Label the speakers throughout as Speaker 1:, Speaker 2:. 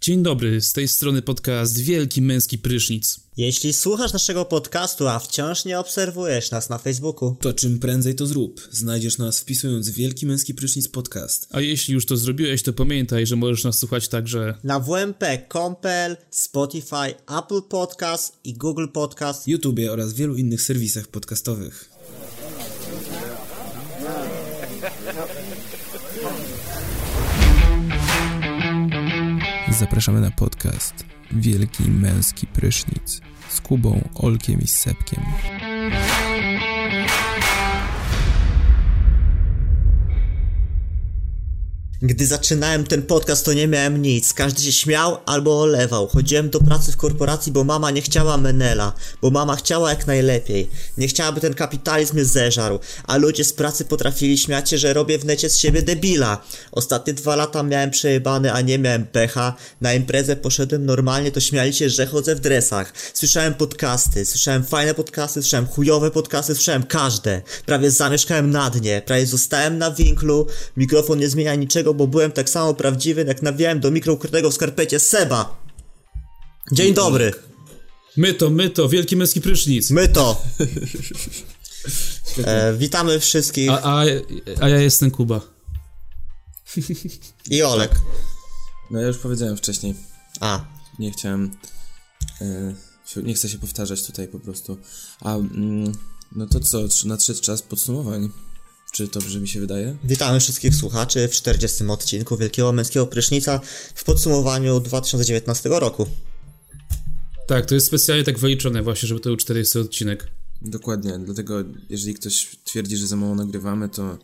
Speaker 1: Dzień dobry, z tej strony podcast Wielki Męski Prysznic.
Speaker 2: Jeśli słuchasz naszego podcastu, a wciąż nie obserwujesz nas na Facebooku,
Speaker 3: To czym prędzej to zrób. Znajdziesz nas wpisując Wielki Męski Prysznic Podcast.
Speaker 1: A jeśli już to zrobiłeś, to pamiętaj, że możesz nas słuchać także...
Speaker 2: na wmp.com.pl, Spotify, Apple Podcast i Google Podcast,
Speaker 3: YouTubie oraz wielu innych serwisach podcastowych.
Speaker 4: Zapraszamy na podcast Wielki Męski Prysznic z Kubą, Olkiem i Sepkiem.
Speaker 2: Gdy zaczynałem ten podcast, to nie miałem nic. Każdy się śmiał albo olewał. Chodziłem do pracy w korporacji, bo mama nie chciała menela. Bo mama chciała jak najlepiej. Nie chciała, by ten kapitalizm mnie zeżarł. A ludzie z pracy potrafili śmiać się, że robię w necie z siebie debila. Ostatnie dwa lata miałem przejebane, a nie miałem pecha. Na imprezę poszedłem normalnie, to śmiali się, że chodzę w dresach. Słyszałem podcasty, słyszałem fajne podcasty, słyszałem chujowe podcasty, słyszałem każde. Prawie zamieszkałem na dnie, prawie zostałem na winklu. Mikrofon nie zmienia niczego, bo byłem tak samo prawdziwy, jak nawijałem do mikro ukrytego w skarpecie Seba. Dzień dobry,
Speaker 1: My to, my to, Wielki Męski Prysznic.
Speaker 2: my to. E, witamy wszystkich
Speaker 1: A, a, a ja jestem Kuba.
Speaker 2: i Olek.
Speaker 3: No ja już powiedziałem wcześniej.
Speaker 2: A,
Speaker 3: Nie chciałem... e, się- nie chcę się powtarzać tutaj po prostu. A mm, no to co, trz- nadszedł czas podsumowań. Czy dobrze mi się wydaje?
Speaker 2: Witamy wszystkich słuchaczy w 40. odcinku Wielkiego Męskiego Prysznica w podsumowaniu 2019 roku.
Speaker 1: Tak, to jest specjalnie tak wyliczone właśnie, żeby to był 40 odcinek.
Speaker 3: Dokładnie, dlatego jeżeli ktoś twierdzi, że za mało nagrywamy, to...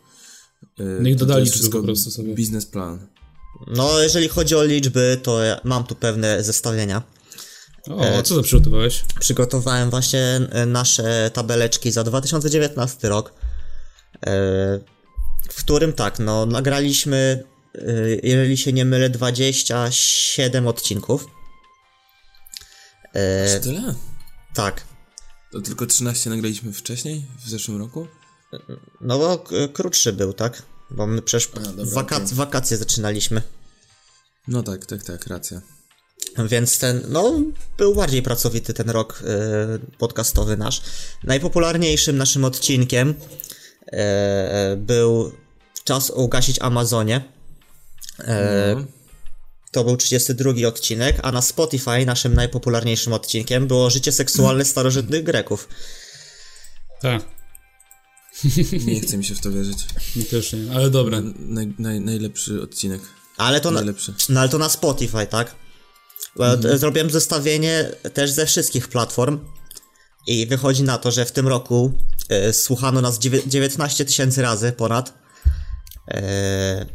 Speaker 3: Yy,
Speaker 1: Niech doda liczby po prostu sobie.
Speaker 3: biznesplan.
Speaker 2: No, jeżeli chodzi o liczby, to ja mam tu pewne zestawienia.
Speaker 1: O, co to przygotowałeś?
Speaker 2: Przygotowałem właśnie e, nasze tabeleczki za 2019 rok, e, w którym tak, no, nagraliśmy, e, jeżeli się nie mylę, 27 odcinków. E,
Speaker 3: Czy tyle?
Speaker 2: Tak.
Speaker 3: To tylko 13 nagraliśmy wcześniej, w zeszłym roku?
Speaker 2: No bo k- krótszy był, tak? Bo my przecież
Speaker 3: dobra,
Speaker 2: wakac-
Speaker 3: okej.
Speaker 2: wakacje zaczynaliśmy.
Speaker 3: No tak, tak, tak, racja.
Speaker 2: Więc ten, no, był bardziej pracowity ten rok e, podcastowy nasz. Najpopularniejszym naszym odcinkiem e, był Czas ugasić Amazonie. E,
Speaker 3: No.
Speaker 2: To był 32 odcinek, a na Spotify naszym najpopularniejszym odcinkiem było Życie seksualne starożytnych Greków.
Speaker 1: Tak,
Speaker 3: Nie chce mi się w to wierzyć.
Speaker 1: mi też nie, ale dobra.
Speaker 3: Naj, naj, najlepszy odcinek.
Speaker 2: Ale to, na,
Speaker 3: Najlepszy.
Speaker 2: no, ale to na Spotify, tak? Bo t- Zrobiłem zestawienie też ze wszystkich platform i wychodzi na to, że w tym roku e, słuchano nas dziewię- 19 tysięcy razy ponad, e,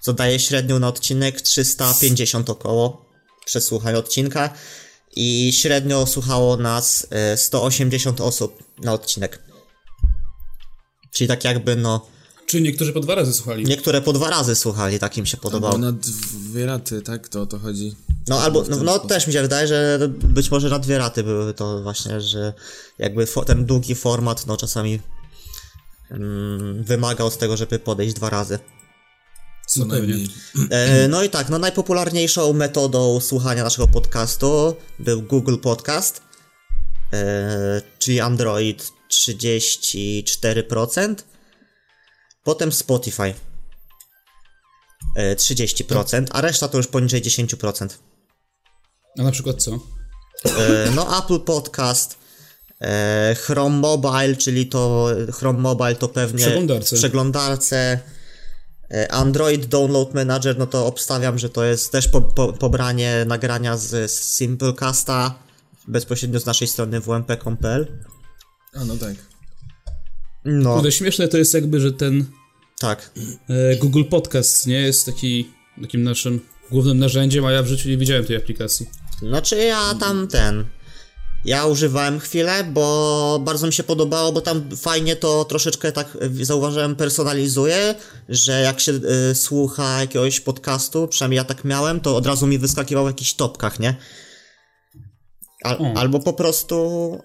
Speaker 2: co daje średnią na odcinek 350 około przesłuchań odcinka i średnio słuchało nas e, 180 osób na odcinek. Czyli tak jakby no,
Speaker 1: Czy niektórzy po dwa razy słuchali?
Speaker 2: niektóre po dwa razy słuchali, tak im się podobało.
Speaker 3: Bo na dwie raty, tak? To o to chodzi.
Speaker 2: No albo,
Speaker 3: w
Speaker 2: no,
Speaker 3: ten
Speaker 2: no
Speaker 3: sposób.
Speaker 2: też mi się wydaje, że być może na dwie raty były to właśnie, że jakby fo- ten długi format, no czasami mm, wymaga od tego, żeby podejść dwa razy.
Speaker 3: Co
Speaker 1: pewnie.
Speaker 3: najmniej.
Speaker 2: E, no i tak, no najpopularniejszą metodą słuchania naszego podcastu był Google Podcast, e, czyli Android 34%, potem Spotify e, 30%, a reszta to już poniżej 10%.
Speaker 1: A na przykład co?
Speaker 2: E, no Apple Podcast, e, Chrome Mobile, czyli to Chrome Mobile to pewnie
Speaker 1: Przeglądarce.
Speaker 2: przeglądarce, e, Android Download Manager, no to obstawiam, że to jest też po, po, pobranie nagrania z, z Simplecasta bezpośrednio z naszej strony wmp.pl.
Speaker 3: A no tak.
Speaker 2: No,
Speaker 1: Kurde, śmieszne to jest jakby, że ten
Speaker 2: tak.
Speaker 1: e, Google Podcast, nie, jest taki, takim naszym głównym narzędziem, a ja w życiu nie widziałem tej aplikacji.
Speaker 2: Znaczy ja tam ten. Ja używałem chwilę, bo bardzo mi się podobało, bo tam fajnie to troszeczkę tak y, zauważyłem, personalizuje, że jak się y, słucha jakiegoś podcastu, przynajmniej ja tak miałem, to od razu mi wyskakiwał w jakichś topkach, nie? Al, albo po prostu,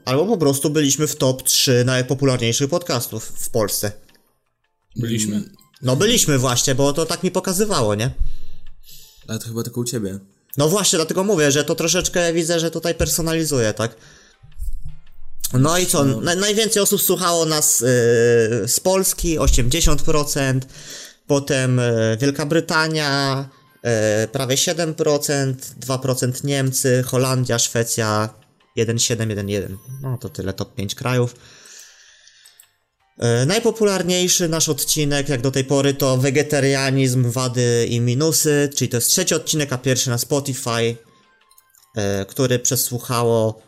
Speaker 2: albo po prostu byliśmy w top 3 najpopularniejszych podcastów w Polsce.
Speaker 1: Byliśmy?
Speaker 2: No byliśmy właśnie, bo to tak mi pokazywało, nie?
Speaker 3: Ale to chyba tylko u ciebie.
Speaker 2: No właśnie, dlatego mówię, że to troszeczkę widzę, że tutaj personalizuje, tak? No i co? Na, najwięcej osób słuchało nas yy, z Polski, 80%, potem yy, Wielka Brytania, yy, prawie 7%, 2% Niemcy, Holandia, Szwecja, 1,7-1,1. No to tyle, top 5 krajów. E, Najpopularniejszy nasz odcinek jak do tej pory to wegetarianizm, wady i minusy, czyli to jest trzeci odcinek, a pierwszy na Spotify, e, który przesłuchało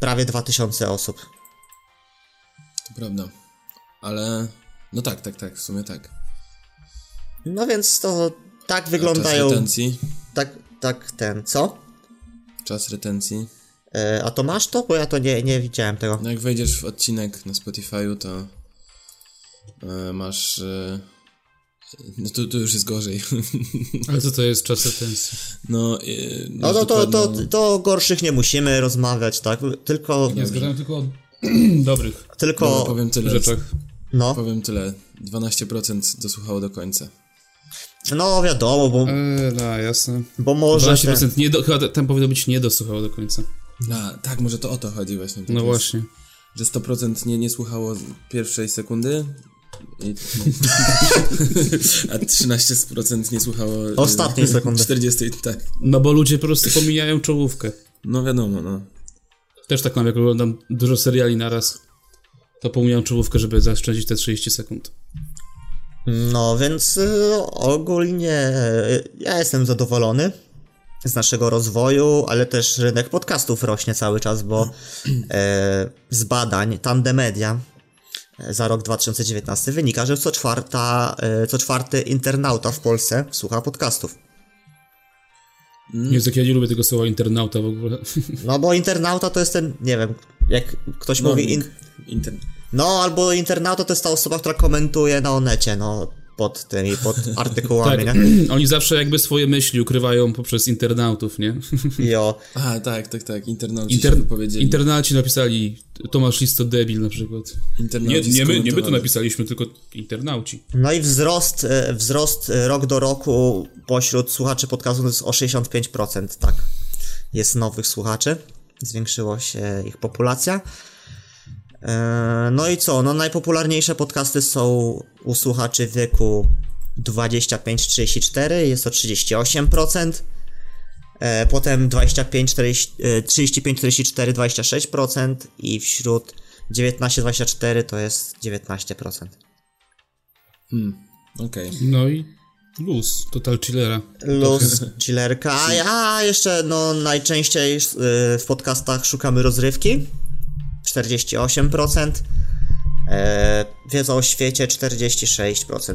Speaker 2: prawie 2000 osób.
Speaker 3: To prawda. Ale. No tak, tak, tak, w sumie tak.
Speaker 2: No więc to tak
Speaker 3: Czas
Speaker 2: wyglądają.
Speaker 3: retencji.
Speaker 2: Tak, tak ten, co?
Speaker 3: Czas retencji.
Speaker 2: E, A to masz to? Bo ja to nie, nie widziałem tego.
Speaker 3: No jak wejdziesz w odcinek na Spotify'u, to e, masz. E, no to, to już jest gorzej.
Speaker 1: Ale co to jest czas retencji?
Speaker 3: no, e,
Speaker 2: No to, to, to,
Speaker 3: dokładną-
Speaker 2: to o gorszych nie musimy rozmawiać, tak? Tylko,
Speaker 1: Ja zgadzam tylko o dobrych
Speaker 3: Dobra,
Speaker 2: tylko,
Speaker 3: no, powiem tyle.
Speaker 1: rzeczach.
Speaker 2: no.
Speaker 3: Powiem tyle. 12% dosłuchało do końca.
Speaker 2: No wiadomo, bo,
Speaker 1: Eee, da, jasne.
Speaker 2: bo może... te-
Speaker 1: 12% nie do, chyba te- ten powinno być niedosłuchało do końca.
Speaker 3: A, tak, może to o to chodzi właśnie. Tak
Speaker 1: No
Speaker 3: jest,
Speaker 1: właśnie.
Speaker 3: Że 100% nie, nie słuchało z pierwszej sekundy. I, a 13% nie słuchało. e,
Speaker 2: Ostatniej sekundy.
Speaker 3: 40, tak.
Speaker 1: No bo ludzie po prostu pomijają czołówkę.
Speaker 3: No wiadomo, no.
Speaker 1: Też tak mam, jak oglądam dużo seriali naraz, to pomijam czołówkę, żeby zaszczędzić te 30 sekund.
Speaker 2: No więc y, ogólnie y, ja jestem zadowolony z naszego rozwoju, ale też rynek podcastów rośnie cały czas, bo e, z badań Tandemedia e, za rok 2019 wynika, że co, czwarta, e, co czwarty internauta w Polsce słucha podcastów.
Speaker 1: Nie wiem, jak ja nie lubię tego słowa internauta w ogóle.
Speaker 2: No bo internauta to jest ten, nie wiem, jak ktoś mówi... In,
Speaker 3: Normik. Inter...
Speaker 2: no albo internauta to jest ta osoba, która komentuje na Onecie, no pod tymi, pod artykułami,
Speaker 1: Tak.
Speaker 2: nie?
Speaker 1: Oni zawsze jakby swoje myśli ukrywają poprzez internautów, nie?
Speaker 2: Jo.
Speaker 3: A, tak, tak, tak. Internauci Inter...
Speaker 1: Inter-
Speaker 3: się powiedzieli.
Speaker 1: internauci napisali Tomasz Listo debil na przykład. Nie,
Speaker 3: Internauci
Speaker 1: nie, my, nie my to
Speaker 3: skomentowali.
Speaker 1: napisaliśmy, tylko internauci.
Speaker 2: No i wzrost, e, wzrost e, rok do roku pośród słuchaczy podcastu to jest o 65%, tak. Jest nowych słuchaczy, zwiększyła się ich populacja. E, No i co? No najpopularniejsze podcasty są u słuchaczy w wieku 25-34, jest to 38%. E, Potem 25, 40, e, 35, 44, 26% i wśród 19-24 to jest 19%.
Speaker 3: Okej.
Speaker 1: No i luz, total chillera.
Speaker 2: Luz, chillerka. A ja jeszcze, no, najczęściej y, w podcastach szukamy rozrywki. 48%. E, wiedza o świecie 46%.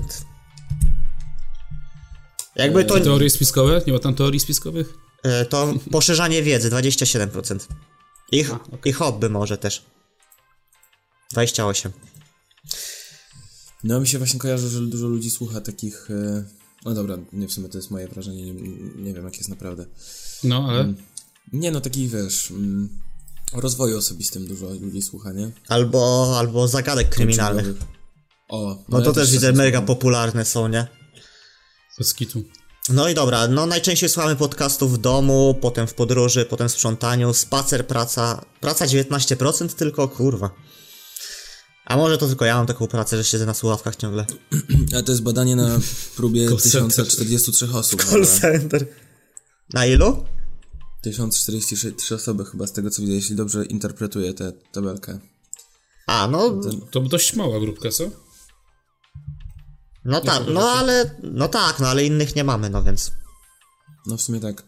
Speaker 2: Jakby to,
Speaker 1: Teorie spiskowe? Nie ma tam teorii spiskowych?
Speaker 2: e, to poszerzanie wiedzy 27%. I, ch- I hobby może też. 28.
Speaker 3: No mi się właśnie kojarzy, że dużo ludzi słucha takich... e, No dobra, nie w sumie to jest moje wrażenie, nie, nie wiem jak jest naprawdę.
Speaker 1: No, ale
Speaker 3: Nie no, takich wiesz... mm, O rozwoju osobistym dużo ludzi słucha, nie?
Speaker 2: Albo, albo zagadek kryminalnych.
Speaker 3: Ciekawych. O,
Speaker 2: Znaczy, No
Speaker 3: ja
Speaker 2: to też widzę,
Speaker 3: czasem
Speaker 2: mega
Speaker 3: słucham.
Speaker 2: popularne są, nie?
Speaker 1: bez kitu.
Speaker 2: No i dobra, no najczęściej słuchamy podcastów w domu, potem w podróży, potem w sprzątaniu, spacer, praca. Praca 19% tylko, kurwa. A może to tylko ja mam taką pracę, że siedzę na słuchawkach ciągle.
Speaker 3: A to jest badanie na próbie
Speaker 1: Call center.
Speaker 3: 1043 osób.
Speaker 2: Call
Speaker 3: dobra.
Speaker 2: center. Na ilu?
Speaker 3: 1043 osoby chyba z tego co widzę, jeśli dobrze interpretuję tę tabelkę.
Speaker 2: A, no,
Speaker 1: To dość mała grupka, co?
Speaker 2: no tak, no ale, no tak, no ale innych nie mamy, no więc.
Speaker 3: No w sumie tak.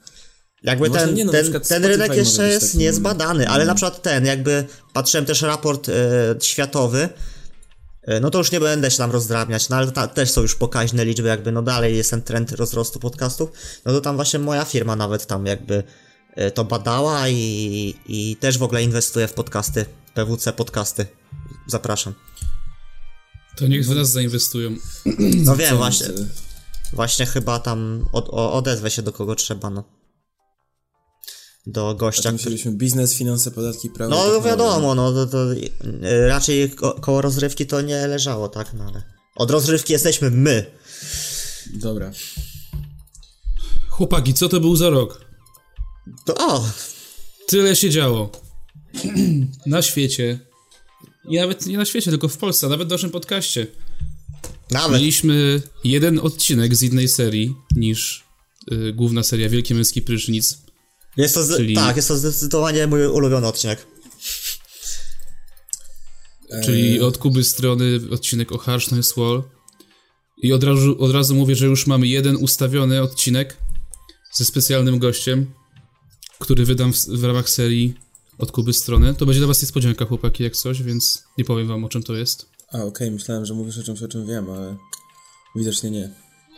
Speaker 2: Jakby
Speaker 3: No właśnie,
Speaker 2: ten,
Speaker 3: nie, no, na
Speaker 2: ten,
Speaker 3: przykład
Speaker 2: ten
Speaker 3: Spotify
Speaker 2: rynek
Speaker 3: może
Speaker 2: jeszcze
Speaker 3: być no. Mhm.
Speaker 2: jest
Speaker 3: takim-
Speaker 2: niezbadany, ale na przykład ten, jakby patrzyłem też raport e, światowy, e, no to już nie będę się tam rozdrabniać, no ale ta, też są już pokaźne liczby, jakby no dalej jest ten trend rozrostu podcastów, no to tam właśnie moja firma nawet tam jakby e, to badała i, i też w ogóle inwestuje w podcasty, PWC podcasty. Zapraszam.
Speaker 1: To niech w nas zainwestują.
Speaker 2: No wiem, właśnie,
Speaker 3: Więc, e,
Speaker 2: właśnie chyba tam od, o, odezwę się do kogo trzeba, no. Do gościa,
Speaker 3: Tak,
Speaker 2: który...
Speaker 3: musieliśmy biznes, finanse, podatki, prawo.
Speaker 2: No
Speaker 3: technologia.
Speaker 2: wiadomo, no to, to y, raczej ko koło rozrywki to nie leżało, tak, no ale. Od rozrywki jesteśmy my.
Speaker 3: Dobra.
Speaker 1: Chłopaki, co to był za rok?
Speaker 2: To o!
Speaker 1: Tyle się działo. na świecie. I nawet nie na świecie, tylko w Polsce, a nawet w naszym podcaście.
Speaker 2: Nawet.
Speaker 1: Mieliśmy jeden odcinek z innej serii niż y, główna seria Wielki Męski Prysznic.
Speaker 2: Jest to zde-
Speaker 1: czyli-
Speaker 2: Tak, jest to zdecydowanie mój ulubiony odcinek.
Speaker 1: Czyli od Kuby strony odcinek o Harshness Wall. I od razu, od razu mówię, że już mamy jeden ustawiony odcinek ze specjalnym gościem, który wydam w, w ramach serii od Kuby strony. To będzie dla was niespodzianka, chłopaki, jak coś, więc nie powiem wam o czym to jest.
Speaker 3: A, okej, myślałem, że mówisz o czymś, o czym wiem, ale widocznie nie.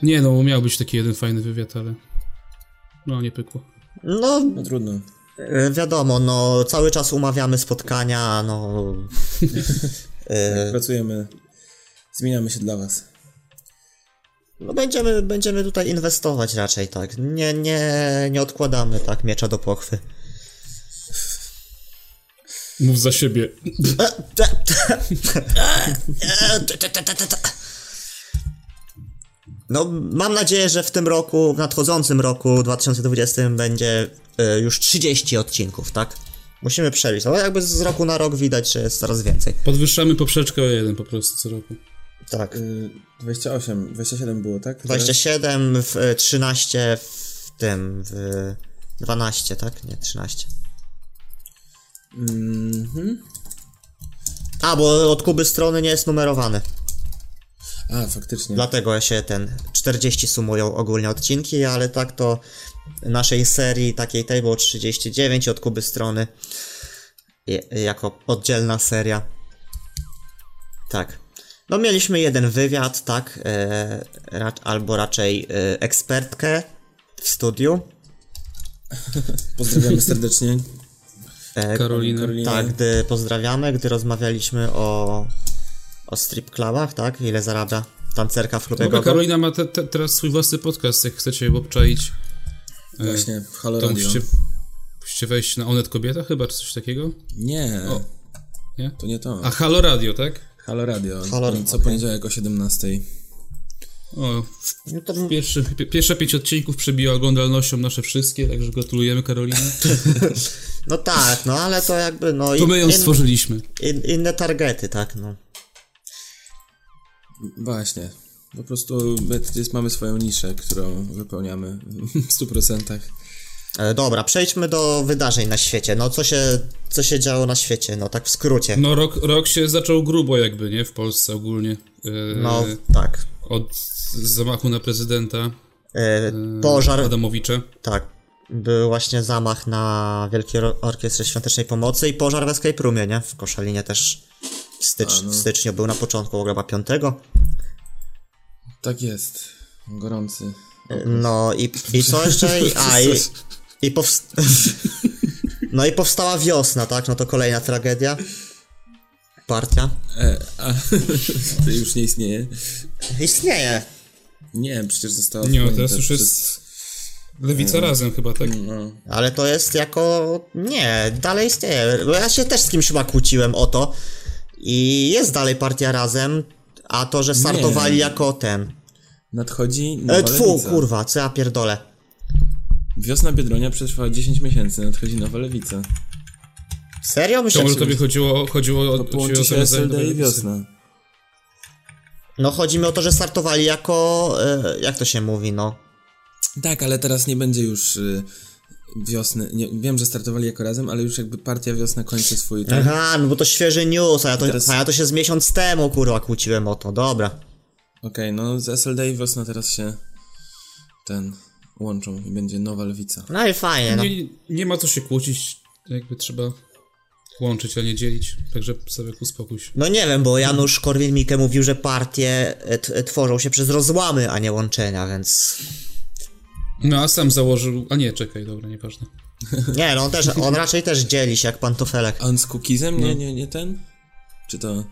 Speaker 1: Nie no, miał być taki jeden fajny wywiad, ale... No, nie pykło.
Speaker 2: No,
Speaker 3: No trudno.
Speaker 2: e, wiadomo, no, cały czas umawiamy spotkania, no. e,
Speaker 3: Pracujemy, zmieniamy się dla was.
Speaker 2: no będziemy, będziemy tutaj inwestować raczej, tak. Nie, nie, nie odkładamy tak miecza do pochwy.
Speaker 1: Mów za siebie.
Speaker 2: No, mam nadzieję, że w tym roku, w nadchodzącym roku 2020 będzie e, już 30 odcinków, tak? Musimy przebić, ale jakby z roku na rok widać, że jest coraz więcej.
Speaker 1: Podwyższamy poprzeczkę o jeden po prostu co roku.
Speaker 2: Tak.
Speaker 3: Y, 28, 27 było, tak? Teraz?
Speaker 2: 27, w, e, 13 w tym, w e, 12, tak? Nie, 13.
Speaker 3: Mhm.
Speaker 2: A, bo od Kuby strony nie jest numerowany.
Speaker 3: A, faktycznie.
Speaker 2: Dlatego się ten 40 sumują ogólnie odcinki, ale tak to naszej serii takiej tej było 39 od Kuby strony je- jako oddzielna seria. Tak. No mieliśmy jeden wywiad, tak, e, ra, albo raczej e, ekspertkę w studiu.
Speaker 3: Pozdrawiamy serdecznie.
Speaker 2: E,
Speaker 1: Karolina.
Speaker 3: Karolinę.
Speaker 2: Tak, gdy pozdrawiamy, gdy rozmawialiśmy o, o strip clubach, tak, ile zarabia tancerka w klubie
Speaker 1: Dobra,
Speaker 2: Gogo.
Speaker 1: Karolina ma te, te, teraz swój własny podcast, jak chcecie obczaić. e,
Speaker 3: Właśnie, w Halo
Speaker 1: To
Speaker 3: Radio.
Speaker 1: musicie, musicie wejść na Onet Kobieta chyba, czy coś takiego?
Speaker 3: Nie,
Speaker 1: Nie?
Speaker 3: to nie to.
Speaker 1: A Halo Radio, tak?
Speaker 3: Halo Radio.
Speaker 2: Halo-
Speaker 3: Co
Speaker 2: okej.
Speaker 3: poniedziałek o 17.
Speaker 1: O, w,
Speaker 2: No to
Speaker 1: pierwszy, pi- pierwsze pięć odcinków przebiła oglądalnością nasze wszystkie, także gratulujemy Karolinie.
Speaker 2: No tak, no ale to jakby, no
Speaker 1: To my ją
Speaker 2: in-
Speaker 1: stworzyliśmy.
Speaker 2: in, inne targety, tak, no.
Speaker 3: Właśnie. Po prostu my jest, mamy swoją niszę, którą wypełniamy w 100%.
Speaker 2: E, dobra, przejdźmy do wydarzeń na świecie. No co się, co się działo na świecie, no tak w skrócie.
Speaker 1: No rok, rok się zaczął grubo jakby, nie? W Polsce ogólnie. E,
Speaker 2: No tak.
Speaker 1: Od zamachu na prezydenta
Speaker 2: E, pożar,
Speaker 1: Adamowicza.
Speaker 2: tak. Był właśnie zamach na Wielkiej Ro- Orkiestrze Świątecznej Pomocy i pożar w Escape Roomie, nie? W Koszalinie też w, stycz- w styczniu był na początku chyba piątego.
Speaker 3: Tak jest. Gorący.
Speaker 2: No i, i co jeszcze? I- A, i, i powst- No i powstała wiosna, tak? No to kolejna tragedia. Partia.
Speaker 3: E, a to już nie istnieje.
Speaker 2: Istnieje.
Speaker 3: Nie, przecież została
Speaker 1: Nie, no,
Speaker 3: wchłonięta
Speaker 1: teraz już
Speaker 3: przez-
Speaker 1: jest Lewica
Speaker 3: Mm.
Speaker 1: razem chyba, tak?
Speaker 3: No,
Speaker 2: Ale to jest jako. Nie, dalej istnieje. Bo ja się też z kimś chyba kłóciłem o to. I jest dalej partia razem. A to, że startowali jako ten.
Speaker 3: nadchodzi nowa
Speaker 2: E, tfu,
Speaker 3: lewica.
Speaker 2: kurwa, co ja pierdolę.
Speaker 3: Wiosna Biedronia przetrwała 10 miesięcy, nadchodzi nowa lewica.
Speaker 2: Serio
Speaker 1: To
Speaker 2: myślisz?
Speaker 1: może tobie chodziło, chodziło o,
Speaker 3: To
Speaker 1: o
Speaker 3: połączy się
Speaker 1: organizację
Speaker 3: SLD i
Speaker 1: Nowej Lewicy.
Speaker 3: wiosna.
Speaker 2: No chodzi mi o to, że startowali jako. E, jak to się mówi, no?
Speaker 3: Tak, ale teraz nie będzie już y, wiosny. Nie, wiem, że startowali jako razem, ale już jakby partia wiosna kończy swój. Ten,
Speaker 2: Aha, no bo to świeży news, a ja to,
Speaker 3: Teraz-
Speaker 2: a ja to się z miesiąc temu, kurwa, kłóciłem o to, dobra.
Speaker 3: Okej, no z SLD i wiosna teraz się ten łączą i będzie nowa lewica.
Speaker 2: No i fajnie, no.
Speaker 1: Nie, nie ma co się kłócić, jakby trzeba łączyć, a nie dzielić. Także sobie uspokój się.
Speaker 2: No nie wiem, bo Janusz Korwin-Mikke mówił, że partie e, t- e, tworzą się przez rozłamy, a nie łączenia, więc...
Speaker 1: No a sam założył. A nie, czekaj, dobra, nieważne.
Speaker 2: Nie, no on też, on raczej też dzieli się jak pantofelek.
Speaker 3: A on z Kukizem?
Speaker 1: No.
Speaker 3: Nie, nie, nie ten? Czy to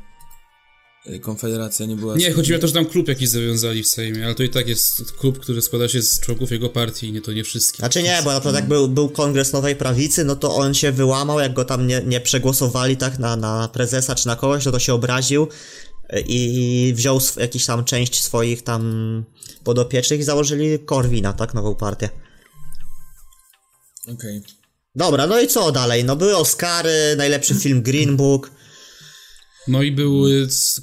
Speaker 3: y, Konfederacja nie była...
Speaker 1: Nie, chodzi mi o to, że tam klub jakiś zawiązali w Sejmie, ale to i tak jest klub, który składa się z członków jego partii, nie to nie wszystkich.
Speaker 2: Znaczy nie, bo na przykład jak był, był kongres Nowej Prawicy, no to on się wyłamał, jak go tam nie, nie przegłosowali tak na, na prezesa czy na kogoś, no to się obraził e, i wziął sw- jakiś tam część swoich tam podopiecznych i założyli Korwina, tak, nową partię.
Speaker 3: Okej.
Speaker 2: Dobra, no i co dalej? No były Oscary, najlepszy film Green Book.
Speaker 1: No i był y, c-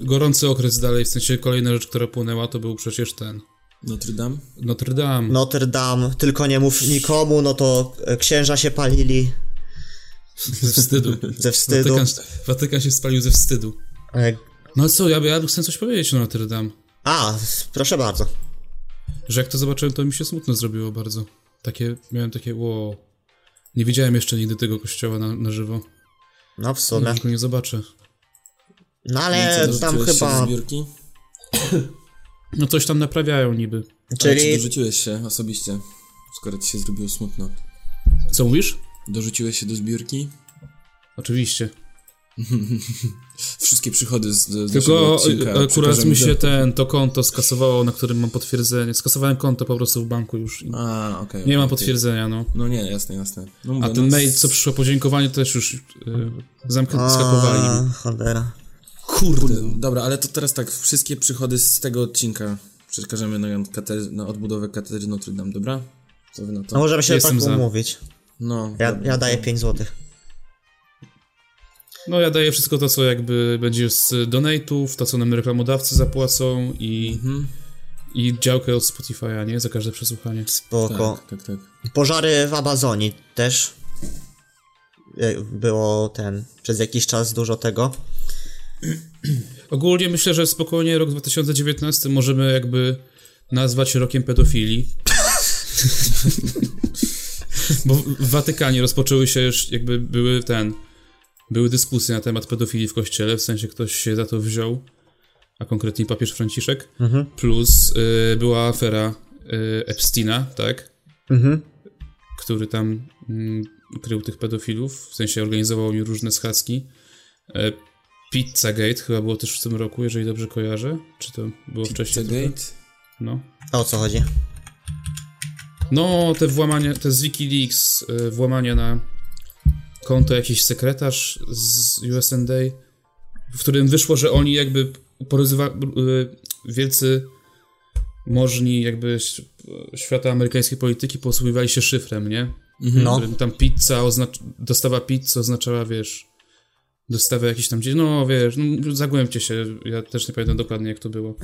Speaker 1: gorący okres dalej, w sensie kolejna rzecz, która płynęła, to był przecież ten
Speaker 3: Notre Dame?
Speaker 1: Notre Dame.
Speaker 2: Notre Dame, tylko nie mów nikomu, no to e, księża się palili
Speaker 1: Ze wstydu.
Speaker 2: ze wstydu.
Speaker 1: Watykan, Watykan się spalił ze wstydu.
Speaker 2: E,
Speaker 1: No co, ja, ja chcę coś powiedzieć o Notre Dame.
Speaker 2: A, s- proszę bardzo.
Speaker 1: Że jak to zobaczyłem, to mi się smutno zrobiło bardzo. Takie, miałem takie, wow. Nie widziałem jeszcze nigdy tego kościoła na, na żywo.
Speaker 2: No w
Speaker 1: Ja
Speaker 2: sumie.
Speaker 1: już go nie zobaczę.
Speaker 2: No
Speaker 3: Co,
Speaker 2: ale tam
Speaker 3: dorzuciłeś Się
Speaker 2: chyba.
Speaker 3: do zbiórki?
Speaker 1: No coś tam naprawiają niby.
Speaker 3: Czyli... Ale czy
Speaker 2: Czyli.
Speaker 3: dorzuciłeś się osobiście, skoro ci się zrobiło smutno?
Speaker 1: Co mówisz?
Speaker 3: Dorzuciłeś się do zbiórki?
Speaker 1: Oczywiście.
Speaker 3: Wszystkie przychody z, z naszego
Speaker 1: Tylko
Speaker 3: Znaczy, odcinka
Speaker 1: ak- akurat
Speaker 3: przekażemy
Speaker 1: mi się
Speaker 3: do-
Speaker 1: ten, to konto skasowało, na którym mam potwierdzenie. Skasowałem konto po prostu w banku już. i
Speaker 3: A, okej. okej,
Speaker 1: Nie mam
Speaker 3: okej.
Speaker 1: potwierdzenia, no.
Speaker 3: No nie, jasne, jasne. No mówię,
Speaker 1: A ten
Speaker 3: no,
Speaker 1: mail, co przyszło podziękowanie, to też już yy, zamknę, skapowali.
Speaker 2: A, cholera.
Speaker 3: Kurde. Dobra, ale to teraz tak, wszystkie przychody z tego odcinka przekażemy na, kater- na odbudowę katedry Notre Dame, dobra? Co wy na
Speaker 2: No
Speaker 3: to?
Speaker 2: możemy się
Speaker 1: Jestem
Speaker 2: tak
Speaker 1: za.
Speaker 2: umówić.
Speaker 3: No,
Speaker 2: Ja,
Speaker 3: dobra.
Speaker 2: ja daję 5 złotych.
Speaker 1: No ja daję wszystko to, co jakby będzie z donate'ów, to co nam reklamodawcy zapłacą i,
Speaker 3: Mhm.
Speaker 1: i działkę od Spotify'a, nie? Za każde przesłuchanie.
Speaker 2: Spoko.
Speaker 3: Tak, tak, tak.
Speaker 2: Pożary w Amazonii też. E, Było ten. Przez jakiś czas dużo tego.
Speaker 1: Ogólnie myślę, że spokojnie rok 2019 możemy jakby nazwać rokiem pedofilii. Bo w- w Watykanie rozpoczęły się już jakby były ten były dyskusje na temat pedofilii w kościele, w sensie ktoś się za to wziął, a konkretnie papież Franciszek. Plus y, była afera y, Epsteina, tak? Który tam mm, krył tych pedofilów, w sensie organizował im różne schadzki. E, Pizzagate chyba było też w tym roku, jeżeli dobrze kojarzę. Czy to było wcześniej? trochę?
Speaker 3: Pizzagate?
Speaker 1: No.
Speaker 2: A o co chodzi?
Speaker 1: No, te włamania, te z Wikileaks, y, włamania na konto jakiś sekretarz z USND, w którym wyszło, że oni jakby poryzywa, y, wielcy możni jakby ś- świata amerykańskiej polityki posługiwali się szyfrem, nie?
Speaker 2: No.
Speaker 1: Którym tam pizza, oznac- dostawa pizzy oznaczała, wiesz, dostawę jakiś tam gdzieś, no wiesz, no, zagłębcie się, ja też nie pamiętam dokładnie jak to było.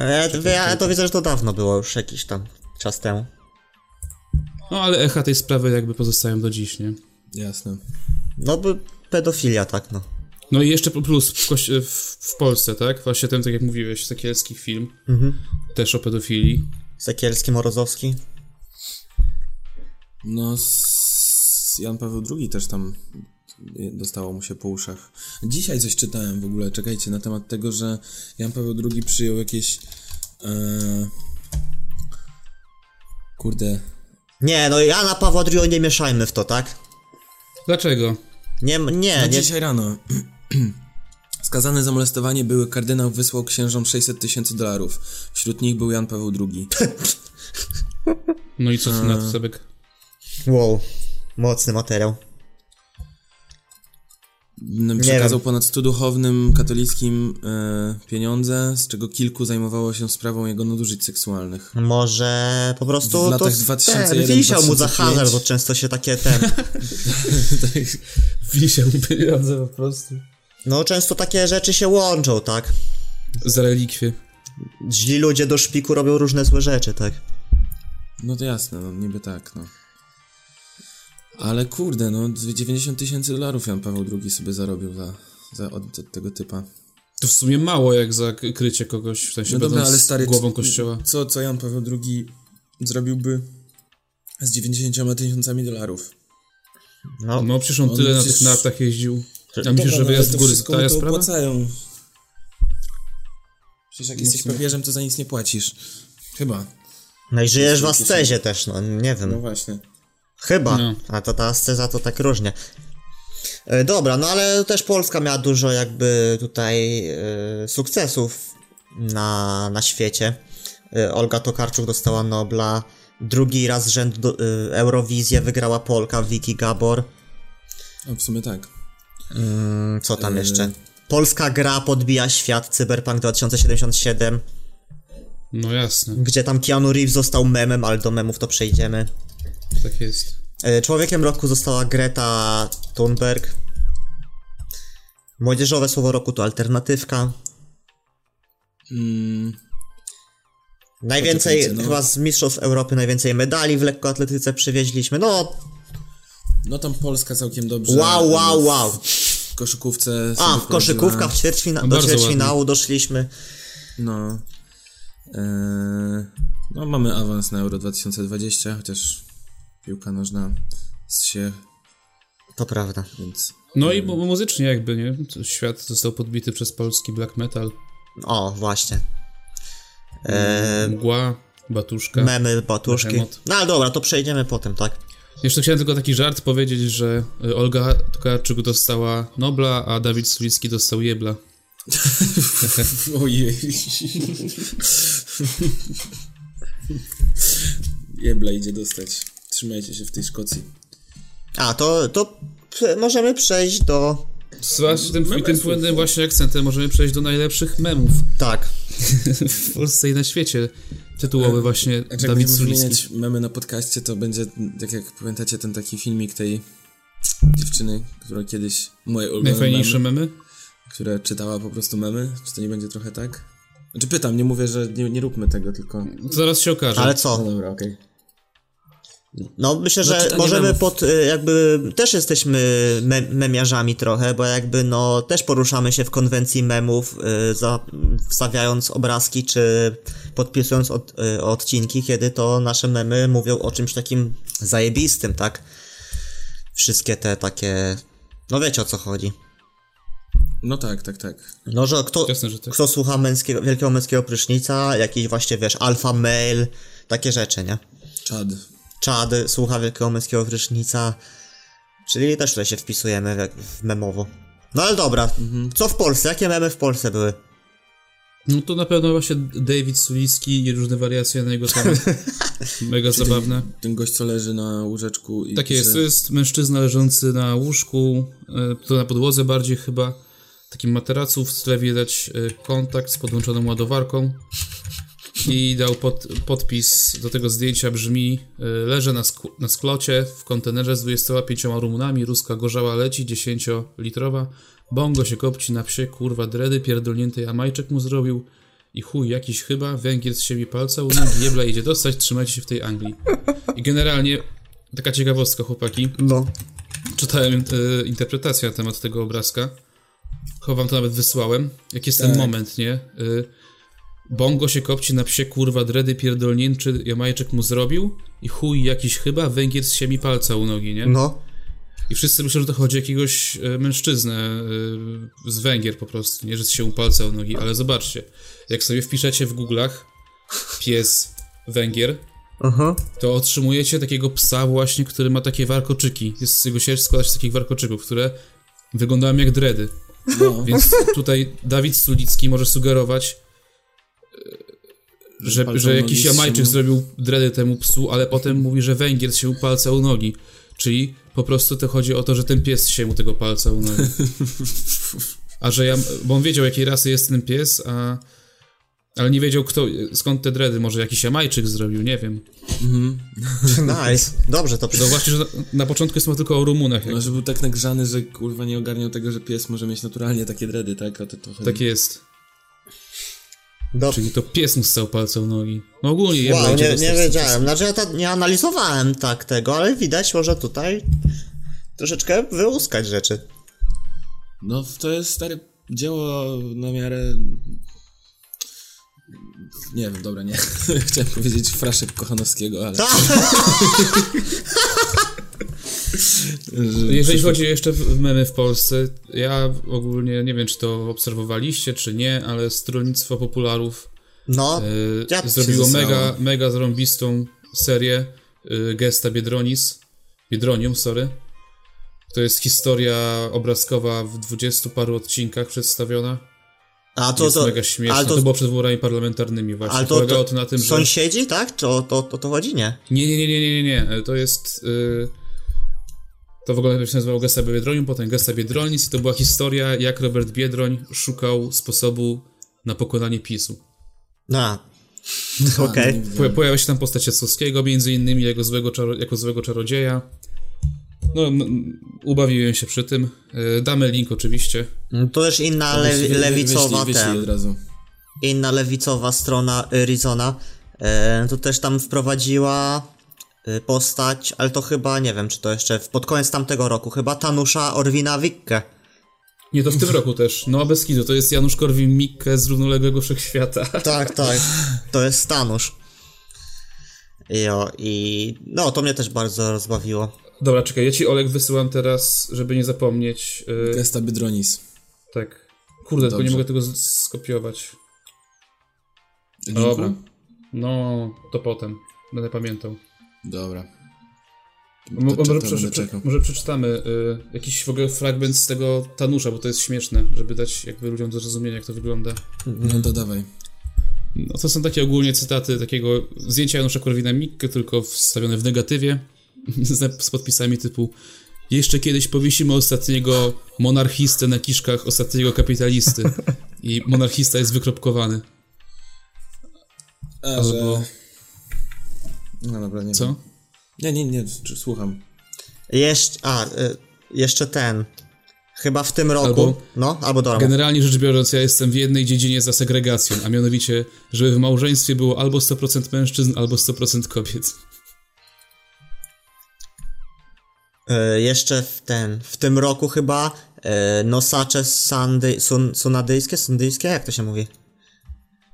Speaker 2: Ja, ja to widzę, że to dawno było już jakiś tam czas temu.
Speaker 1: No ale echa tej sprawy jakby pozostają do dziś, nie?
Speaker 3: Jasne.
Speaker 2: No by pedofilia, tak no.
Speaker 1: No i jeszcze plus w, koś- w, w Polsce, tak? Właśnie ten, tak jak mówiłeś, Sekielski film.
Speaker 3: Mhm.
Speaker 1: Też o pedofilii.
Speaker 2: Sekielski, Morozowski.
Speaker 3: No, s- Jan Paweł II też tam dostało mu się po uszach. Dzisiaj coś czytałem w ogóle, czekajcie, na temat tego, że Jan Paweł II przyjął jakieś... E, kurde,
Speaker 2: Nie, no Jana Pawła II nie mieszajmy w to, tak?
Speaker 1: Dlaczego?
Speaker 2: Nie, m-
Speaker 3: No
Speaker 2: nie, nie.
Speaker 3: dzisiaj rano. Skazany za molestowanie były kardynał wysłał księżom 600 tysięcy dolarów. Wśród nich był Jan Paweł II.
Speaker 1: No i co ty na to, Sebek?
Speaker 2: Wow, mocny materiał.
Speaker 3: Mm, Przekazał
Speaker 2: wiem.
Speaker 3: ponad 100 duchownym katolickim e, pieniądze, z czego kilku zajmowało się sprawą jego nadużyć seksualnych.
Speaker 2: Może po prostu
Speaker 3: W latach
Speaker 2: to
Speaker 3: 2001,
Speaker 2: ten, wisiał mu za
Speaker 3: 2005.
Speaker 2: hazard, bo często się takie ten...
Speaker 1: Wisiał pieniądze po prostu.
Speaker 2: No często takie rzeczy się łączą, tak?
Speaker 1: Za relikwie.
Speaker 2: Źli ludzie do szpiku robią różne złe rzeczy, tak?
Speaker 3: No to jasne, no niby tak, no. Ale kurde, no 90 tysięcy dolarów Jan Paweł II sobie zarobił za, za od, od tego typa.
Speaker 1: To w sumie mało jak za k- krycie kogoś, w sensie
Speaker 3: No dobra,
Speaker 1: będąc
Speaker 3: ale stary,
Speaker 1: głową
Speaker 3: czy-
Speaker 1: kościoła.
Speaker 3: Co, co Jan Paweł II zrobiłby z 90 tysiącami dolarów?
Speaker 2: No,
Speaker 1: No przecież on
Speaker 3: On
Speaker 1: tyle na
Speaker 3: przecież-
Speaker 1: tych nartach jeździł. Ja myślisz, że
Speaker 3: Dobra, no,
Speaker 1: wyjazd
Speaker 3: ale
Speaker 1: w
Speaker 3: to
Speaker 1: góry
Speaker 3: wszystko
Speaker 1: to
Speaker 3: mu
Speaker 1: jest
Speaker 3: to
Speaker 1: sprawa?
Speaker 3: opłacają. Przecież jak jesteś papieżem, to za nic nie płacisz. Chyba.
Speaker 2: no i żyjesz w ascezie też, no nie wiem.
Speaker 3: No właśnie.
Speaker 2: Chyba.
Speaker 1: No.
Speaker 2: A to ta asceza to tak różnie. E, Dobra, no ale też Polska miała dużo jakby tutaj e, sukcesów na, na świecie. E, Olga Tokarczuk dostała Nobla. Drugi raz z rzędu do, e, Eurowizję wygrała Polka, Vicky Gabor.
Speaker 3: A w sumie tak.
Speaker 2: Mm, Co tam jeszcze? Polska gra podbija świat Cyberpunk 2077,
Speaker 1: No jasne,
Speaker 2: gdzie tam Keanu Reeves został memem, ale do memów to przejdziemy.
Speaker 1: tak jest.
Speaker 2: E, Człowiekiem roku została Greta Thunberg. Młodzieżowe słowo roku to alternatywka.
Speaker 3: Mm,
Speaker 2: Najwięcej,
Speaker 3: Poczekajcie, no.
Speaker 2: chyba z mistrzów Europy, najwięcej medali w lekkoatletyce przywieźliśmy. No,
Speaker 3: Tak, no tam Polska całkiem dobrze.
Speaker 2: wow,
Speaker 3: no,
Speaker 2: wow, wow.
Speaker 3: W koszykówce.
Speaker 2: A,
Speaker 3: sobie
Speaker 2: w koszykówka, w
Speaker 3: poradziła.
Speaker 2: ćwierćfina-
Speaker 1: No,
Speaker 2: do
Speaker 1: bardzo
Speaker 2: ćwierćfinału doszliśmy.
Speaker 3: No. Eee, no mamy awans na Euro 2020, chociaż piłka nożna z się,
Speaker 2: To prawda.
Speaker 3: więc...
Speaker 1: No i mu- muzycznie jakby, nie? Świat został podbity przez polski black metal.
Speaker 2: O, właśnie. E,
Speaker 1: Mgła, batuszka.
Speaker 2: memy, batuszki.
Speaker 1: Behemoth.
Speaker 2: No ale dobra, to przejdziemy potem, tak?
Speaker 1: Jeszcze chciałem tylko taki żart powiedzieć, że y, Olga Tokarczuk dostała Nobla, a Dawid Sulicki dostał Jebla.
Speaker 3: Ojej. Jebla idzie dostać. Trzymajcie się w tej Szkocji.
Speaker 2: A, to, to p- możemy przejść do...
Speaker 1: Z was- tym, I tym
Speaker 3: Memesów.
Speaker 1: płynnym właśnie akcentem możemy przejść do najlepszych memów
Speaker 2: Tak.
Speaker 1: w Polsce i na świecie. Tytułowy właśnie
Speaker 3: Znaczy, jak
Speaker 1: Dawid
Speaker 3: będziemy
Speaker 1: Sulicki.
Speaker 3: wymieniać memy na podcaście, to będzie, tak jak pamiętacie, ten taki filmik tej dziewczyny, która kiedyś, mojej ulubionej
Speaker 1: Najfajniejsze
Speaker 3: memy,
Speaker 1: memy?
Speaker 3: która czytała po prostu memy. Czy to nie będzie trochę tak? Znaczy pytam, nie mówię, że nie, nie róbmy tego, tylko...
Speaker 1: To zaraz się okaże.
Speaker 2: Ale
Speaker 3: No
Speaker 2: co?
Speaker 3: dobra, okej.
Speaker 2: No myślę,
Speaker 3: No,
Speaker 2: że
Speaker 3: czytanie
Speaker 2: możemy
Speaker 3: memów.
Speaker 2: pod y, jakby też jesteśmy me memiarzami trochę, bo jakby no też poruszamy się w konwencji memów, y, za wstawiając obrazki czy podpisując od y, odcinki, kiedy to nasze memy mówią o czymś takim zajebistym, tak? Wszystkie te takie no wiecie o co chodzi.
Speaker 3: No tak, tak, tak.
Speaker 2: No, że kto,
Speaker 1: Jasne, że tak.
Speaker 2: kto słucha męskiego, wielkiego męskiego prysznica, jakiś właśnie, wiesz, alfa male, takie rzeczy, nie?
Speaker 3: Czad.
Speaker 2: Czad słucha Wielkiego Męskiego Prysznica. Czyli też tutaj się wpisujemy jak w memowo. No ale dobra,
Speaker 1: Mhm.
Speaker 2: co w Polsce? Jakie memy w Polsce były?
Speaker 1: No to na pewno właśnie David Sulicki i różne wariacje na jego temat. Mega zabawne.
Speaker 3: Ten gość, co leży na łóżeczku i
Speaker 1: Takie
Speaker 3: pisze-
Speaker 1: jest, to jest mężczyzna leżący na łóżku, e, to na podłodze bardziej chyba, takim materacu, w tle widać e, kontakt z podłączoną ładowarką i dał pod, podpis do tego zdjęcia brzmi e, leżę na, sk- na sklocie w kontenerze z 25 rumunami, ruska gorzała leci, 10-litrowa, bongo się kopci na psie, kurwa dredy, pierdolnięty jamajczek mu zrobił i chuj jakiś chyba, Węgier z siebie palca, u nogi, jebla idzie dostać, trzymajcie się w tej Anglii. I generalnie Taka ciekawostka, chłopaki.
Speaker 2: No.
Speaker 1: Czytałem e, interpretację na temat tego obrazka. Chyba wam to nawet wysłałem. Jak jest ten
Speaker 3: Tak.
Speaker 1: moment, nie? E, bongo się kopci na psie, kurwa, dredy pierdolnięczy, jamajczek mu zrobił i chuj jakiś chyba, Węgier z siemi palca u nogi, nie?
Speaker 2: No.
Speaker 1: I wszyscy myślą, że to chodzi o jakiegoś e, mężczyznę e, z Węgier po prostu, nie? Że się mu palca u nogi, ale zobaczcie. Jak sobie wpiszecie w Google'ach pies Węgier,
Speaker 2: Aha.
Speaker 1: to otrzymujecie takiego psa właśnie, który ma takie warkoczyki. Jest, jego sierść składa się z takich warkoczyków, które wyglądają jak dredy.
Speaker 3: No.
Speaker 1: Więc tutaj Dawid Sulicki może sugerować, e, że,
Speaker 3: Palcem
Speaker 1: że jakiś
Speaker 3: nogi
Speaker 1: Jamajczyk
Speaker 3: strzemu.
Speaker 1: zrobił dredy temu psu, ale potem mówi, że Węgier się palca u nogi. Czyli po prostu to chodzi o to, że ten pies się mu tego palca u nogi. A że ja, bo on wiedział, jakiej rasy jest ten pies, a, ale nie wiedział, kto, skąd te dredy. Może jakiś Jamajczyk zrobił, nie wiem.
Speaker 2: Nice. Dobrze to
Speaker 1: No
Speaker 2: przyszło.
Speaker 1: właśnie, że na, na początku jest mowa tylko o Rumunach. Jak,
Speaker 3: No, że był tak nagrzany, że kurwa nie ogarniał tego, że pies może mieć naturalnie takie dredy, tak? O to, to chodzi.
Speaker 1: Tak jest.
Speaker 2: Dobrze.
Speaker 1: Czyli to pies mu ssał palce u nogi. No ogólnie jebla
Speaker 2: Wow,
Speaker 1: idzie
Speaker 2: nie,
Speaker 1: dostać
Speaker 2: nie
Speaker 1: co
Speaker 2: wiedziałem. Znaczy ja ta, nie analizowałem tak tego, ale widać może tutaj troszeczkę wyłuskać rzeczy.
Speaker 3: No, to jest stare dzieło na miarę... Nie wiem, dobra, nie. Chciałem powiedzieć fraszek Kochanowskiego, ale...
Speaker 2: Tak!
Speaker 1: jest. Jeżeli chodzi jeszcze w- w memy w Polsce, ja ogólnie nie wiem, czy to obserwowaliście, czy nie, ale stronnictwo popularów
Speaker 2: No,
Speaker 1: y,
Speaker 2: Ja
Speaker 1: zrobiło
Speaker 3: się
Speaker 1: mega,
Speaker 3: zesrało.
Speaker 1: mega zarąbistą serię y, Gesta Biedronis. Biedronium, sorry. To jest historia obrazkowa w dwudziestu paru odcinkach przedstawiona.
Speaker 2: a
Speaker 1: To
Speaker 2: to,
Speaker 1: jest
Speaker 2: to,
Speaker 1: mega śmieszne.
Speaker 2: ale
Speaker 1: To...
Speaker 2: to-
Speaker 1: było przed wyborami parlamentarnymi właśnie.
Speaker 2: ale to,
Speaker 1: Polegało
Speaker 2: to,
Speaker 1: to na tym, że...
Speaker 2: sąsiedzi, tak? Czy o to, to, to chodzi? Nie.
Speaker 1: Nie, nie, nie, nie, nie, nie, nie. E, To jest. Y... To w ogóle się nazywało Gesta Biedronium, potem Gesta Biedrolnic i to była historia, jak Robert Biedroń szukał sposobu na pokonanie PiSu.
Speaker 2: No.
Speaker 3: Ha,
Speaker 2: Okej.
Speaker 3: nie wiem.
Speaker 1: Po, pojawia się tam postać Jackowskiego, między innymi jego złego czaro, jako złego czarodzieja. No, m- ubawiłem się przy tym. E, Damy link oczywiście.
Speaker 2: No To też inna lewi,
Speaker 3: Wyślij-
Speaker 2: lewicowa
Speaker 3: wyślij, wyślij
Speaker 2: ten,
Speaker 3: od razu.
Speaker 2: inna lewicowa strona y, Rizona, e, to też tam wprowadziła y, postać, ale to chyba, nie wiem, czy to jeszcze w- pod koniec tamtego roku, chyba Tanusza Orwina Wickę.
Speaker 1: Nie, to w tym roku też. No, a bez kidu, to jest Janusz Korwin-Mikke z równoległego wszechświata.
Speaker 2: Tak, tak, to jest Tanusz. Jo, i no, to mnie też bardzo rozbawiło.
Speaker 1: Dobra, czekaj, ja ci Olek wysyłam teraz, żeby nie zapomnieć. e,
Speaker 3: Gesta Biedronis.
Speaker 1: tak. Kurde, tylko nie
Speaker 3: Dobrze.
Speaker 1: mogę tego z- skopiować.
Speaker 3: Linku?
Speaker 1: Dobra. No, to potem. Będę pamiętał.
Speaker 3: Dobra.
Speaker 1: Mo-
Speaker 3: No To
Speaker 1: może,
Speaker 3: czytam,
Speaker 1: prze,
Speaker 3: będę
Speaker 1: prze,
Speaker 3: czekał.
Speaker 1: może przeczytamy y, jakiś w ogóle fragment z tego Tanusza, bo to jest śmieszne, żeby dać jakby ludziom do zrozumienia, jak to wygląda.
Speaker 3: No to dawaj.
Speaker 1: No to są takie ogólnie cytaty takiego zdjęcia Janusza Korwina Mikke, tylko wstawione w negatywie z, z podpisami typu jeszcze kiedyś powiesimy ostatniego monarchistę na kiszkach ostatniego kapitalisty i monarchista jest wykropkowany.
Speaker 3: A,
Speaker 1: Albo
Speaker 3: że... No dobra, nie
Speaker 1: co?
Speaker 3: wiem. Nie, nie, nie, czy- słucham.
Speaker 2: Jeszcze, a, y, jeszcze ten, chyba w tym roku,
Speaker 1: Albo-
Speaker 2: no, albo dobra.
Speaker 1: Generalnie rzecz biorąc, ja jestem w jednej dziedzinie za segregacją, a mianowicie, żeby w małżeństwie było albo 100% mężczyzn, albo 100% kobiet.
Speaker 2: E, jeszcze w ten, w tym roku chyba e, nosacze sandy, sun, sunadyjskie, sundyjskie, jak to się mówi?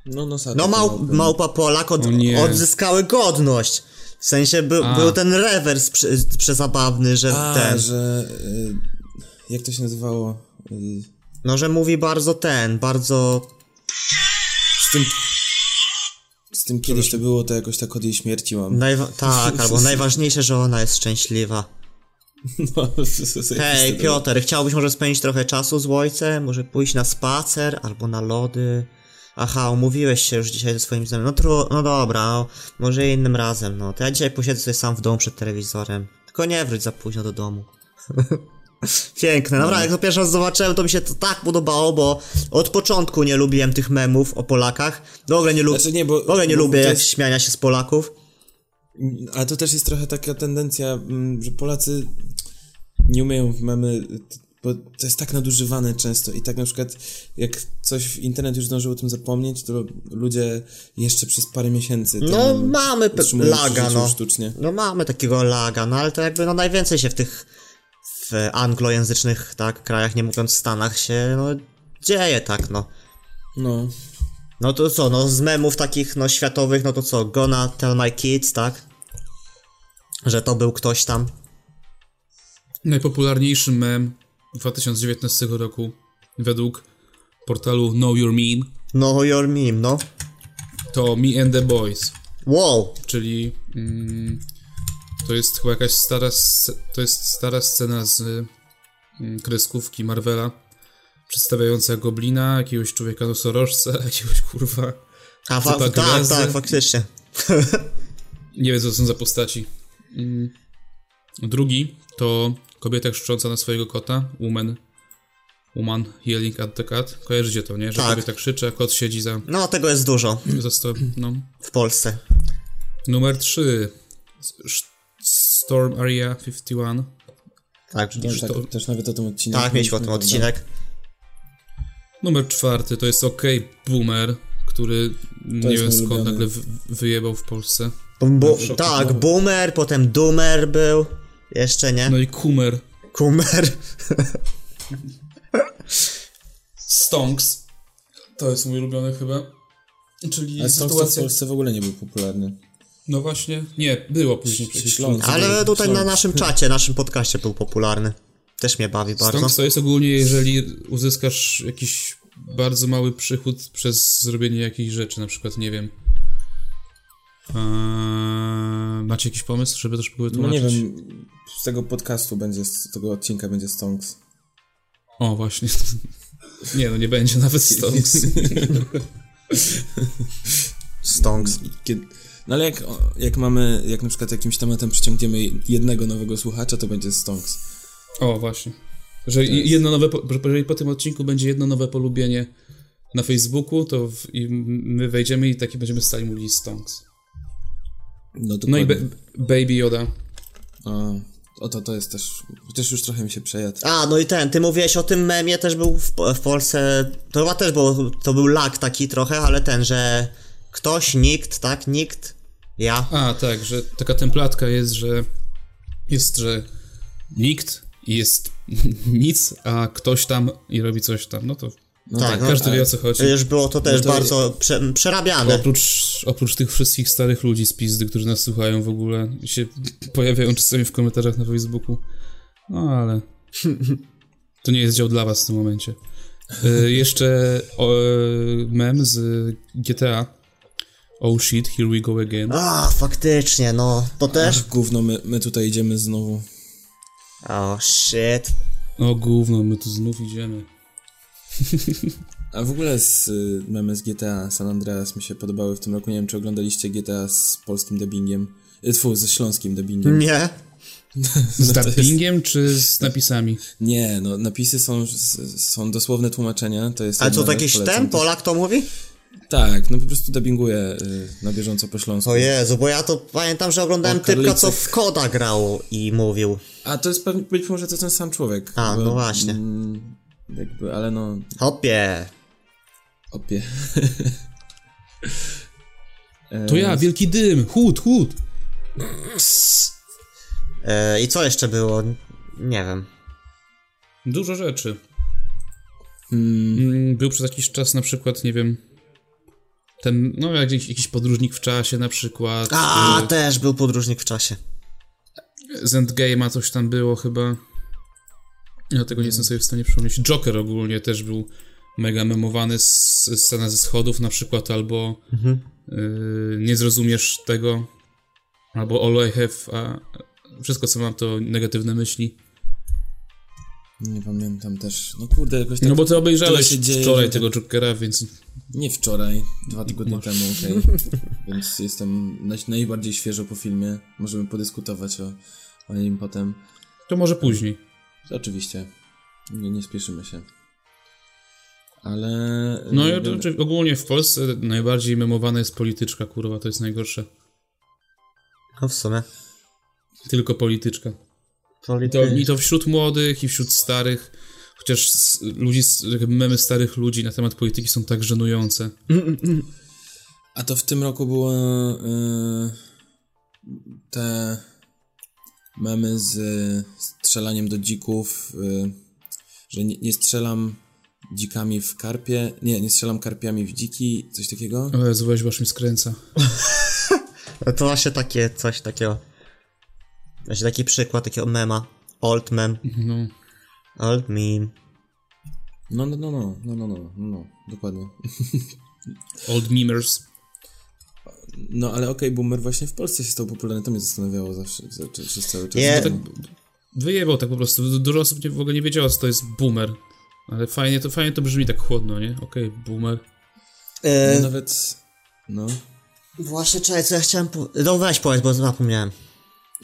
Speaker 3: No, no,
Speaker 2: No mał, małpa Polak od,
Speaker 1: O nie.
Speaker 2: odzyskały godność. W sensie by,
Speaker 1: A.
Speaker 2: był ten rewers prze, przezabawny, że
Speaker 3: A,
Speaker 2: ten,
Speaker 3: że... Y, jak to się nazywało? Y,
Speaker 2: no że mówi bardzo ten, bardzo,
Speaker 3: z tym... Z tym kiedyś to było, to jakoś tak od jej śmierci mam.
Speaker 2: najwa- tak, albo najważniejsze, że ona jest szczęśliwa.
Speaker 3: No,
Speaker 2: Hej Piotr, chciałbyś może spędzić trochę czasu z ojcem? Może pójść na spacer albo na lody? Aha, umówiłeś się już dzisiaj ze swoim znajomym. No, tru- no dobra, no, może innym razem, no. To ja dzisiaj posiedzę sobie sam w domu przed telewizorem. Tylko nie wróć za późno do domu. Piękne,
Speaker 3: No.
Speaker 2: naprawdę, jak to pierwszy raz zobaczyłem, to mi się to tak podobało, bo od początku nie lubiłem tych memów o Polakach. W ogóle nie, lu-
Speaker 3: Znaczy nie, bo-
Speaker 2: w ogóle nie
Speaker 3: bo
Speaker 2: lubię
Speaker 3: to jest-
Speaker 2: śmiania się z Polaków.
Speaker 3: Ale to też jest trochę taka tendencja, mm, że Polacy nie umieją w memy, t- bo to jest tak nadużywane często i tak na przykład jak coś, internet już zdążył o tym zapomnieć, to ludzie jeszcze przez parę miesięcy ten
Speaker 2: No
Speaker 3: mem
Speaker 2: mamy pe-
Speaker 3: utrzymują przy
Speaker 2: laga,
Speaker 3: życiu
Speaker 2: no.
Speaker 3: sztucznie.
Speaker 2: No mamy takiego laga, no ale to jakby no najwięcej się w tych w anglojęzycznych tak krajach, nie mówiąc Stanach się no dzieje tak no.
Speaker 3: No,
Speaker 2: No to co, no z memów takich no światowych, no to co, gonna tell my kids, tak? Że to był ktoś tam.
Speaker 1: Najpopularniejszy mem 2019 roku według portalu Know Your Meme
Speaker 2: No your meme, no.
Speaker 1: to Me and the Boys,
Speaker 2: Wow,
Speaker 1: czyli mm, to jest chyba jakaś stara, sc- to jest stara scena z mm, kreskówki Marvela przedstawiająca goblina, jakiegoś człowieka nosorożca, jakiegoś kurwa.
Speaker 2: a fa-
Speaker 1: Typa
Speaker 2: tak, tak,
Speaker 1: gwiazdy.
Speaker 2: faktycznie.
Speaker 1: Nie wiem, co to są za postaci. Mm. Drugi to kobieta krzycząca na swojego kota, woman. Woman yelling at the cat. Kojarzycie to, nie? Że
Speaker 2: Tak.
Speaker 1: kobieta krzyczy, a kot siedzi za,
Speaker 2: No tego jest dużo
Speaker 1: za sto, no.
Speaker 2: w Polsce.
Speaker 1: Numer 3. Storm Area 51.
Speaker 2: Tak,
Speaker 3: no
Speaker 1: Czy
Speaker 3: tak,
Speaker 1: to-
Speaker 3: też nawet o tym odcinek. no.
Speaker 2: tak mieliśmy o tym
Speaker 3: prawda?
Speaker 2: odcinek.
Speaker 1: Numer 4 to jest OK Boomer, który nie
Speaker 3: jest
Speaker 1: wiem
Speaker 3: mój
Speaker 1: skąd
Speaker 3: ulubiony.
Speaker 1: nagle wy- wyjebał w Polsce. No,
Speaker 2: Bu- tak, boomer, potem doomer był. Jeszcze nie.
Speaker 1: No i Kumer.
Speaker 2: Kumer.
Speaker 1: Stonks. To jest mój ulubiony chyba. Czyli
Speaker 3: Ale Stonks to w
Speaker 1: sytuacja...
Speaker 3: Polsce w ogóle nie był popularny.
Speaker 1: No właśnie, nie, było później przecież.
Speaker 3: Śląsk.
Speaker 2: Ale
Speaker 3: był-
Speaker 2: tutaj na
Speaker 3: Śląsk.
Speaker 2: naszym czacie, naszym podcaście był popularny. Też mnie bawi bardzo.
Speaker 1: Stąd to jest ogólnie, jeżeli uzyskasz jakiś bardzo mały przychód przez zrobienie jakiejś rzeczy, na przykład, nie wiem. Eee, macie jakiś pomysł, żeby to szybko
Speaker 3: No nie
Speaker 1: wytłumaczyć?
Speaker 3: wiem, z tego podcastu będzie, z tego odcinka będzie Stonks.
Speaker 1: O, właśnie. nie, no nie będzie nawet Stonks.
Speaker 2: Stonks.
Speaker 3: Kiedy... No ale jak, o, jak mamy, jak na przykład jakimś tematem przyciągniemy jednego nowego słuchacza, to będzie Stonks.
Speaker 1: O, właśnie. Że i- jedno nowe, po, że jeżeli po tym odcinku będzie jedno nowe polubienie na Facebooku, to w, i my wejdziemy i taki będziemy stali mówili Stonks.
Speaker 3: No,
Speaker 1: No i
Speaker 3: dokładnie.
Speaker 1: be, Baby Yoda.
Speaker 3: A, Oto to jest też, też już trochę mi się przejadł.
Speaker 2: A, no i ten, ty mówiłeś o tym memie, też był w, po- w Polsce, to chyba też było, to był lak taki trochę, ale ten, że ktoś, nikt, tak, nikt, ja.
Speaker 1: A, tak, że taka templatka jest, że jest, że nikt i jest nic, a ktoś tam i robi coś tam. No to
Speaker 3: No
Speaker 2: Tak, no,
Speaker 1: każdy wie o co chodzi.
Speaker 2: Już było to też
Speaker 3: No to-
Speaker 2: bardzo prze, przerabiane.
Speaker 1: Oprócz, oprócz tych wszystkich starych ludzi z pizdy, którzy nas słuchają w ogóle i się pojawiają czasami w komentarzach na Facebooku. No ale. To nie jest dział dla was w tym momencie. Y, jeszcze o, e, mem z GTA. Oh shit, here we go again.
Speaker 2: A, faktycznie, no, to też?
Speaker 3: Ach, gówno, my, my tutaj idziemy znowu.
Speaker 2: O, shit.
Speaker 1: O gówno, my tu znów idziemy.
Speaker 3: A w ogóle z y, memy z GTA San Andreas mi się podobały w tym roku. Nie wiem, czy oglądaliście GTA z polskim dubbingiem. Y, Tfu, ze śląskim dubbingiem.
Speaker 2: Nie?
Speaker 1: Z dubbingiem czy z napisami?
Speaker 3: Nie, no napisy są, s- są dosłowne tłumaczenia, to jest...
Speaker 2: Ale co, to
Speaker 3: jedna rzecz,
Speaker 2: jakiś
Speaker 3: polecam
Speaker 2: ten
Speaker 3: też.
Speaker 2: Polak to mówi?
Speaker 3: Tak, no po prostu dubbinguję y, na bieżąco po śląsku.
Speaker 2: O Jezu, bo ja to pamiętam, że oglądałem
Speaker 3: O,
Speaker 2: typka, co
Speaker 3: Karlicy.
Speaker 2: w Koda grał i mówił.
Speaker 3: A to jest pewnie, być może to ten sam człowiek.
Speaker 2: A, no właśnie.
Speaker 3: mm, Jakby, ale no,
Speaker 2: Hopie.
Speaker 3: opie.
Speaker 1: To ja, wielki dym, chód, chód.
Speaker 2: E, I co jeszcze było? Nie wiem.
Speaker 1: Dużo rzeczy. Mm, Był przez jakiś czas na przykład, nie wiem, ten, no jak jakiś, jakiś podróżnik w czasie na przykład.
Speaker 2: A,
Speaker 1: y,
Speaker 2: też był podróżnik w czasie.
Speaker 1: Z Endgame'a Y, coś tam było chyba. Ja tego nie jestem sobie w stanie przypomnieć. Joker ogólnie też był mega memowany, s- scena ze schodów na przykład, albo y, nie zrozumiesz tego, albo all I have, a wszystko co mam to negatywne myśli.
Speaker 3: Nie pamiętam też. No kurde, jakoś tak...
Speaker 1: No bo ty obejrzałeś
Speaker 3: tyle się dzieje,
Speaker 1: wczoraj
Speaker 3: że-
Speaker 1: tego Jokera, więc
Speaker 3: Nie wczoraj, dwa tygodnie temu, okej. Więc jestem naj, najbardziej świeżo po filmie. Możemy podyskutować o, o nim potem.
Speaker 1: to może później.
Speaker 3: Oczywiście. Nie, nie spieszymy się. Ale... y,
Speaker 1: No i
Speaker 3: jakby-
Speaker 1: oczy- ogólnie w Polsce najbardziej memowana jest polityczka, kurwa, to jest najgorsze.
Speaker 2: No w sumie.
Speaker 1: Tylko polityczka. I to,
Speaker 2: Polity...
Speaker 1: I to wśród młodych i wśród starych. Chociaż s- ludzi, s- memy starych ludzi na temat polityki są tak żenujące.
Speaker 3: A to w tym roku było y, te memy z e, strzelaniem do dzików, y, że nie, nie strzelam dzikami w karpie, nie, nie strzelam karpiami w dziki, coś takiego.
Speaker 1: O Jezu, weź, bo aż mi skręca.
Speaker 2: To właśnie takie, coś takiego. Właśnie taki przykład takiego mema. Old mem.
Speaker 1: No.
Speaker 2: Old meme.
Speaker 3: No, no, no, no, no, no, no, no, no dokładnie.
Speaker 1: Old memers.
Speaker 3: No, ale okej, boomer właśnie w Polsce się stał popularny, to mnie zastanawiało zawsze, za- czy- przez cały czas.
Speaker 2: Nie.
Speaker 3: No, tak,
Speaker 1: Wyjebał tak po prostu. Du- Dużo osób nie, w ogóle nie wiedziało, co to jest boomer. Ale fajnie to, fajnie to brzmi tak chłodno, nie? Okej, boomer.
Speaker 2: E,
Speaker 3: nawet, no,
Speaker 2: Właśnie, czekaj, co ja chciałem po... No weź powiedz, bo zapomniałem.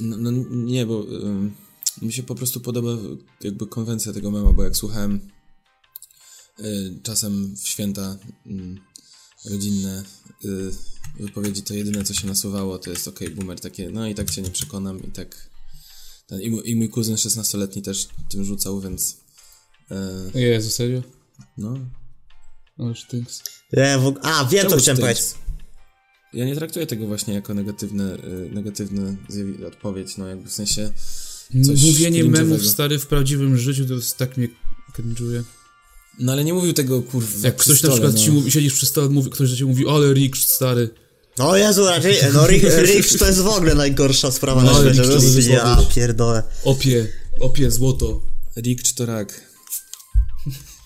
Speaker 3: No, no nie, bo ym, mi się po prostu podoba jakby konwencja tego mema, bo jak słuchałem y, czasem w święta ym, rodzinne y, wypowiedzi, to jedyne co się nasuwało to jest okej, boomer, takie no i tak cię nie przekonam i tak... Ten, i, mój- I mój kuzyn 16-letni też tym rzucał, więc y,
Speaker 1: Jezu, serio?
Speaker 3: no...
Speaker 1: Ależ tynks.
Speaker 2: E, w... A, wiem co
Speaker 3: Czemu
Speaker 2: chciałem
Speaker 3: ty-
Speaker 2: powiedzieć.
Speaker 3: Ja nie traktuję tego właśnie jako negatywne, y, negatywne zjawi- odpowiedź, no jakby w sensie... Coś
Speaker 1: Mówienie memów
Speaker 3: cringe'owego.
Speaker 1: stary w prawdziwym życiu to jest tak mnie cringe'uje.
Speaker 3: No ale nie mówił tego, kurwa,
Speaker 1: Jak
Speaker 3: przy
Speaker 1: ktoś na
Speaker 3: stole,
Speaker 1: przykład
Speaker 3: no.
Speaker 1: ci mówi, siedzisz przy stole, mówi, ktoś do ciebie mówi, ale ricz stary.
Speaker 2: O Jezu, raczej, no Rick, Rick to jest w ogóle najgorsza sprawa na
Speaker 1: No,
Speaker 2: świecie.
Speaker 1: Rick to jest
Speaker 2: Ja
Speaker 1: złoty.
Speaker 2: pierdolę.
Speaker 1: Opie, opie, złoto.
Speaker 3: Rick czy to rak?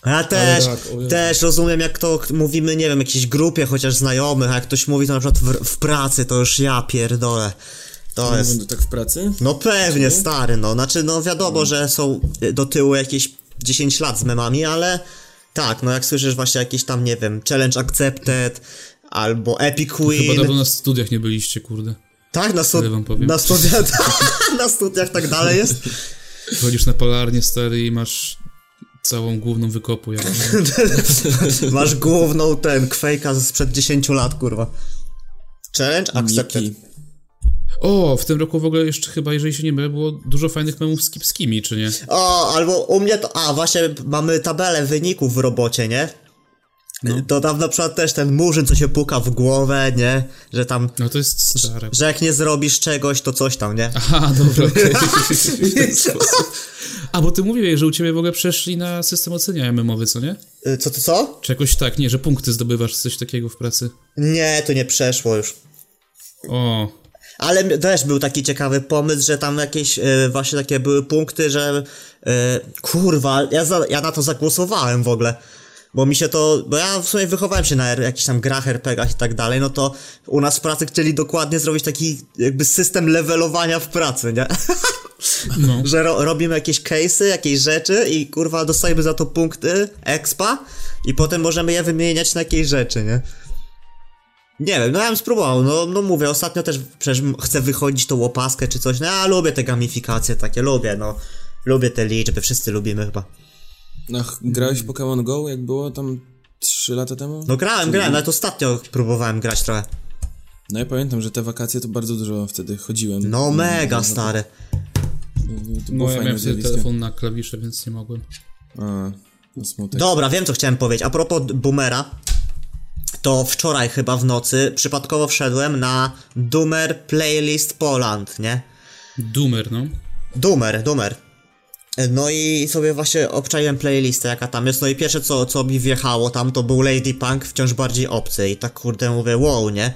Speaker 2: Ja też,
Speaker 1: tak, o Jezu.
Speaker 2: też rozumiem jak to mówimy, nie wiem, jakiejś grupie chociaż znajomych, a jak ktoś mówi to na przykład w, w pracy, to już ja pierdolę. To jest...
Speaker 3: Mówią tak w pracy?
Speaker 2: No pewnie, stary, no. Znaczy, no wiadomo, że są y, do tyłu jakieś 10 lat z memami, ale tak, no jak słyszysz właśnie jakieś tam, nie wiem, Challenge Accepted, albo Epic
Speaker 1: Chyba dawno
Speaker 2: Win.
Speaker 1: na studiach nie byliście, kurde.
Speaker 2: Tak,
Speaker 1: Tyle
Speaker 2: na, stu-
Speaker 1: wam powiem.
Speaker 2: na studiach, na studiach tak dalej jest.
Speaker 1: Chodzisz na palarnię, stary, i masz całą główną wykopu. Jak
Speaker 2: Masz główną No, ten, kwejka sprzed 10 lat, kurwa. Challenge Accepted.
Speaker 3: Miki.
Speaker 1: O, w tym roku w ogóle jeszcze chyba, jeżeli się nie mylę, było dużo fajnych memów z kipskimi, czy nie?
Speaker 2: O, albo u mnie to. A, właśnie mamy tabelę wyników w robocie, nie? To tam na przykład też ten murzyn, co się puka w głowę, nie? Że tam.
Speaker 1: No to jest stare.
Speaker 2: Że jak nie zrobisz czegoś, to coś tam, nie?
Speaker 1: Aha, dobra, okej. W ten sposób. A, bo ty mówiłeś, że u ciebie w ogóle przeszli na system oceniania memowy, co nie?
Speaker 2: Y, Co to co?
Speaker 1: Czy jakoś tak, nie, że punkty zdobywasz, coś takiego w pracy.
Speaker 2: Nie, to nie przeszło już.
Speaker 1: O,
Speaker 2: Ale m- też był taki ciekawy pomysł, że tam jakieś y, właśnie takie były punkty, że y, kurwa, ja, za, ja na to zagłosowałem w ogóle. Bo mi się to, bo ja w sumie wychowałem się na R- jakichś tam grach, RPGach i tak dalej, no to u nas w pracy chcieli dokładnie zrobić taki jakby system levelowania w pracy, nie?
Speaker 1: no.
Speaker 2: że ro, robimy jakieś case'y, jakieś rzeczy i kurwa dostajemy za to punkty, expa i potem możemy je wymieniać na jakieś rzeczy, nie? Nie wiem, no ja bym spróbował, no, no mówię, ostatnio też przecież m- chcę wychodzić tą łopaskę czy coś, no ja lubię te gamifikacje takie, lubię, no. Lubię te liczby, wszyscy lubimy chyba.
Speaker 3: Ach, No, grałeś w Pokémon Go, jak było tam 3 lata temu?
Speaker 2: No grałem, grałem, nawet ostatnio próbowałem grać trochę.
Speaker 3: No ja pamiętam, że te wakacje to bardzo dużo wtedy chodziłem. Mm,
Speaker 2: No mega stary.
Speaker 3: To było
Speaker 1: No, ja
Speaker 3: fajne
Speaker 1: miałem wtedy
Speaker 3: zjawisko.
Speaker 1: telefon na klawisze, więc nie mogłem.
Speaker 3: A, no smutek.
Speaker 2: Dobra, wiem co chciałem powiedzieć. A propos Boomera, to wczoraj chyba w nocy przypadkowo wszedłem na Doomer Playlist Poland, nie?
Speaker 1: Doomer, no.
Speaker 2: Doomer, Doomer. No i sobie właśnie obczaiłem playlistę jaka tam jest, no i pierwsze co, co mi wjechało tam to był Lady Punk, wciąż bardziej obcy i tak kurde mówię wow, nie?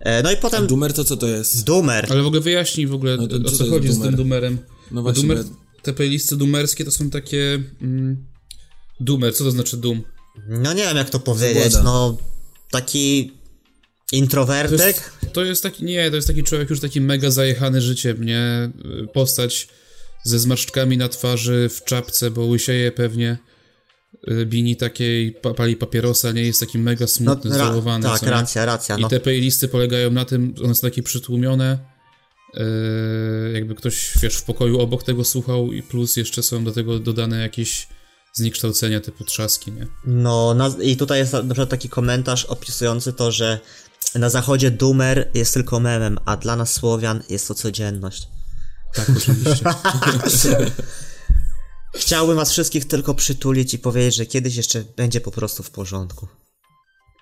Speaker 2: E, No i potem
Speaker 3: Dumer to co to jest?
Speaker 2: Doomer,
Speaker 1: Ale w ogóle wyjaśnij w ogóle,
Speaker 3: No to
Speaker 1: o
Speaker 3: co
Speaker 1: co
Speaker 3: to jest
Speaker 1: chodzi z tym
Speaker 3: Doomer?
Speaker 1: Doomerem.
Speaker 3: No
Speaker 1: Bo
Speaker 3: właśnie,
Speaker 1: Doomer,
Speaker 3: bo
Speaker 1: te playlisty doomerskie to są takie... Mm, doomer, co to znaczy doom?
Speaker 2: no nie wiem jak to powiedzieć,
Speaker 3: Zagłada.
Speaker 2: no taki
Speaker 1: To
Speaker 2: introwertyk?
Speaker 1: jest, to jest taki, nie, to jest taki człowiek już taki mega zajechany życiem, nie? Y, Postać ze zmarszczkami na twarzy, w czapce, bo łysieje pewnie. y, Bini takiej, pa, pali papierosa, nie? Jest taki mega
Speaker 2: No,
Speaker 1: smutny,
Speaker 2: ra-
Speaker 1: zdrowowany.
Speaker 2: tak,
Speaker 1: co nie?
Speaker 2: racja, racja,
Speaker 1: I
Speaker 2: no.
Speaker 1: te playlisty polegają na tym, one są takie przytłumione. Yy, jakby ktoś, wiesz, w pokoju obok tego słuchał i plus jeszcze są do tego dodane jakieś zniekształcenia typu trzaski, nie?
Speaker 2: No, na, i tutaj jest na na przykład taki komentarz opisujący to, że na zachodzie dumer jest tylko memem, a dla nas Słowian jest to codzienność.
Speaker 1: Tak, oczywiście.
Speaker 2: Chciałbym was wszystkich tylko przytulić i powiedzieć, że kiedyś jeszcze będzie po prostu w porządku.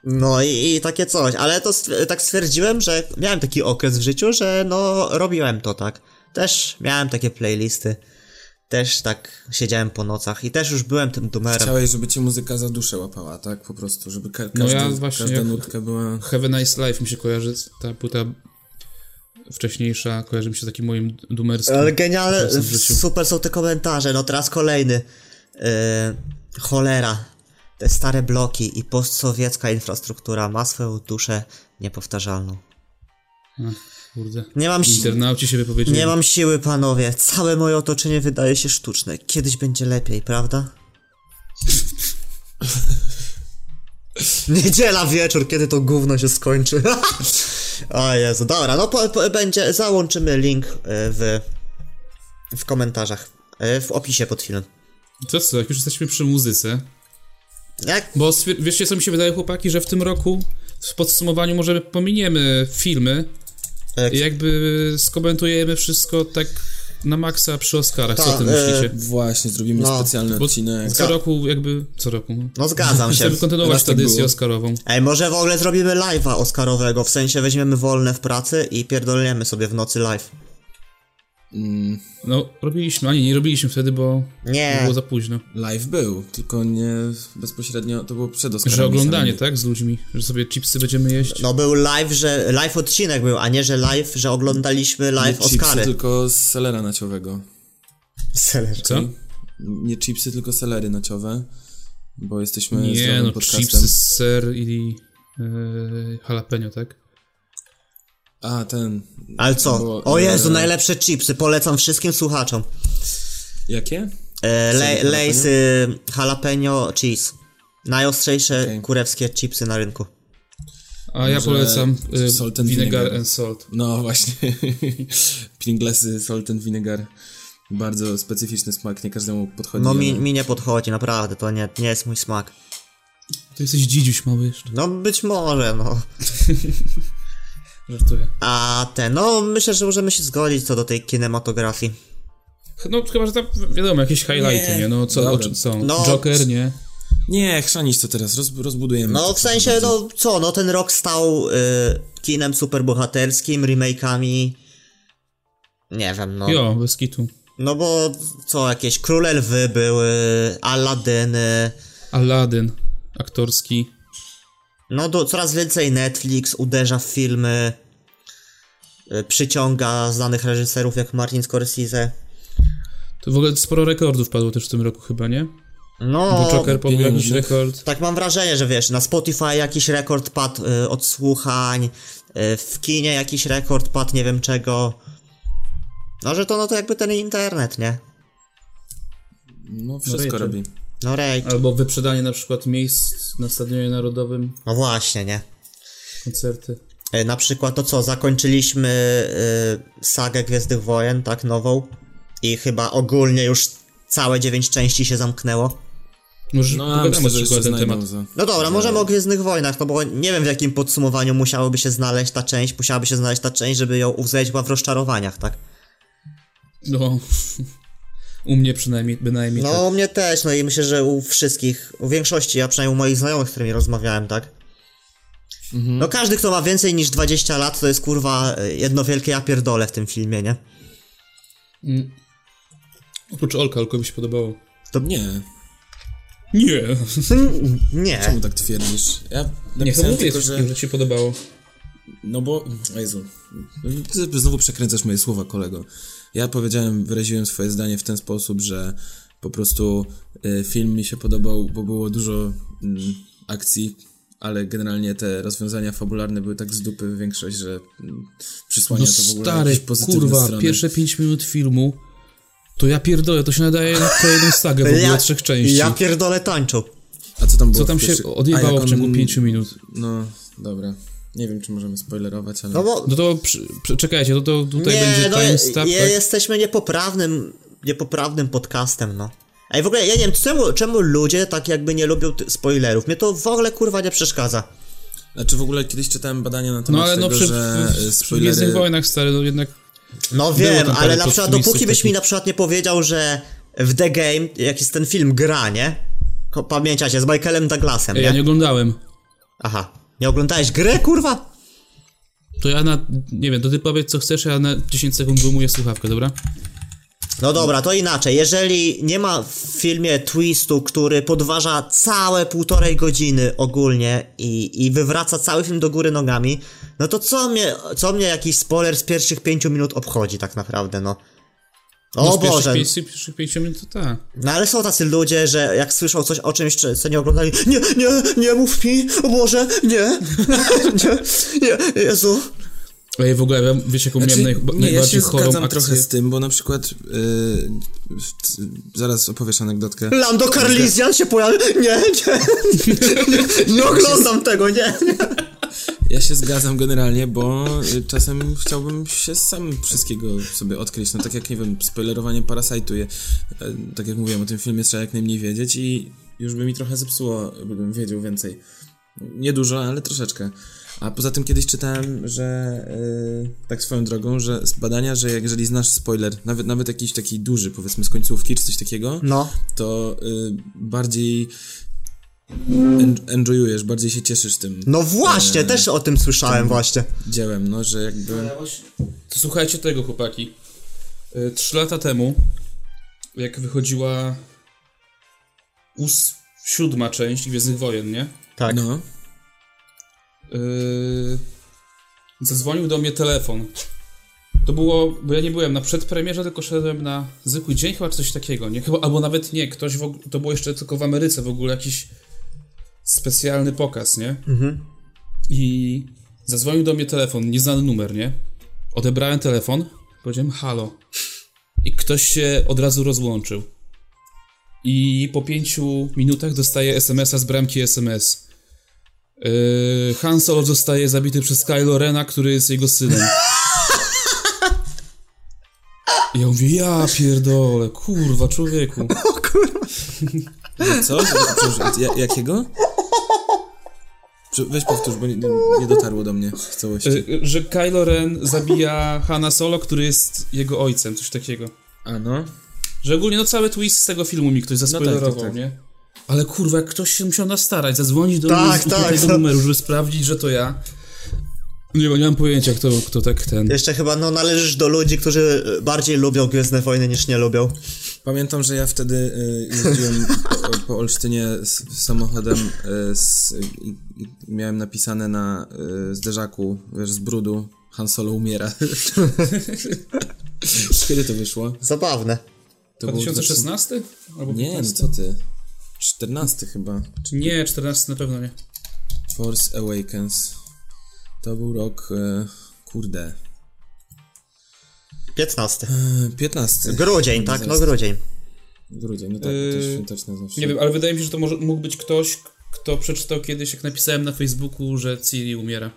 Speaker 2: No i, i takie coś, ale to stw- tak stwierdziłem, że miałem taki okres w życiu, że no robiłem to tak. Też miałem takie playlisty. Też tak siedziałem po nocach i też już byłem tym dumerem.
Speaker 3: Chciałeś, żeby cię muzyka za duszę łapała, tak? Po prostu, żeby ka- każdy,
Speaker 1: No ja właśnie
Speaker 3: każda
Speaker 1: jak-
Speaker 3: nutka była...
Speaker 1: Have a Nice Life mi się kojarzy, ta płyta wcześniejsza kojarzy mi się takim moim dumerskim.
Speaker 2: Ale genialne,
Speaker 1: okresem w życiu.
Speaker 2: super są te komentarze. No teraz kolejny. Yy, cholera. Te stare bloki i postsowiecka infrastruktura ma swoją duszę niepowtarzalną.
Speaker 1: Ach, kurde.
Speaker 2: Nie mam, si-
Speaker 1: Internauci się wypowiedzieli.
Speaker 2: nie mam siły, panowie. Całe moje otoczenie wydaje się sztuczne. Kiedyś będzie lepiej, prawda? Niedziela wieczór, kiedy to gówno się skończy. o Jezu, dobra, no po, po, będzie, załączymy link y, w, w komentarzach, y, w opisie pod filmem.
Speaker 1: To co, jak już jesteśmy przy muzyce,
Speaker 2: Jak?
Speaker 1: Bo stwier- wiecie, co mi się wydaje, chłopaki, że w tym roku w podsumowaniu może pominiemy filmy
Speaker 2: Tak.
Speaker 1: i jakby skomentujemy wszystko tak na maksa przy Oscarach. Co o
Speaker 2: Tak,
Speaker 1: tym
Speaker 2: e,
Speaker 1: myślicie?
Speaker 3: Właśnie, zrobimy
Speaker 2: No,
Speaker 3: specjalny
Speaker 1: Bo
Speaker 3: odcinek.
Speaker 1: co roku jakby... Co roku?
Speaker 2: No zgadzam się.
Speaker 1: Chcemy kontynuować
Speaker 3: Raz tak
Speaker 1: tradycję
Speaker 3: było.
Speaker 1: Oscarową.
Speaker 2: Ej, może w ogóle zrobimy live'a Oscarowego, w sensie weźmiemy wolne w pracy i pierdolniemy sobie w nocy live.
Speaker 1: No, robiliśmy, a nie, nie robiliśmy wtedy, bo
Speaker 2: Nie.
Speaker 1: było za późno.
Speaker 3: Live był, tylko nie bezpośrednio, to było przed Oscarami.
Speaker 1: Że oglądanie,
Speaker 3: samymi.
Speaker 1: tak? Z ludźmi, że sobie chipsy będziemy jeść.
Speaker 2: No był live, że live odcinek był, a nie że live, że oglądaliśmy live
Speaker 3: Nie chipsy,
Speaker 2: Oscary.
Speaker 3: tylko z selera naciowego. Tak.
Speaker 1: Co?
Speaker 3: Nie chipsy, tylko selery naciowe, bo jesteśmy
Speaker 1: Nie,
Speaker 3: zdrowym
Speaker 1: no,
Speaker 3: podcastem.
Speaker 1: chipsy, ser i yy, jalapeno, tak?
Speaker 3: A, ten...
Speaker 2: Ale co?
Speaker 3: Było,
Speaker 2: o
Speaker 3: e,
Speaker 2: Jezu, najlepsze chipsy, polecam wszystkim słuchaczom.
Speaker 3: Jakie?
Speaker 2: E, le,
Speaker 3: jalapeno?
Speaker 2: Lejsy jalapeno cheese. Najostrzejsze
Speaker 3: Okej.
Speaker 2: kurewskie chipsy na rynku.
Speaker 1: A ja
Speaker 3: Może
Speaker 1: polecam yy,
Speaker 3: salt and
Speaker 1: vinegar
Speaker 3: vinegar.
Speaker 1: and salt.
Speaker 3: No właśnie. Pringlesy, salt and vinegar. Bardzo specyficzny smak, nie każdemu podchodzi.
Speaker 2: No
Speaker 3: ale-
Speaker 2: mi, mi nie podchodzi, naprawdę, to nie, nie jest mój smak.
Speaker 1: To jesteś dzidziuś mały jeszcze.
Speaker 2: No być może, no.
Speaker 1: Żartuję.
Speaker 2: A ten, no myślę, że możemy się zgodzić co do tej kinematografii.
Speaker 1: Ch- No chyba, że tam wiadomo, jakieś highlighty, nie?
Speaker 3: Nie.
Speaker 1: No co,
Speaker 3: Dobra.
Speaker 1: o czym są?
Speaker 2: No,
Speaker 1: Joker, nie?
Speaker 3: Nie, chrzanić to teraz, roz, rozbudujemy.
Speaker 2: No
Speaker 3: to
Speaker 2: w sensie, no co, no ten rok stał y, kinem superbohaterskim, remake'ami, nie wiem, no.
Speaker 1: Jo, bez kitu.
Speaker 2: No bo co, jakieś Króle Lwy były, Aladyny,
Speaker 1: Aladdin, aktorski.
Speaker 2: no do, coraz więcej Netflix uderza w filmy, y, przyciąga znanych reżyserów jak Martin Scorsese.
Speaker 1: To w ogóle sporo rekordów padło też w tym roku chyba, nie? Bo
Speaker 2: No,
Speaker 1: Joker pobił jakiś
Speaker 3: pieniężnych.
Speaker 1: rekord.
Speaker 2: tak mam wrażenie, że wiesz, na Spotify jakiś rekord padł y, odsłuchań, y, w kinie jakiś rekord padł nie wiem czego. No, że to no to jakby ten internet, nie?
Speaker 3: No wszystko
Speaker 1: Rachel.
Speaker 3: robi.
Speaker 2: No rej,
Speaker 1: Albo wyprzedanie na przykład miejsc na Stadionie Narodowym,
Speaker 2: no właśnie, nie?
Speaker 1: koncerty.
Speaker 2: Y, Na przykład to co, zakończyliśmy y, sagę Gwiezdnych Wojen, tak, nową. I chyba ogólnie już całe dziewięć części się zamknęło.
Speaker 1: Może
Speaker 3: No a
Speaker 1: pogadamy
Speaker 3: myślę,
Speaker 1: na
Speaker 3: że
Speaker 1: przykład
Speaker 3: jeszcze
Speaker 1: ten
Speaker 3: znajdą
Speaker 1: temat.
Speaker 3: temat. za...
Speaker 2: No dobra, możemy o Gwiezdnych Wojnach, no bo nie wiem w jakim podsumowaniu musiałoby się znaleźć ta część, musiałaby się znaleźć ta część, żeby ją uwzględnić była w rozczarowaniach, tak?
Speaker 1: No, u mnie przynajmniej, bynajmniej
Speaker 2: No
Speaker 1: tak.
Speaker 2: u mnie też, no i myślę, że u wszystkich, u większości, ja przynajmniej u moich znajomych, z którymi rozmawiałem, tak?
Speaker 1: Mhm.
Speaker 2: No każdy, kto ma więcej niż 20 lat, to jest kurwa y, jedno wielkie ja pierdolę w tym filmie, nie?
Speaker 1: Oprócz Olka, Olkowi się podobało.
Speaker 3: Nie,
Speaker 1: Nie,
Speaker 2: Mm, Nie.
Speaker 3: czemu tak twierdzisz? Ja
Speaker 1: nie
Speaker 3: napisałem
Speaker 1: mówię
Speaker 3: tylko,
Speaker 1: tylko,
Speaker 3: że...
Speaker 1: że... ci się podobało.
Speaker 3: No bo... O Jezu. Ty Znowu przekręcasz moje słowa, kolego. Ja powiedziałem, wyraziłem swoje zdanie w ten sposób, że po prostu y, film mi się podobał, bo było dużo mm, akcji, ale generalnie te rozwiązania fabularne były tak z dupy większość, że mm, przysłania
Speaker 1: No
Speaker 3: to w ogóle
Speaker 1: stary,
Speaker 3: jakieś pozytywne
Speaker 1: kurwa,
Speaker 3: strony.
Speaker 1: pierwsze 5 minut filmu to ja pierdolę, to się nadaje na kolejną sagę w ogóle
Speaker 2: ja,
Speaker 1: trzech części.
Speaker 2: Ja pierdolę tańczył.
Speaker 3: A co tam było
Speaker 1: Co
Speaker 3: w
Speaker 1: tam się
Speaker 3: pierwszych- A,
Speaker 1: odjebało
Speaker 3: jak
Speaker 1: w ciągu
Speaker 3: on-
Speaker 1: 5 minut?
Speaker 3: No, dobra. Nie wiem, czy możemy spoilerować, ale...
Speaker 2: No bo
Speaker 1: No to przy, przy, czekajcie, no to tutaj
Speaker 2: nie,
Speaker 1: będzie
Speaker 2: no,
Speaker 1: timestamp,
Speaker 2: je,
Speaker 1: tak?
Speaker 2: jesteśmy niepoprawnym, niepoprawnym podcastem, no. Ej, w ogóle ja nie wiem, czemu, czemu ludzie tak jakby nie lubią ty- spoilerów? Mnie to w ogóle kurwa nie przeszkadza.
Speaker 3: Znaczy w ogóle kiedyś czytałem badania na temat
Speaker 1: No ale
Speaker 3: tego,
Speaker 1: no przy,
Speaker 3: że
Speaker 1: w,
Speaker 3: e,
Speaker 1: przy Gwiezdnych
Speaker 3: spoilery...
Speaker 1: Wojnach, stary, no jednak
Speaker 2: No
Speaker 1: Było
Speaker 2: wiem,
Speaker 1: tam parę
Speaker 2: ale na przykład
Speaker 1: postmistów
Speaker 2: dopóki byś mi
Speaker 1: takich.
Speaker 2: na przykład nie powiedział, że w The Game, jak jest ten film gra, nie? Ko- Pamiętacie, z Michaelem Douglasem,
Speaker 1: ja
Speaker 2: nie?
Speaker 1: nie oglądałem.
Speaker 2: Aha. Nie oglądałeś gry, kurwa?
Speaker 1: To ja na, nie wiem, to ty powiedz co chcesz, a ja na 10 sekund wyjmuję słuchawkę, dobra?
Speaker 2: No dobra, to inaczej. Jeżeli nie ma w filmie twistu, który podważa całe półtorej godziny ogólnie i, i wywraca cały film do góry nogami, no to co mnie, co mnie jakiś spoiler z pierwszych pięciu minut obchodzi tak naprawdę, no? O
Speaker 1: no, z pierwszych
Speaker 2: Boże,
Speaker 1: pięciu- pierwszych 5 minut to tak.
Speaker 2: No ale są tacy ludzie, że jak słyszą coś o czymś, czy- co nie oglądali, nie, nie, nie mów mi, o Boże, nie, nie, nie, Jezu.
Speaker 1: Ej, w ogóle, ja- wiesz jaką
Speaker 3: Znaczy,
Speaker 1: miałem naj,
Speaker 3: nie, ja
Speaker 1: najbardziej
Speaker 3: się
Speaker 1: chorą
Speaker 3: zgadzam
Speaker 1: akcję?
Speaker 3: trochę z tym, bo na przykład... e, t- zaraz opowiesz anegdotkę.
Speaker 2: Lando Carlisian się pojawił, nie, nie, nie, nie oglądam tego, nie.
Speaker 3: Ja się zgadzam generalnie, bo y, czasem chciałbym się sam wszystkiego sobie odkryć. No tak jak, nie wiem, spoilerowanie Parasite'u. Je, e, tak jak mówiłem, o tym filmie trzeba jak najmniej wiedzieć i już by mi trochę zepsuło, gdybym wiedział więcej. Niedużo, ale troszeczkę. A poza tym kiedyś czytałem, że y, tak swoją drogą, że z badania, że jak- jeżeli znasz spoiler, nawet, nawet jakiś taki duży, powiedzmy z końcówki czy coś takiego,
Speaker 2: No.
Speaker 3: to y, bardziej en- enjoyujesz, bardziej się cieszysz tym
Speaker 2: No właśnie, też o tym słyszałem właśnie.
Speaker 3: dziełem, no, że jakby...
Speaker 1: To słuchajcie tego, chłopaki. Y, Trzy lata temu, jak wychodziła ós... siódma część Gwiezdnych Wojen, nie?
Speaker 2: Tak.
Speaker 3: No.
Speaker 1: Yy, zadzwonił do mnie telefon. To było, bo ja nie byłem na przedpremierze, tylko szedłem na zwykły dzień, chyba czy coś takiego, nie? Chyba, albo nawet nie, ktoś w og- to było jeszcze tylko w Ameryce w ogóle jakiś specjalny pokaz, nie? I zadzwonił do mnie telefon, nieznany numer, nie? Odebrałem telefon, powiedziałem halo. I ktoś się od razu rozłączył. I po pięciu minutach dostaję SMS-a z bramki SMS. Yy, Han Solo zostaje zabity przez Kylo Rena, który jest jego synem. I Ja mówię, ja pierdolę, kurwa, człowieku.
Speaker 2: O kurwa.
Speaker 3: Co? Przepraszam, ja, jakiego? Prze- Weź powtórz, bo nie, nie dotarło do mnie w całości.
Speaker 1: Y, y, Że Kylo Ren zabija Hanna Solo, który jest jego ojcem, coś takiego.
Speaker 3: A no.
Speaker 1: Że ogólnie no cały twist z tego filmu mi ktoś zaspoilerował,
Speaker 3: tak, tak.
Speaker 1: nie? Ale kurwa, jak ktoś się musiał nastarać, zadzwonić do
Speaker 2: Tak,
Speaker 1: mnie z
Speaker 2: tak,
Speaker 1: tego
Speaker 2: tak.
Speaker 1: numeru, żeby sprawdzić, że to ja. Nie, bo nie mam pojęcia, kto, kto tak ten...
Speaker 2: Jeszcze chyba, no, należysz do ludzi, którzy e, bardziej lubią Gwiezdne Wojny niż nie lubią.
Speaker 3: Pamiętam, że ja wtedy y, jeździłem po, po Olsztynie z, samochodem y, z, i, i miałem napisane na y, zderzaku, wiesz, z brudu, Han Solo umiera. Kiedy to wyszło?
Speaker 2: Zabawne.
Speaker 3: To było w
Speaker 1: 2016? Albo
Speaker 3: 2000 Nie, no
Speaker 1: 15?
Speaker 3: co ty? 14 chyba.
Speaker 1: Czy nie, 14 na pewno nie.
Speaker 3: Force Awakens. To był rok, y, kurde,
Speaker 2: 15.
Speaker 3: y, 15.
Speaker 2: Grudzień, tak? No, grudzień.
Speaker 3: Grudzień, no tak,
Speaker 1: Y,
Speaker 3: to jest świąteczne zawsze.
Speaker 1: Nie wiem, ale wydaje mi się, że to może, mógł być ktoś, kto przeczytał kiedyś, jak napisałem na Facebooku, że Ciri umiera.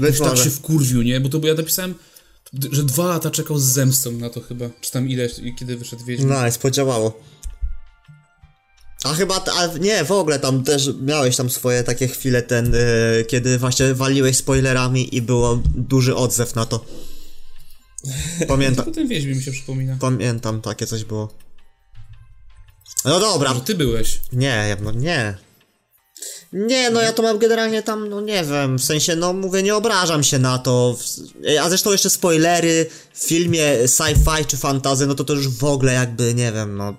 Speaker 2: Być
Speaker 1: tak
Speaker 2: może.
Speaker 1: się wkurwił, nie? Bo to bo ja napisałem, że dwa lata czekał z zemstą na to chyba. Czy tam ile, kiedy wyszedł Wiedźmin.
Speaker 2: Nice, podziałało. A chyba, t- a nie, w ogóle tam też miałeś tam swoje takie chwile ten, y, kiedy właśnie waliłeś spoilerami i było duży odzew na to. Pamiętam,
Speaker 1: Potem Wiedźmin mi się przypomina.
Speaker 2: pamiętam, takie coś było. No dobra,
Speaker 1: Że ty byłeś.
Speaker 2: nie, ja- no nie. Nie, no ja to mam generalnie tam, no nie wiem, w sensie, no mówię, nie obrażam się na to. W- A zresztą jeszcze spoilery w filmie sci-fi czy fantazy, no to to już w ogóle jakby, nie wiem, no.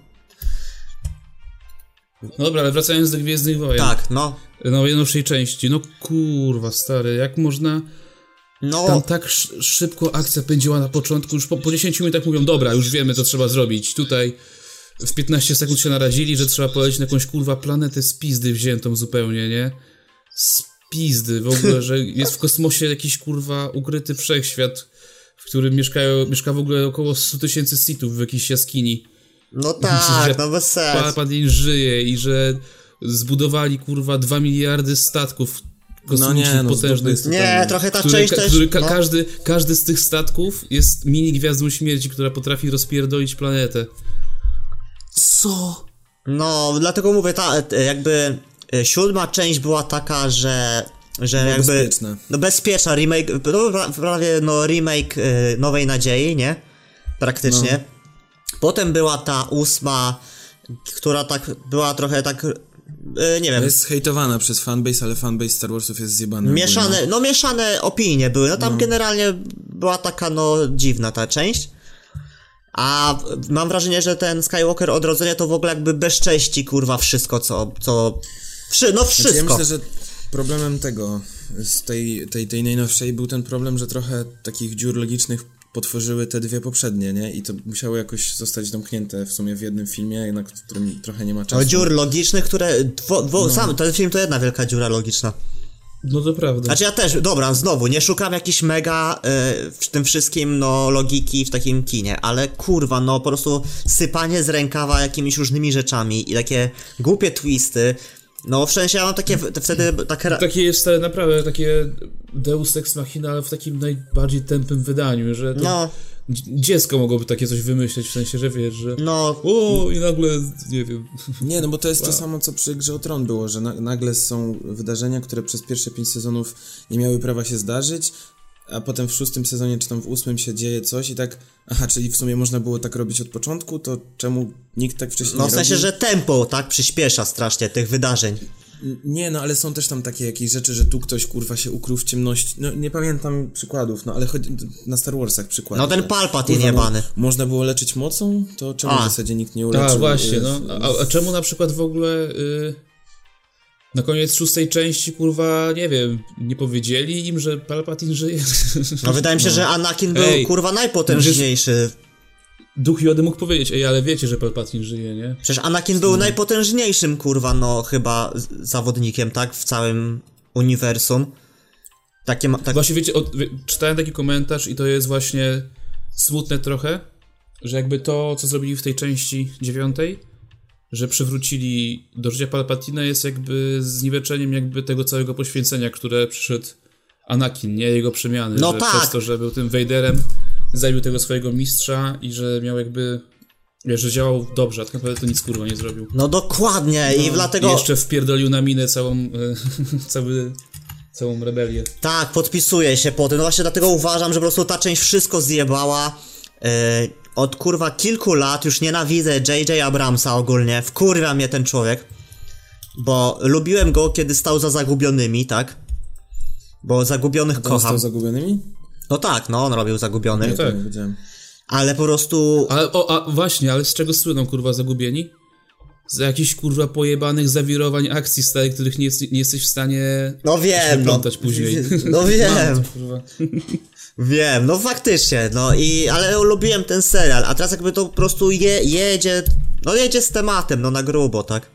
Speaker 1: No dobra, ale wracając do Gwiezdnych Wojen.
Speaker 2: Tak, no.
Speaker 1: No najnowszej części. No kurwa, stary, jak można...
Speaker 2: No,
Speaker 1: Tam tak sz- szybko akcja pędziła na początku, już po, po 10 minutach mówią, dobra, już wiemy, co trzeba zrobić. Tutaj w 15 sekund się narazili, że trzeba polecieć na jakąś kurwa planetę z pizdy wziętą zupełnie, nie? Z pizdy w ogóle, że jest w kosmosie jakiś kurwa ukryty wszechświat, w którym mieszkają, mieszka w ogóle około 100 tysięcy sitów w jakiejś jaskini.
Speaker 2: no
Speaker 1: że
Speaker 2: tak, no bez sensu.
Speaker 1: Palpatine żyje i że zbudowali kurwa 2 miliardy statków kosmicznych
Speaker 3: nie, no, z dupy
Speaker 1: potężnych.
Speaker 3: jest
Speaker 2: Nie, trochę ta
Speaker 1: Który,
Speaker 2: część
Speaker 1: ka-
Speaker 2: też...
Speaker 1: który ka-
Speaker 2: no,
Speaker 1: każdy, każdy z tych statków jest mini gwiazdą śmierci, która potrafi rozpierdolić planetę. Co?
Speaker 2: no, dlatego mówię, ta e, jakby e, siódma część była taka, że... Że jakby...
Speaker 3: bezpieczna.
Speaker 2: No bezpieczna, remake, no, pra- prawie no remake e, Nowej Nadziei, nie? Praktycznie.
Speaker 1: No.
Speaker 2: Potem była ta ósma, która tak była trochę tak... e, Nie wiem,
Speaker 3: Jest hejtowana przez fanbase, ale fanbase Star Warsów jest zjebany. ogólnie.
Speaker 2: Mieszane, no mieszane opinie były. No tam generalnie była taka no dziwna ta część. A w- mam wrażenie, że ten Skywalker odrodzenie to w ogóle jakby bezcześci kurwa wszystko co co wszy, no wszystko.
Speaker 3: Znaczy, ja myślę, że problemem tego, z tej, tej, tej najnowszej był ten problem, że trochę takich dziur logicznych potworzyły te dwie poprzednie, nie? I to musiało jakoś zostać domknięte w sumie w jednym filmie, na którym trochę nie ma czasu.
Speaker 2: No, dziur logicznych, które dwo, dwo,
Speaker 3: No.
Speaker 2: sam ten film to jedna wielka dziura logiczna.
Speaker 1: No to prawda.
Speaker 2: Znaczy ja też, dobra, znowu, nie szukam jakichś mega e, w tym wszystkim, no, logiki w takim kinie, ale kurwa, no, po prostu sypanie z rękawa jakimiś różnymi rzeczami i takie głupie twisty, no, w sensie ja mam takie, w- wtedy tak, ra-
Speaker 1: Takie jest stare naprawdę, takie Deus Ex Machina, ale w takim najbardziej tępym wydaniu, że to
Speaker 2: no,
Speaker 1: dzi- dziecko mogłoby takie coś wymyśleć, w sensie, że wiesz, że
Speaker 2: no,
Speaker 1: o i nagle, nie wiem,
Speaker 3: Nie, no bo to jest to samo, co przy Grze o Tron było, że na, nagle są wydarzenia, które przez pierwsze pięć sezonów nie miały prawa się zdarzyć, a potem w szóstym sezonie czy tam w ósmym się dzieje coś i tak, aha, czyli w sumie można było tak robić od początku, to czemu nikt tak wcześniej
Speaker 2: no,
Speaker 3: nie
Speaker 2: w sensie,
Speaker 3: robił?
Speaker 2: że tempo, tak, przyspiesza strasznie tych wydarzeń.
Speaker 3: Nie, no ale są też tam takie jakieś rzeczy, że tu ktoś kurwa się ukrył w ciemności. No nie pamiętam przykładów, no ale chodzi na Star Warsach przykład.
Speaker 2: No, ten
Speaker 3: że,
Speaker 2: Palpatine
Speaker 3: kurwa,
Speaker 2: jebany.
Speaker 3: No, można było leczyć mocą? To czemu
Speaker 2: A.
Speaker 3: w zasadzie nikt nie uleczył?
Speaker 1: Tak, właśnie,
Speaker 3: y,
Speaker 1: no. A, a czemu na przykład w ogóle y, na koniec szóstej części, kurwa, nie wiem, nie powiedzieli im, że Palpatine żyje?
Speaker 2: No, wydaje mi się, że Anakin był,
Speaker 1: Ej,
Speaker 2: kurwa, najpotężniejszy,
Speaker 1: Duch Jody mógł powiedzieć, ej, ale wiecie, że Palpatine żyje, nie?
Speaker 2: przecież Anakin
Speaker 1: Mhm.
Speaker 2: był najpotężniejszym, kurwa, no, chyba z- zawodnikiem, tak, w całym uniwersum. Takie, ma- tak,
Speaker 1: Właśnie wiecie, od, wie, czytałem taki komentarz i to jest właśnie smutne trochę, że jakby to, co zrobili w tej części dziewiątej, że przywrócili do życia Palpatina jest jakby zniweczeniem jakby tego całego poświęcenia, które przyszedł Anakin, nie? Jego przemiany.
Speaker 2: No
Speaker 1: że
Speaker 2: tak.
Speaker 1: Przez to, że był tym Vaderem, zabił tego swojego mistrza i że miał jakby Wiesz, że działał dobrze, a tak naprawdę to nic kurwa nie zrobił.
Speaker 2: No dokładnie i
Speaker 1: I
Speaker 2: dlatego
Speaker 1: No, jeszcze wpierdolił na minę całą, e, cały, całą rebelię.
Speaker 2: tak, podpisuję się po tym. No właśnie dlatego uważam, że po prostu ta część wszystko zjebała. Yy, od kurwa kilku lat już nienawidzę JJ Abramsa ogólnie. Wkurwa mnie ten człowiek. Bo lubiłem go, kiedy stał za zagubionymi, tak? Bo zagubionych kocham.
Speaker 3: Został zagubionymi?
Speaker 2: No tak, no on robił zagubionych.
Speaker 1: Nie, tak.
Speaker 3: Nie wiedziałem.
Speaker 2: Ale po prostu.
Speaker 1: Ale, o, a właśnie, ale z czego słyną kurwa zagubieni? Z jakichś kurwa pojebanych zawirowań akcji stary, których nie, jest, nie jesteś w stanie
Speaker 2: No wiem, no.
Speaker 1: wyplątać później.
Speaker 2: No wiem,
Speaker 1: Kurwa.
Speaker 2: wiem, no faktycznie, no i, ale lubiłem ten serial, a teraz jakby to po prostu je, jedzie, no jedzie z tematem, no na grubo, tak?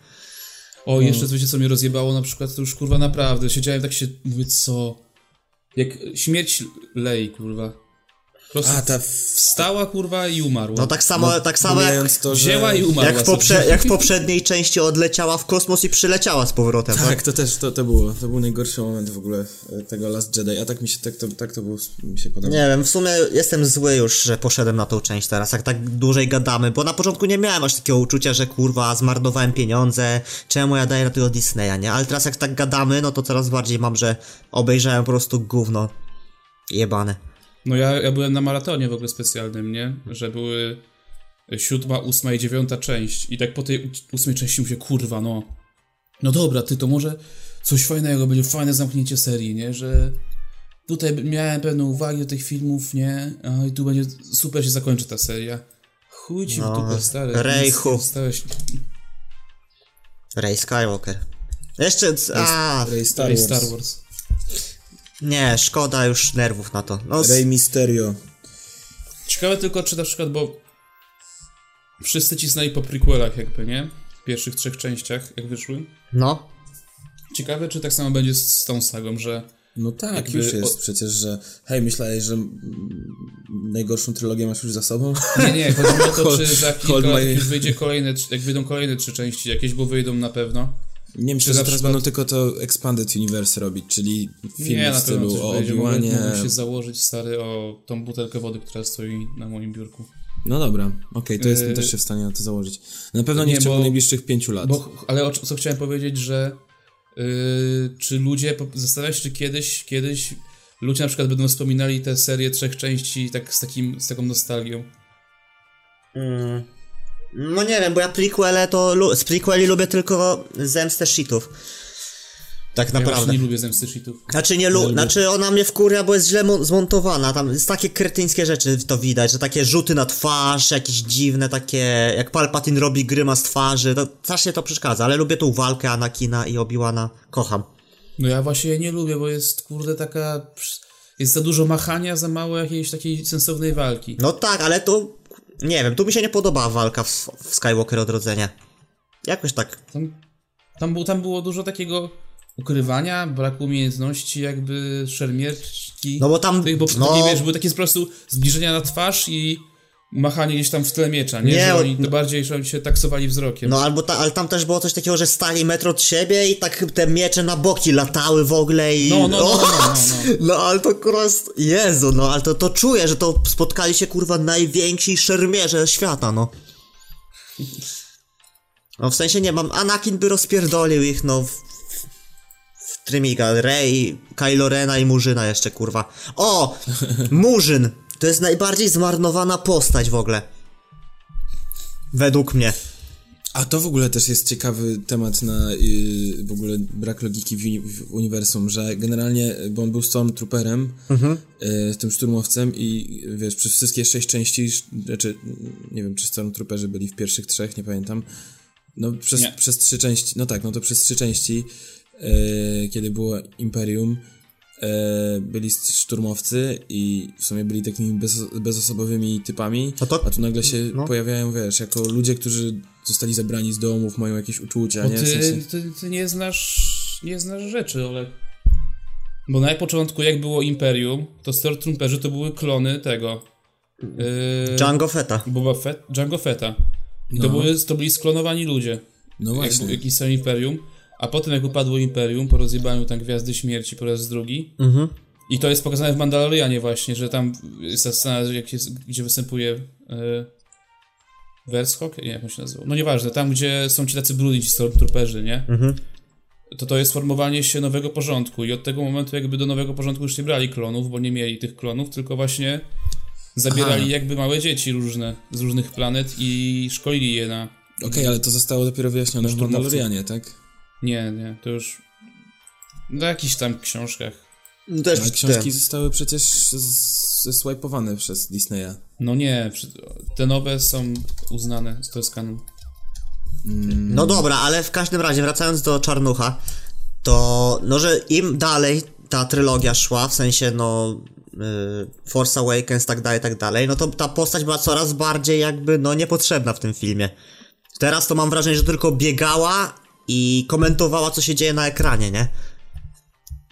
Speaker 2: No.
Speaker 1: O, jeszcze wiecie co mnie rozjebało na przykład, to już kurwa naprawdę, siedziałem tak się, mówię co, jak śmierć lei kurwa. Po prostu
Speaker 3: A, ta w...
Speaker 1: wstała kurwa i umarła.
Speaker 2: No tak samo, tak samo jak,
Speaker 3: pomijając to, że...
Speaker 1: Wzięła i umarła.
Speaker 2: jak, w
Speaker 1: sobie.
Speaker 2: poprze, jak w poprzedniej części odleciała w kosmos i przyleciała z powrotem, tak?
Speaker 3: Tak, to też, to, to było, to był najgorszy moment w ogóle e, tego Last Jedi, a tak mi się, tak to, tak to było, mi się podobało.
Speaker 2: Nie wiem, w sumie jestem zły już, że poszedłem na tą część teraz, jak tak dłużej gadamy, bo na początku nie miałem aż takiego uczucia, że kurwa, zmarnowałem pieniądze, czemu ja daję na tego Disneya, nie? Ale teraz jak tak gadamy, no to coraz bardziej mam, że obejrzałem po prostu gówno jebane.
Speaker 1: No ja, ja byłem na maratonie w ogóle specjalnym, nie? Że były siódma, ósma i dziewiąta część. I tak po tej ú- ósmej części mówię, kurwa, no. No dobra, ty to może coś fajnego, będzie fajne zamknięcie serii, nie? Że tutaj miałem pewne uwagi do tych filmów, nie? A i tu będzie super się zakończy ta seria. Chuj ci
Speaker 2: No,
Speaker 1: w dupę, stary.
Speaker 2: rejchu.
Speaker 1: Nic nie Stałeś...
Speaker 2: Ray Skywalker. Jeszcze, c- a,
Speaker 3: Rey Star
Speaker 1: Rej
Speaker 3: Wars.
Speaker 1: Star Wars.
Speaker 2: nie, szkoda już nerwów na to. No, s-
Speaker 3: Rey Mysterio.
Speaker 1: Ciekawe tylko, czy na przykład, bo wszyscy cisnęli po prequelach jakby, nie? W pierwszych trzech częściach, jak wyszły.
Speaker 2: no.
Speaker 1: Ciekawe, czy tak samo będzie z, z tą sagą, że
Speaker 3: No tak,
Speaker 1: Jakby
Speaker 3: już jest
Speaker 1: od-
Speaker 3: przecież, że hej, myślałeś, że mm, najgorszą trylogię masz już za sobą?
Speaker 1: nie, nie, chodzi mi o to, czy za
Speaker 3: Hold-
Speaker 1: kilka
Speaker 3: hold
Speaker 1: lat,
Speaker 3: my-
Speaker 1: jak już wyjdzie kolejne, trz- jak wyjdą kolejne trzy części jakieś, bo wyjdą na pewno.
Speaker 3: Nie myślę,
Speaker 1: Czy
Speaker 3: że
Speaker 1: na
Speaker 3: teraz
Speaker 1: przykład-
Speaker 3: będą tylko to Expanded Universe robić, czyli filmy
Speaker 1: nie,
Speaker 3: w
Speaker 1: na pewno
Speaker 3: stylu
Speaker 1: coś
Speaker 3: o
Speaker 1: będzie. Mogę, mogę się
Speaker 3: Obi-Wanie.
Speaker 1: założyć, stary, o tą butelkę wody, która stoi na moim biurku.
Speaker 3: No dobra, okej, to jestem
Speaker 1: Yy,
Speaker 3: też się w stanie na to założyć. Na pewno nie,
Speaker 1: nie,
Speaker 3: w ciągu
Speaker 1: bo-
Speaker 3: najbliższych pięciu lat.
Speaker 1: Bo, ale o, co chciałem powiedzieć, że yy, czy ludzie, po- zastanawiasz się, czy kiedyś, kiedyś ludzie na przykład będą wspominali te serie trzech części tak z, takim, z taką nostalgią.
Speaker 2: Mm. No nie wiem, bo ja prequele to, lu- z prequeli lubię tylko zemstę shitów. Tak
Speaker 1: Ja
Speaker 2: naprawdę.
Speaker 1: właśnie nie lubię zemsty sheetów.
Speaker 2: Znaczy nie lu- znaczy ona mnie wkurwia, bo jest źle mo- zmontowana, tam jest takie kretyńskie rzeczy to widać, że takie rzuty na twarz, jakieś dziwne takie, jak Palpatine robi grymas twarzy, to strasznie to przeszkadza, ale lubię tą walkę Anakina i Obi-Wana, kocham.
Speaker 1: No ja właśnie jej nie lubię, bo jest kurde taka. Jest za dużo machania, za mało jakiejś takiej sensownej walki.
Speaker 2: No tak, ale to, nie wiem, tu mi się nie podoba walka w, w Skywalker Odrodzenie. Jakoś tak,
Speaker 1: Tam, tam, był, tam było dużo takiego ukrywania, braku umiejętności, jakby szermierki.
Speaker 2: No bo tam-
Speaker 1: Tych, bo
Speaker 2: no.
Speaker 1: no... wiesz, były takie po prostu zbliżenia na twarz i machanie gdzieś tam w tle miecza, nie?
Speaker 2: Nie,
Speaker 1: że
Speaker 2: o-
Speaker 1: oni to bardziej że oni się taksowali wzrokiem.
Speaker 2: no albo ta, ale tam też było coś takiego, że stali metr od siebie i tak te miecze na boki latały w ogóle i...
Speaker 1: No, no, no, no, no, no, no.
Speaker 2: No ale to kurwa, jest- Jezu, no ale to, to czuję, że to spotkali się kurwa najwięksi szermierze świata, no. No w sensie nie mam, Anakin by rozpierdolił ich, no. W, w Trymiga, Rey, Kylo Rena i Murzyna jeszcze, kurwa. O! Murzyn! To jest najbardziej zmarnowana postać w ogóle. Według mnie.
Speaker 3: A to w ogóle też jest ciekawy temat na yy, w ogóle brak logiki w, uni- w uniwersum, że generalnie, bo on był Stormtrooperem, yy, tym szturmowcem i yy, wiesz, przez wszystkie sześć części, sz- znaczy mm, nie wiem, czy Stormtrooperzy byli w pierwszych trzech, nie pamiętam, no przez,
Speaker 1: Nie.
Speaker 3: przez trzy części, no tak, no to przez trzy części, yy, kiedy było Imperium, yy, byli s- szturmowcy i w sumie byli takimi bez, bezosobowymi typami,
Speaker 2: No to-
Speaker 3: a tu nagle się pojawiają, wiesz, jako ludzie, którzy zostali zabrani z domów, mają jakieś uczucia,
Speaker 1: Bo
Speaker 3: nie? W
Speaker 1: No ty,
Speaker 3: sensie,
Speaker 1: ty, ty nie znasz nie znasz rzeczy, Olek. Bo na początku, jak było Imperium, to Stormtrooperzy to były klony tego. Yy,
Speaker 2: Django Feta.
Speaker 1: Boba Fett, Django Fetta. I To, były, to byli sklonowani ludzie.
Speaker 3: no
Speaker 1: Jak,
Speaker 3: właśnie.
Speaker 1: jak istniało Imperium. A potem, jak upadło Imperium, po rozjebaniu tam Gwiazdy Śmierci po raz drugi. I to jest pokazane w Mandalorianie właśnie, że tam jest ta scena, jak jest, gdzie występuje e, Werschok? Nie, jak on się nazywał. No nieważne, tam gdzie są ci tacy brudni ci stormtrooperzy, nie? To to jest formowanie się nowego porządku i od tego momentu jakby do nowego porządku już nie brali klonów, bo nie mieli tych klonów, tylko właśnie zabierali
Speaker 3: Aha.
Speaker 1: jakby małe dzieci różne, z różnych planet i szkolili je na...
Speaker 3: Okej, ale to zostało dopiero wyjaśnione w Mandalorianie, tak?
Speaker 1: Nie, nie, to już... Na jakichś tam książkach.
Speaker 2: No też
Speaker 3: Ale
Speaker 2: przeczytałem.
Speaker 3: książki zostały przecież z- zeswajpowane przez Disneya.
Speaker 1: No nie, przy- te nowe są uznane, to jest kanon.
Speaker 2: No dobra, ale w każdym razie wracając do Czarnucha, to no, że im dalej ta trylogia szła, w sensie no y, Force Awakens, tak dalej, tak dalej, no to ta postać była coraz bardziej jakby no niepotrzebna w tym filmie. Teraz to mam wrażenie, że tylko biegała i komentowała co się dzieje na ekranie, nie?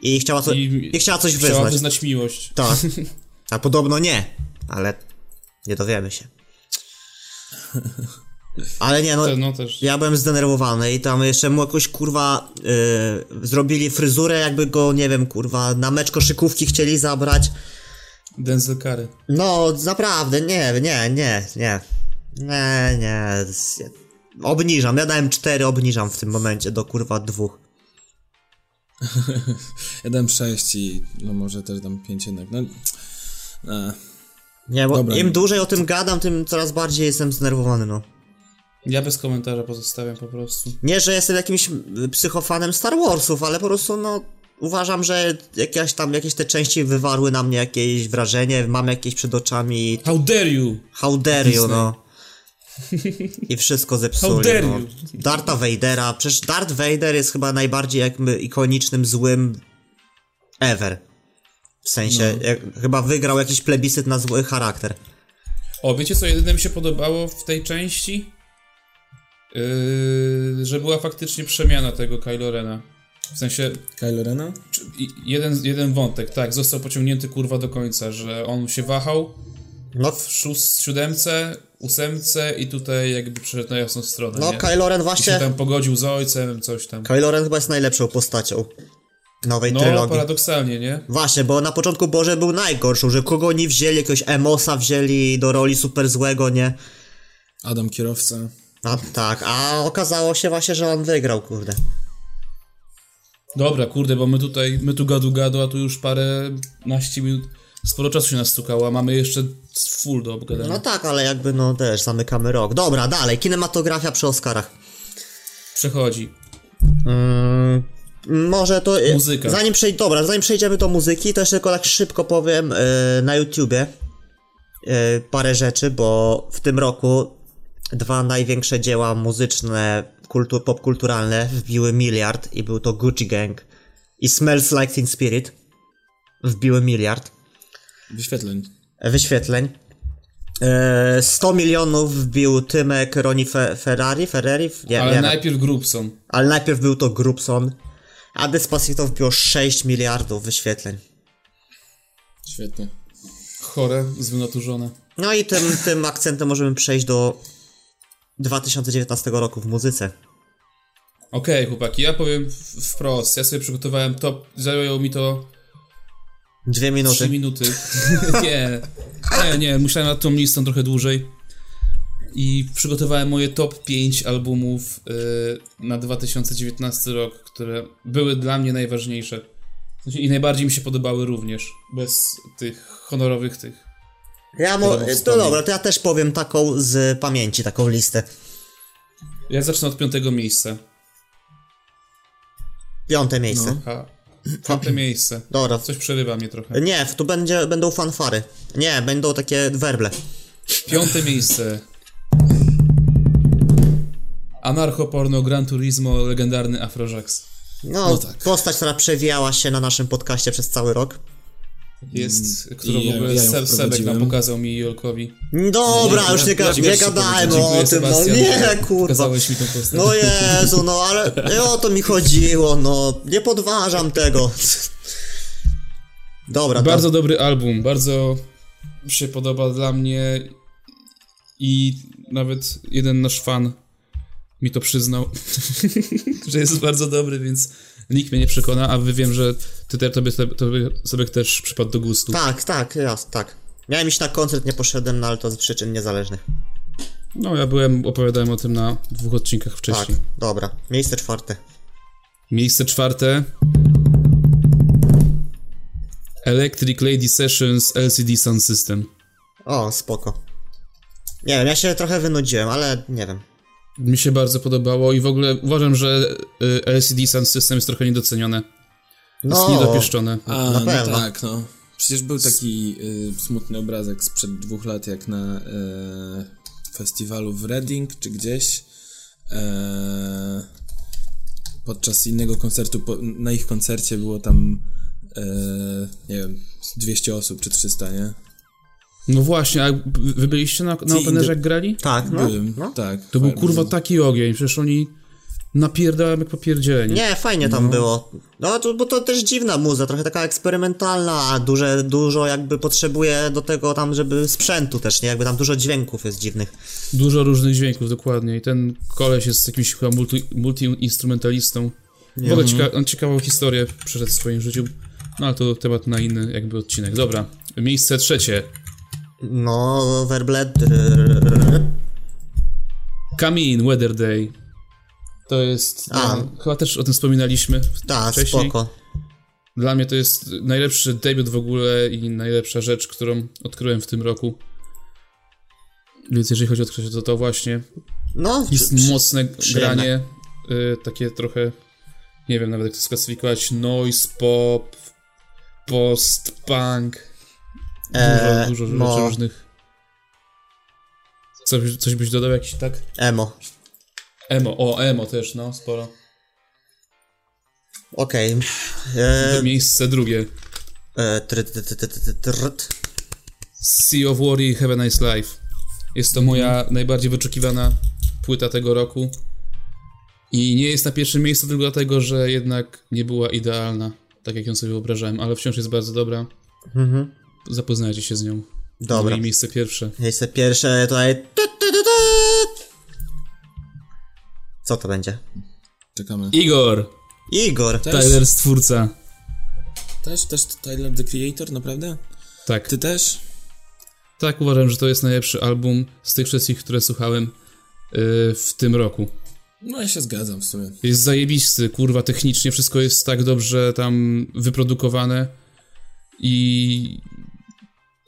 Speaker 2: I chciała, co, i, chciała coś
Speaker 1: chciała
Speaker 2: wyznać.
Speaker 1: wyznać miłość.
Speaker 2: Tak. A podobno nie, ale nie dowiemy się. Ale nie, no,
Speaker 1: Te- No też.
Speaker 2: ja byłem zdenerwowany i tam jeszcze mu jakoś kurwa y, zrobili fryzurę, jakby go, nie wiem, kurwa, na mecz koszykówki chcieli zabrać.
Speaker 1: Denzel Curry.
Speaker 2: No, naprawdę, nie, nie, nie, nie. Nie, nie. z- Obniżam, ja dałem 4, obniżam w tym momencie do kurwa dwóch.
Speaker 3: Ja dam 6 i no może też dam 5 jednak. No, e,
Speaker 2: Nie, bo
Speaker 3: Dobra.
Speaker 2: im dłużej o tym gadam, tym coraz bardziej jestem zdenerwowany, no.
Speaker 1: Ja bez komentarza pozostawiam po prostu.
Speaker 2: Nie, że jestem jakimś y, psychofanem Star Warsów, ale po prostu no uważam, że jakieś tam jakieś te części wywarły na mnie jakieś wrażenie, mam jakieś przed oczami
Speaker 1: How dare you!
Speaker 2: how dare you, no. I wszystko
Speaker 1: How
Speaker 2: zepsuli.
Speaker 1: dare
Speaker 2: No.
Speaker 1: you.
Speaker 2: Darta Vadera, przecież Darth Vader jest chyba najbardziej jakby ikonicznym złym ever. W sensie,
Speaker 1: No.
Speaker 2: jak, chyba wygrał jakiś plebiscyt na zły charakter.
Speaker 1: O, wiecie co jedyne mi się podobało w tej części? Yy, że była faktycznie przemiana tego Kylo Rena. W sensie,
Speaker 3: Kylo Rena?
Speaker 1: czy- i- jeden, jeden wątek, tak, został pociągnięty kurwa do końca, że on się wahał
Speaker 2: No,
Speaker 1: w szóst, siódemce, ósemce i tutaj jakby przeszedł na jasną stronę,
Speaker 2: no
Speaker 1: nie?
Speaker 2: Kylo Ren
Speaker 1: I się
Speaker 2: właśnie...
Speaker 1: tam pogodził z ojcem, coś tam.
Speaker 2: Kylo Ren chyba jest najlepszą postacią nowej
Speaker 1: No,
Speaker 2: trylogii.
Speaker 1: paradoksalnie, nie?
Speaker 2: Właśnie, bo na początku Boże był najgorszą, że kogo oni wzięli, jakiegoś Emosa wzięli do roli super złego, nie?
Speaker 3: Adam Kierowca.
Speaker 2: A tak, a okazało się właśnie, że on wygrał, kurde.
Speaker 1: Dobra, kurde, bo my tutaj, my tu gadu gadu, a tu już parę naście minut, sporo czasu się nastukało, a mamy jeszcze full do obgadania.
Speaker 2: No tak, ale jakby no też, zamykamy rok. Dobra, dalej, kinematografia przy Oscarach.
Speaker 1: Przechodzi.
Speaker 2: Mm, może to... e,
Speaker 1: Muzyka.
Speaker 2: Zanim przej- dobra, zanim przejdziemy do muzyki, to jeszcze tylko tak szybko powiem e, na YouTubie e, parę rzeczy, bo w tym roku dwa największe dzieła muzyczne, kultu- popkulturalne wbiły miliard i był to Gucci Gang i Smells Like Teen Spirit wbiły miliard
Speaker 3: Wyświetleń.
Speaker 2: wyświetleń. E, 100 milionów wbił Tymek Roni Fe- Ferrari, Ferrari? Nie,
Speaker 1: Ale
Speaker 2: nie wiem.
Speaker 1: najpierw Grubson.
Speaker 2: Ale najpierw był to Grubson, a Despacito wbiło 6 miliardów wyświetleń.
Speaker 3: Świetnie.
Speaker 1: Chore, zwynaturzone.
Speaker 2: No i tym, tym akcentem możemy przejść do 2019 roku w muzyce.
Speaker 1: Okej, chłopaki, ja powiem w- wprost. Ja sobie przygotowałem top. Zajęło mi to
Speaker 2: Dwie
Speaker 1: 3
Speaker 2: minuty.
Speaker 1: minuty. nie, nie, nie, musiałem nad tą listą trochę dłużej. I przygotowałem moje top 5 albumów y, na 2019 rok, które były dla mnie najważniejsze. W sensie I najbardziej mi się podobały również. Bez tych honorowych tych.
Speaker 2: Ja mo- e,
Speaker 1: Dobra,
Speaker 2: to
Speaker 1: wspomnij.
Speaker 2: dobra, to ja też powiem taką z pamięci, taką listę.
Speaker 1: Ja zacznę od piątego miejsca.
Speaker 2: Piąte miejsce.
Speaker 1: Ha. Piąte miejsce.
Speaker 2: Dobra.
Speaker 1: Coś przerywa mnie trochę.
Speaker 2: Nie, tu będzie, będą fanfary. Nie, będą takie werble.
Speaker 1: Piąte miejsce. Anarchoporno Gran Turismo, legendarny Afrojax.
Speaker 2: No,
Speaker 1: tak.
Speaker 2: postać, która przewijała się na naszym podcaście przez cały rok.
Speaker 1: Jest, którą
Speaker 3: I
Speaker 1: w ogóle
Speaker 3: ja ją
Speaker 1: Se- Sebek nam
Speaker 3: wprowadziłem.
Speaker 1: pokazał mi i Jolkowi.
Speaker 2: Dobra,
Speaker 3: Nie,
Speaker 2: już nie,
Speaker 3: ja-
Speaker 2: ga-
Speaker 3: ja ci
Speaker 2: nie
Speaker 3: też
Speaker 2: gadajmy
Speaker 1: Dziękuję
Speaker 2: o tym, no
Speaker 1: Sebastian,
Speaker 2: nie,
Speaker 1: że
Speaker 2: kurwa.
Speaker 1: Pokazałeś mi tą postać.
Speaker 2: No Jezu, no ale nie o to mi chodziło, no. Nie podważam tego. Dobra, to-
Speaker 1: bardzo dobry album, bardzo się podoba dla mnie i nawet jeden nasz fan mi to przyznał, że jest bardzo dobry, więc nikt mnie nie przekona, a wy wiem, że ty te, tobie, tobie Sebek też przypadł do gustu.
Speaker 2: Tak, tak, jas, tak. Miałem iść na koncert, nie poszedłem, no ale to z przyczyn niezależnych.
Speaker 1: No, ja byłem, opowiadałem o tym na dwóch odcinkach
Speaker 2: Tak,
Speaker 1: wcześniej.
Speaker 2: dobra. Miejsce czwarte.
Speaker 1: Miejsce czwarte. Electric Lady Sessions LCD Sound System.
Speaker 2: O, spoko. Nie wiem, ja się trochę wynudziłem, ale nie wiem.
Speaker 1: Mi się bardzo podobało i w ogóle uważam, że y, LCD Sound System jest trochę niedocenione. Jest niedopieszczone.
Speaker 3: A,
Speaker 2: Na
Speaker 3: no
Speaker 2: pewno.
Speaker 3: tak, no. Przecież był taki y, smutny obrazek sprzed dwóch lat, jak na y, festiwalu w Reading czy gdzieś. E, podczas innego koncertu, po, na ich koncercie było tam, e, nie wiem, 200 osób czy 300, nie?
Speaker 1: No właśnie, a wy wy byliście na, na
Speaker 3: Ci
Speaker 1: Openerze
Speaker 3: indy-
Speaker 1: jak grali?
Speaker 2: Tak, no.
Speaker 3: Byłem,
Speaker 2: no.
Speaker 3: tak.
Speaker 1: To był
Speaker 3: fajnie
Speaker 1: kurwa
Speaker 3: było.
Speaker 1: taki ogień, przecież oni napierdałem jak popierdzieleni.
Speaker 2: Nie, fajnie tam było. No, to, bo to też dziwna muza, trochę taka eksperymentalna, a duże, dużo jakby potrzebuje do tego tam, żeby sprzętu też, nie? Jakby tam dużo dźwięków jest dziwnych.
Speaker 1: Dużo różnych dźwięków, dokładnie. I ten koleś jest jakimś chyba multi, multi-instrumentalistą. W ogóle cieka on ciekawą historię przeszedł w swoim życiu. No ale to temat na inny jakby odcinek. Dobra, miejsce trzecie.
Speaker 2: No, yy, Verbled...
Speaker 1: Come in, Weather Day. To jest...
Speaker 2: A.
Speaker 1: no, chyba też o tym wspominaliśmy w-
Speaker 2: Tak,
Speaker 1: wcześniej.
Speaker 2: spoko.
Speaker 1: Dla mnie to jest najlepszy debiut w ogóle i najlepsza rzecz, którą odkryłem w tym roku. Więc jeżeli chodzi o odkrycie, to to właśnie.
Speaker 2: No,
Speaker 1: Jest
Speaker 2: przy-
Speaker 1: mocne
Speaker 2: przyjemne.
Speaker 1: granie, y, takie trochę, nie wiem nawet jak to sklasyfikować, noise, pop, post-punk,
Speaker 2: Eee,
Speaker 1: dużo, dużo
Speaker 2: no.
Speaker 1: rzeczy różnych. Co, byś- coś byś dodał jakiś tak?
Speaker 2: emo.
Speaker 1: Emo, o emo też, no, sporo.
Speaker 2: Okej. E,
Speaker 1: Miejsce drugie.
Speaker 2: e, tryt, tryt, tryt, tryt, tryt.
Speaker 1: Sea of War i Have a Nice Life. Jest to moja najbardziej wyczekiwana płyta tego roku. I nie jest na pierwszym miejscu tylko dlatego, że jednak nie była idealna, tak jak ją sobie wyobrażałem, ale wciąż jest bardzo dobra. Zapoznajcie się z nią.
Speaker 2: Dobra.
Speaker 1: Moje miejsce pierwsze.
Speaker 2: Miejsce pierwsze tutaj. Tu, tu, tu, tu. Co to będzie?
Speaker 3: Czekamy.
Speaker 1: Igor!
Speaker 2: Igor.
Speaker 3: Też,
Speaker 1: Tyler stwórca.
Speaker 3: też, też Tyler, The Creator, naprawdę?
Speaker 1: Tak.
Speaker 3: Ty też?
Speaker 1: Tak uważam, że to jest najlepszy album z tych wszystkich, które słuchałem yy, w tym roku.
Speaker 3: No ja się zgadzam w sumie.
Speaker 1: Jest zajebisty, kurwa, technicznie wszystko jest tak dobrze tam wyprodukowane i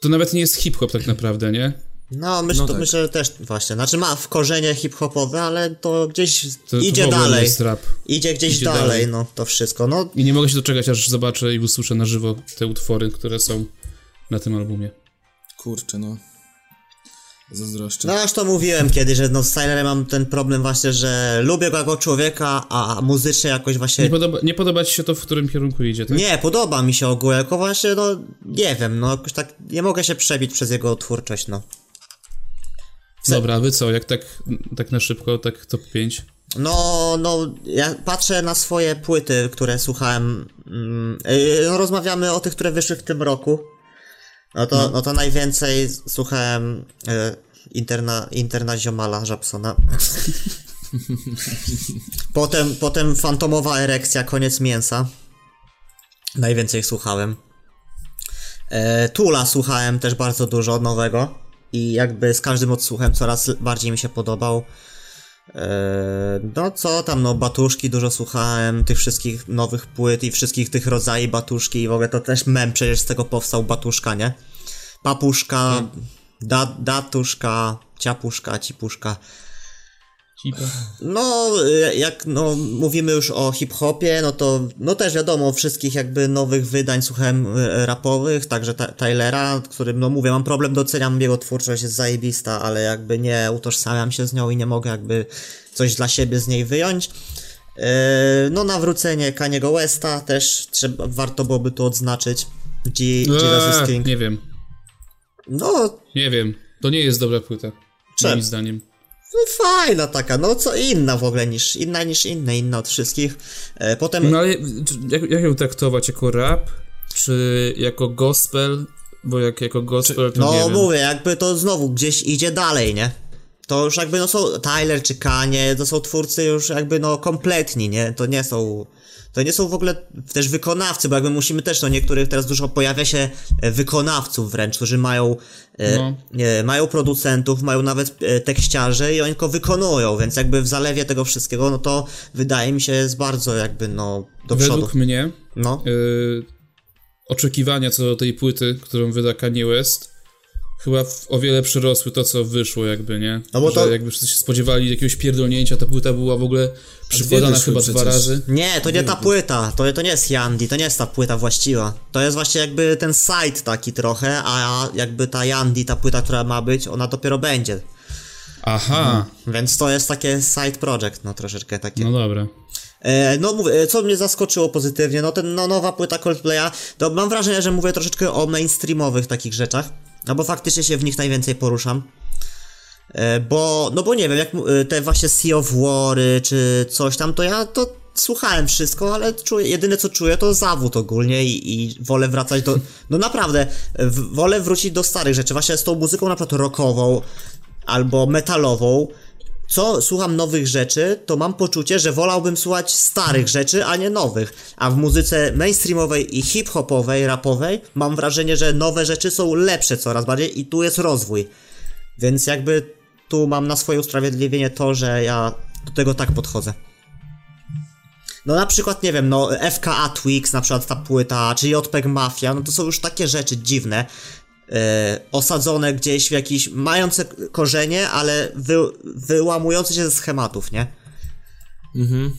Speaker 1: to nawet nie jest hip-hop tak naprawdę, nie?
Speaker 2: No, myśl,
Speaker 3: No
Speaker 2: to
Speaker 3: tak.
Speaker 2: myślę że też właśnie. Znaczy ma w korzenie hip-hopowe, ale to gdzieś
Speaker 1: To,
Speaker 2: idzie
Speaker 1: to w ogóle nie
Speaker 2: dalej.
Speaker 1: jest rap.
Speaker 2: Idzie gdzieś
Speaker 1: Idzie
Speaker 2: dalej,
Speaker 1: dalej.
Speaker 2: no to wszystko. No,
Speaker 1: I nie mogę się doczekać, aż zobaczę i usłyszę na żywo te utwory, które są na tym albumie.
Speaker 3: Kurczę, no. Zazdroszczę.
Speaker 2: no aż to mówiłem kiedyś, że no z Tylerem mam ten problem właśnie, że lubię go jako człowieka, a muzycznie jakoś
Speaker 1: Nie
Speaker 2: właśnie.
Speaker 1: podoba, nie podoba ci się to, w którym kierunku idzie, tak?
Speaker 2: Nie, podoba mi się ogółem, tylko właśnie, no nie wiem, no jakoś tak nie mogę się przebić przez jego twórczość, no.
Speaker 1: Dobra, a wy co, jak tak, tak na szybko, tak top 5?
Speaker 2: No, no, ja patrzę na swoje płyty, które słuchałem. Mm, yy, no, rozmawiamy o tych, które wyszły w tym roku. No to, no to najwięcej z- słuchałem yy, interna, interna Ziomala Żabsona. potem, potem Fantomowa Erekcja, Koniec Mięsa. Najwięcej słuchałem. E, Tula słuchałem też bardzo dużo nowego. I jakby z każdym odsłuchem coraz bardziej mi się podobał. Eee, No co tam, no batuszki dużo słuchałem, tych wszystkich nowych płyt i wszystkich tych rodzajów batuszki i w ogóle to też mem przecież z tego powstał batuszka, nie? Papuszka, da, datuszka, ciapuszka, cipuszka. No, y, jak no, mówimy już o hip-hopie, no to no też wiadomo, wszystkich jakby nowych wydań słuchałem y, rapowych, także ta, Tylera, którym no mówię, mam problem, doceniam jego twórczość, jest zajebista, ale jakby nie utożsamiam się z nią i nie mogę jakby coś dla siebie z niej wyjąć. Yy, no, nawrócenie Kaniego Westa też trzeba, warto byłoby tu odznaczyć. G, Jesus is
Speaker 1: Eee,
Speaker 2: King.
Speaker 1: nie wiem,
Speaker 2: No,
Speaker 1: nie wiem. To nie jest dobra płyta,
Speaker 2: Czemu?
Speaker 1: moim zdaniem.
Speaker 2: fajna taka, no co inna w ogóle niż, inna niż inne, inna od wszystkich. E, Potem
Speaker 1: No ale czy- jak, jak ją traktować? Jako rap? Czy jako gospel? Bo jak jako gospel to
Speaker 2: No
Speaker 1: nie wiem.
Speaker 2: mówię, jakby to znowu gdzieś idzie dalej, nie? To już jakby no są Tyler czy Kanye, to są twórcy już jakby no kompletni, nie? To nie są, to nie są w ogóle też wykonawcy, bo jakby musimy też, no niektórych teraz dużo pojawia się e, wykonawców wręcz, którzy mają, e,
Speaker 1: No.
Speaker 2: e, mają producentów, mają nawet e, tekściarzy i oni tylko wykonują, więc jakby w zalewie tego wszystkiego, no to wydaje mi się jest bardzo jakby no do
Speaker 1: Według
Speaker 2: przodu.
Speaker 1: mnie
Speaker 2: No.
Speaker 1: y, oczekiwania co do tej płyty, którą wyda Kanye West, chyba w, o wiele przerosły to, co wyszło jakby, nie?
Speaker 2: No bo
Speaker 1: Że
Speaker 2: to-
Speaker 1: jakby wszyscy się spodziewali jakiegoś pierdolnięcia, ta płyta była w ogóle przykładana
Speaker 3: wyszły
Speaker 1: chyba dwa
Speaker 3: przecież.
Speaker 1: razy.
Speaker 2: Nie, to nie ta płyta, to, to nie jest Yandi, to nie jest ta płyta właściwa. To jest właśnie jakby ten site taki trochę, a jakby ta Yandi, ta płyta, która ma być, ona dopiero będzie. Mhm.
Speaker 1: Aha,
Speaker 2: Więc to jest takie side project, no troszeczkę takie.
Speaker 1: no dobra.
Speaker 2: E, no mówię, e, co mnie zaskoczyło pozytywnie, no ten, no nowa płyta Coldplaya, to mam wrażenie, że mówię troszeczkę o mainstreamowych takich rzeczach, no bo faktycznie się w nich najwięcej poruszam. E, bo, no bo nie wiem, jak mu- e, te właśnie Sea of Wary czy coś tam, to ja to słuchałem wszystko, ale czuję, jedyne co czuję to zawód ogólnie i, i wolę wracać do, no naprawdę, e, w, wolę wrócić do starych rzeczy, właśnie z tą muzyką na przykład rockową albo metalową, co słucham nowych rzeczy, to mam poczucie, że wolałbym słuchać starych rzeczy, a nie nowych. A w muzyce mainstreamowej i hip-hopowej, rapowej mam wrażenie, że nowe rzeczy są lepsze coraz bardziej i tu jest rozwój. Więc jakby tu mam na swoje usprawiedliwienie to, że ja do tego tak podchodzę. No na przykład, nie wiem, no FKA Twix, na przykład ta płyta, czy JPEG Mafia, no to są już takie rzeczy dziwne, e, osadzone gdzieś w jakiś, mające k- korzenie, ale wy, wyłamujące się ze schematów, nie?
Speaker 3: Mhm.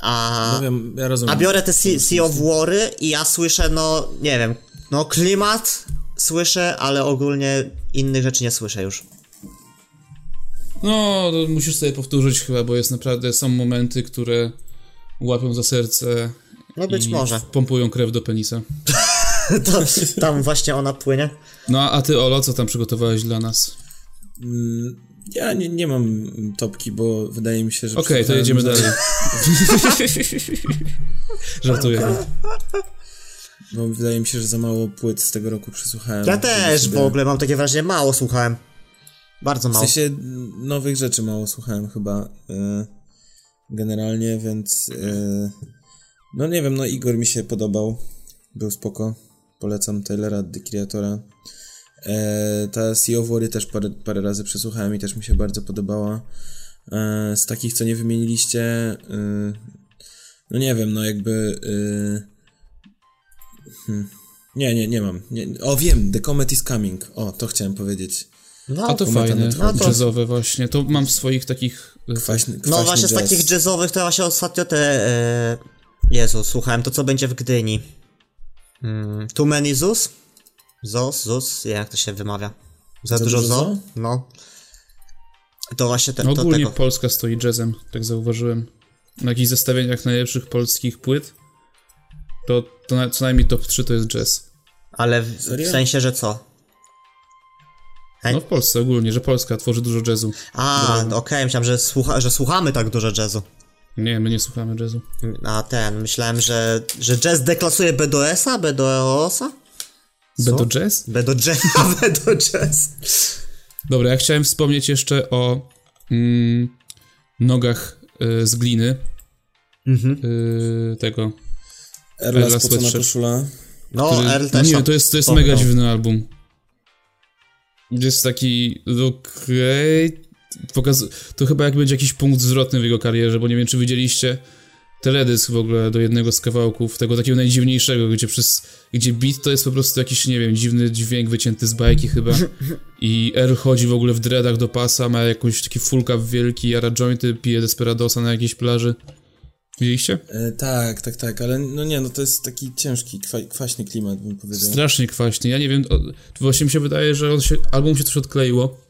Speaker 2: A,
Speaker 3: No wiem, ja rozumiem.
Speaker 2: a biorę te sea, sea of Wary i ja słyszę, no nie wiem, no klimat słyszę, ale ogólnie innych rzeczy nie słyszę już.
Speaker 1: No, to musisz sobie powtórzyć chyba, bo jest naprawdę, są momenty, które łapią za serce
Speaker 2: No być
Speaker 1: i
Speaker 2: może.
Speaker 1: pompują krew do penisa.
Speaker 2: To, tam właśnie ona płynie.
Speaker 1: No, a ty Olo, co tam przygotowałeś dla nas?
Speaker 3: Mm, Ja nie, nie mam topki, bo wydaje mi się, że...
Speaker 1: Okej, to
Speaker 3: przygotowałem
Speaker 1: jedziemy
Speaker 3: za-
Speaker 1: dalej. Żartuję.
Speaker 3: Bo wydaje mi się, że za mało płyt z tego roku przesłuchałem.
Speaker 2: Ja też
Speaker 3: Sobie-
Speaker 2: w ogóle mam takie wrażenie, mało słuchałem. Bardzo
Speaker 3: W
Speaker 2: mało.
Speaker 3: sensie nowych rzeczy mało słuchałem chyba y, generalnie, więc y, no nie wiem, no Igor mi się podobał, był spoko, polecam Taylora, The Creatora. E, ta Sea of War też parę, parę razy przesłuchałem i też mi się bardzo podobała. E, z takich, co nie wymieniliście, y, no nie wiem, no jakby... Y, hmm, nie, nie, nie mam. Nie, o, wiem, The Comet is Coming. O, to chciałem powiedzieć.
Speaker 2: No,
Speaker 1: A to
Speaker 3: Komentarz
Speaker 1: fajne,
Speaker 3: na
Speaker 2: to-
Speaker 1: jazzowe właśnie. To mam w swoich takich... e,
Speaker 3: Kwaśny, kwaśny
Speaker 2: no właśnie z
Speaker 3: jazz.
Speaker 2: takich jazzowych to ja się ostatnio te... E... Jezu, słuchałem to co będzie w Gdyni. Mm, too many Zeus? Zeus, Zeus, jak to się wymawia? Za,
Speaker 3: Za
Speaker 2: dużo
Speaker 3: dużo
Speaker 2: zo?
Speaker 3: zo?
Speaker 2: No. To właśnie te,
Speaker 1: No,
Speaker 2: to
Speaker 1: ogólnie
Speaker 2: tego.
Speaker 1: Polska stoi jazzem, tak zauważyłem. Na jakichś zestawieniach najlepszych polskich płyt, to, to na, co najmniej top 3 to jest jazz.
Speaker 2: Ale w, w
Speaker 3: Serio?
Speaker 2: sensie, że co? Ej.
Speaker 1: No w Polsce ogólnie, że Polska tworzy dużo jazzu.
Speaker 2: A, okej, myślałem, że, słucha, że słuchamy tak dużo jazzu.
Speaker 1: Nie, my nie słuchamy jazzu.
Speaker 2: A ten, myślałem, że, że jazz deklasuje BDS-a, BDOS-a?
Speaker 1: Beto jazz?
Speaker 2: Bedo jazz, bedo jazz.
Speaker 1: Dobra, ja chciałem wspomnieć jeszcze o mm, nogach y, z gliny. Y, tego.
Speaker 3: Erla
Speaker 1: Erla
Speaker 3: spocona
Speaker 1: Sweatshirt.
Speaker 3: koszula.
Speaker 2: No,
Speaker 1: który-
Speaker 2: R też
Speaker 1: Nie,
Speaker 2: tam
Speaker 1: to jest, to jest
Speaker 2: wspomniał.
Speaker 1: mega dziwny album. Jest taki. Okej. pokazu- To chyba jak będzie jakiś punkt zwrotny w jego karierze, bo nie wiem, czy widzieliście teledysk w ogóle do jednego z kawałków, tego takiego najdziwniejszego, gdzie przez. gdzie beat to jest po prostu jakiś, nie wiem, dziwny dźwięk wycięty z bajki chyba. I R chodzi w ogóle w dreadach do pasa, ma jakąś taki fulka wielki, jara jointy, pije desperadosa na jakiejś plaży. Widzieliście?
Speaker 3: E, tak, tak, tak, ale no nie, no to jest taki ciężki, kwa, kwaśny klimat, bym powiedział.
Speaker 1: Strasznie kwaśny. Ja nie wiem, o- właśnie mi się wydaje, że on się, albo mu się coś odkleiło,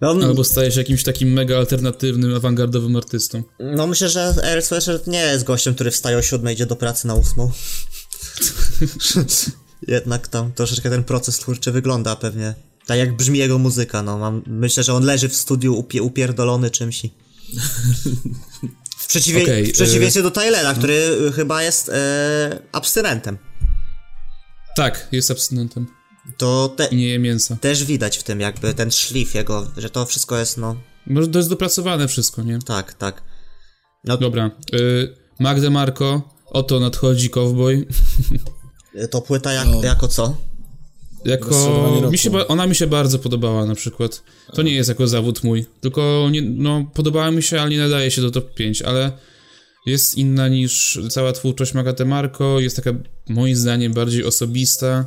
Speaker 2: No,
Speaker 1: albo staje się jakimś takim mega alternatywnym, awangardowym artystą.
Speaker 2: no myślę, że R Sweatshirt nie jest gościem, który wstaje o siódmej, idzie do pracy na ósmą. Jednak tam troszeczkę ten proces twórczy wygląda pewnie. Tak jak brzmi jego muzyka, no mam, myślę, że on leży w studiu upie, upierdolony czymś i... W, przeciwie...
Speaker 1: Okej,
Speaker 2: w przeciwieństwie do Tylera, który y, chyba jest e, abstynentem.
Speaker 1: Tak, jest abstynentem.
Speaker 2: To te,
Speaker 1: i nie je mięsa.
Speaker 2: też widać w tym jakby ten szlif jego, że to wszystko jest, no,
Speaker 1: Może to jest dopracowane wszystko, nie?
Speaker 2: tak, tak.
Speaker 1: Dobra. Y, Magde Marko, oto nadchodzi cowboy.
Speaker 2: To płyta jak, jako co?
Speaker 3: Rozczarowanie
Speaker 1: Jako.
Speaker 3: roku.
Speaker 1: Mi się, ba- ona mi się bardzo podobała na przykład. To nie jest jako zawód mój. Tylko nie, no, podobała mi się, ale nie nadaje się do top 5, ale jest inna niż cała twórczość Magate Marco. Jest taka moim zdaniem bardziej osobista,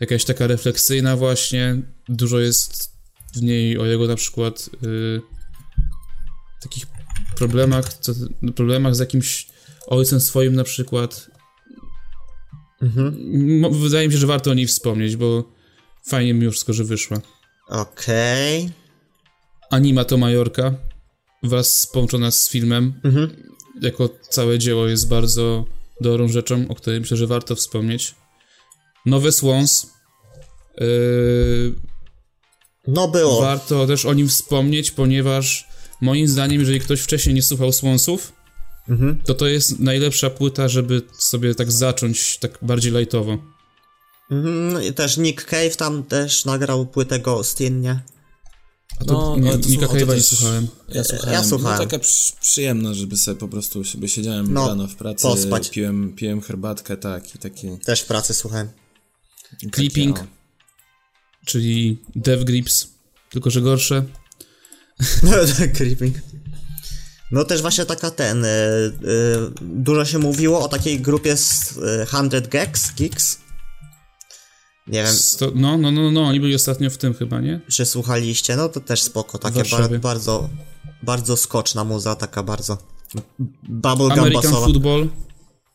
Speaker 1: jakaś taka refleksyjna właśnie. Dużo jest w niej o jego na przykład y, takich problemach, co, problemach z jakimś ojcem swoim na przykład. Mo- Wydaje mi się, że warto o niej wspomnieć, bo fajnie mi już że wyszła.
Speaker 2: Okej.
Speaker 1: Anima to Majorka wraz połączona z filmem.
Speaker 3: Mhm.
Speaker 1: Jako całe dzieło jest bardzo dobrą rzeczą, o której myślę, że warto wspomnieć. Nowe Słons. Yy,
Speaker 2: No było.
Speaker 1: warto też o nim wspomnieć, ponieważ moim zdaniem, jeżeli ktoś wcześniej nie słuchał Słonsów,
Speaker 3: Mhm.
Speaker 1: to to jest najlepsza płyta, żeby sobie tak zacząć tak bardziej lajtowo.
Speaker 2: Mhm, no i też Nick Cave tam też nagrał płytę Ghostin, nie?
Speaker 1: A to nie,
Speaker 3: No, ale to
Speaker 1: Nika
Speaker 3: są- o, to
Speaker 1: Cave'a nie
Speaker 3: też-
Speaker 1: słuchałem.
Speaker 3: Ja słuchałem.
Speaker 2: ja słuchałem.
Speaker 3: No, taka przy, przyjemna, żeby sobie po prostu sobie siedziałem
Speaker 2: No,
Speaker 3: rano w pracy,
Speaker 2: pospać.
Speaker 3: Piłem, piłem herbatkę, tak, i takie...
Speaker 2: Też w pracy słuchałem.
Speaker 3: takie,
Speaker 1: Clipping.
Speaker 3: o.
Speaker 1: Czyli Dev Grips, tylko że gorsze.
Speaker 2: Creeping. No też właśnie taka ten, y, y, dużo się mówiło o takiej grupie z y, 100 Geeks, Geeks. Nie wiem,
Speaker 1: Sto, no, no, no, no, oni byli ostatnio w tym chyba, nie?
Speaker 2: czy słuchaliście, no to też spoko, takie
Speaker 1: Warszawie.
Speaker 2: bar, bardzo, bardzo skoczna muza, taka bardzo bubblegum
Speaker 1: American
Speaker 2: bassowa.
Speaker 1: Football.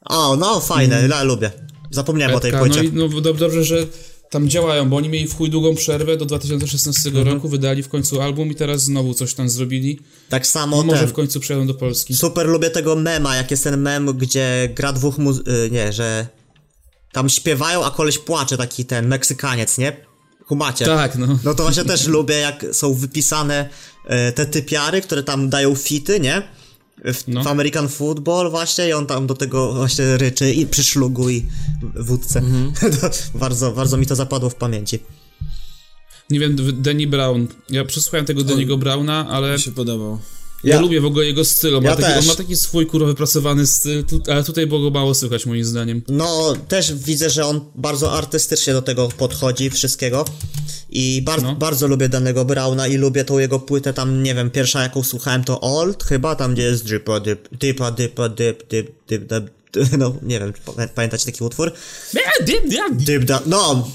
Speaker 2: O, no fajne, ja lubię. Zapomniałem
Speaker 1: Petka,
Speaker 2: o tej
Speaker 1: Mm. no
Speaker 2: płycie.
Speaker 1: i no, dob- dobrze, że tam działają, bo oni mieli w chuj długą przerwę do 2016
Speaker 2: Mhm.
Speaker 1: roku, wydali w końcu album i teraz znowu coś tam zrobili.
Speaker 2: Tak samo
Speaker 1: Może
Speaker 2: ten.
Speaker 1: w końcu przyjadą do Polski.
Speaker 2: Super lubię tego mema, jak jest ten mem, gdzie gra dwóch mu... y, nie, że tam śpiewają, a koleś płacze, taki ten Meksykaniec, nie? Kumacie.
Speaker 1: Tak, no.
Speaker 2: No to właśnie też lubię, jak są wypisane e, te typiary, które tam dają fity, nie? W,
Speaker 1: No.
Speaker 2: w American Football właśnie i on tam do tego właśnie ryczy i przy szlugu i w wódce.
Speaker 1: Mhm.
Speaker 2: To bardzo, bardzo mi to zapadło w pamięci.
Speaker 1: Nie wiem, w- Danny Brown. Ja przesłuchałem tego Danny'ego Browna, ale
Speaker 3: Mi się podobał.
Speaker 1: ja,
Speaker 2: Ja-
Speaker 1: lubię w ogóle jego styl. On,
Speaker 2: Ja
Speaker 1: ma, taki, on
Speaker 2: też.
Speaker 1: ma taki swój kurwa wypracowany styl, tu, ale tutaj było go mało słychać moim zdaniem.
Speaker 2: No, też widzę, że on bardzo artystycznie do tego podchodzi, wszystkiego. I bar-
Speaker 1: No.
Speaker 2: bardzo lubię danego Brauna i lubię tą jego płytę, tam nie wiem, pierwsza jaką słuchałem to Old, chyba tam gdzie jest dripa dip, dipa dipa dip, dip, dip, dip, dip no nie wiem, czy pamię- pamiętacie taki utwór? Dip da, no!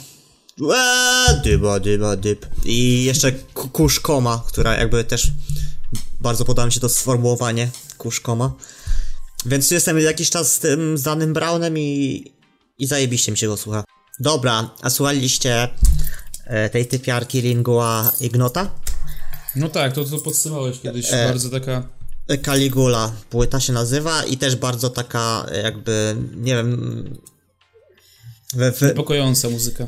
Speaker 2: Eee, dyba dyba dip. I jeszcze ku- kuszkoma, która jakby też bardzo podoba mi się to sformułowanie, kuszkoma. Więc jestem jakiś czas z tym znanym Brownem i, i zajebiście mi się go słucha. Dobra, a słuchaliście e, tej typiarki Lingua Ignota?
Speaker 1: No tak, to, to podsumowałeś kiedyś, bardzo taka...
Speaker 2: E, Caligula płyta się nazywa i też bardzo taka e, jakby, nie wiem... We, we,
Speaker 1: Niepokojąca muzyka.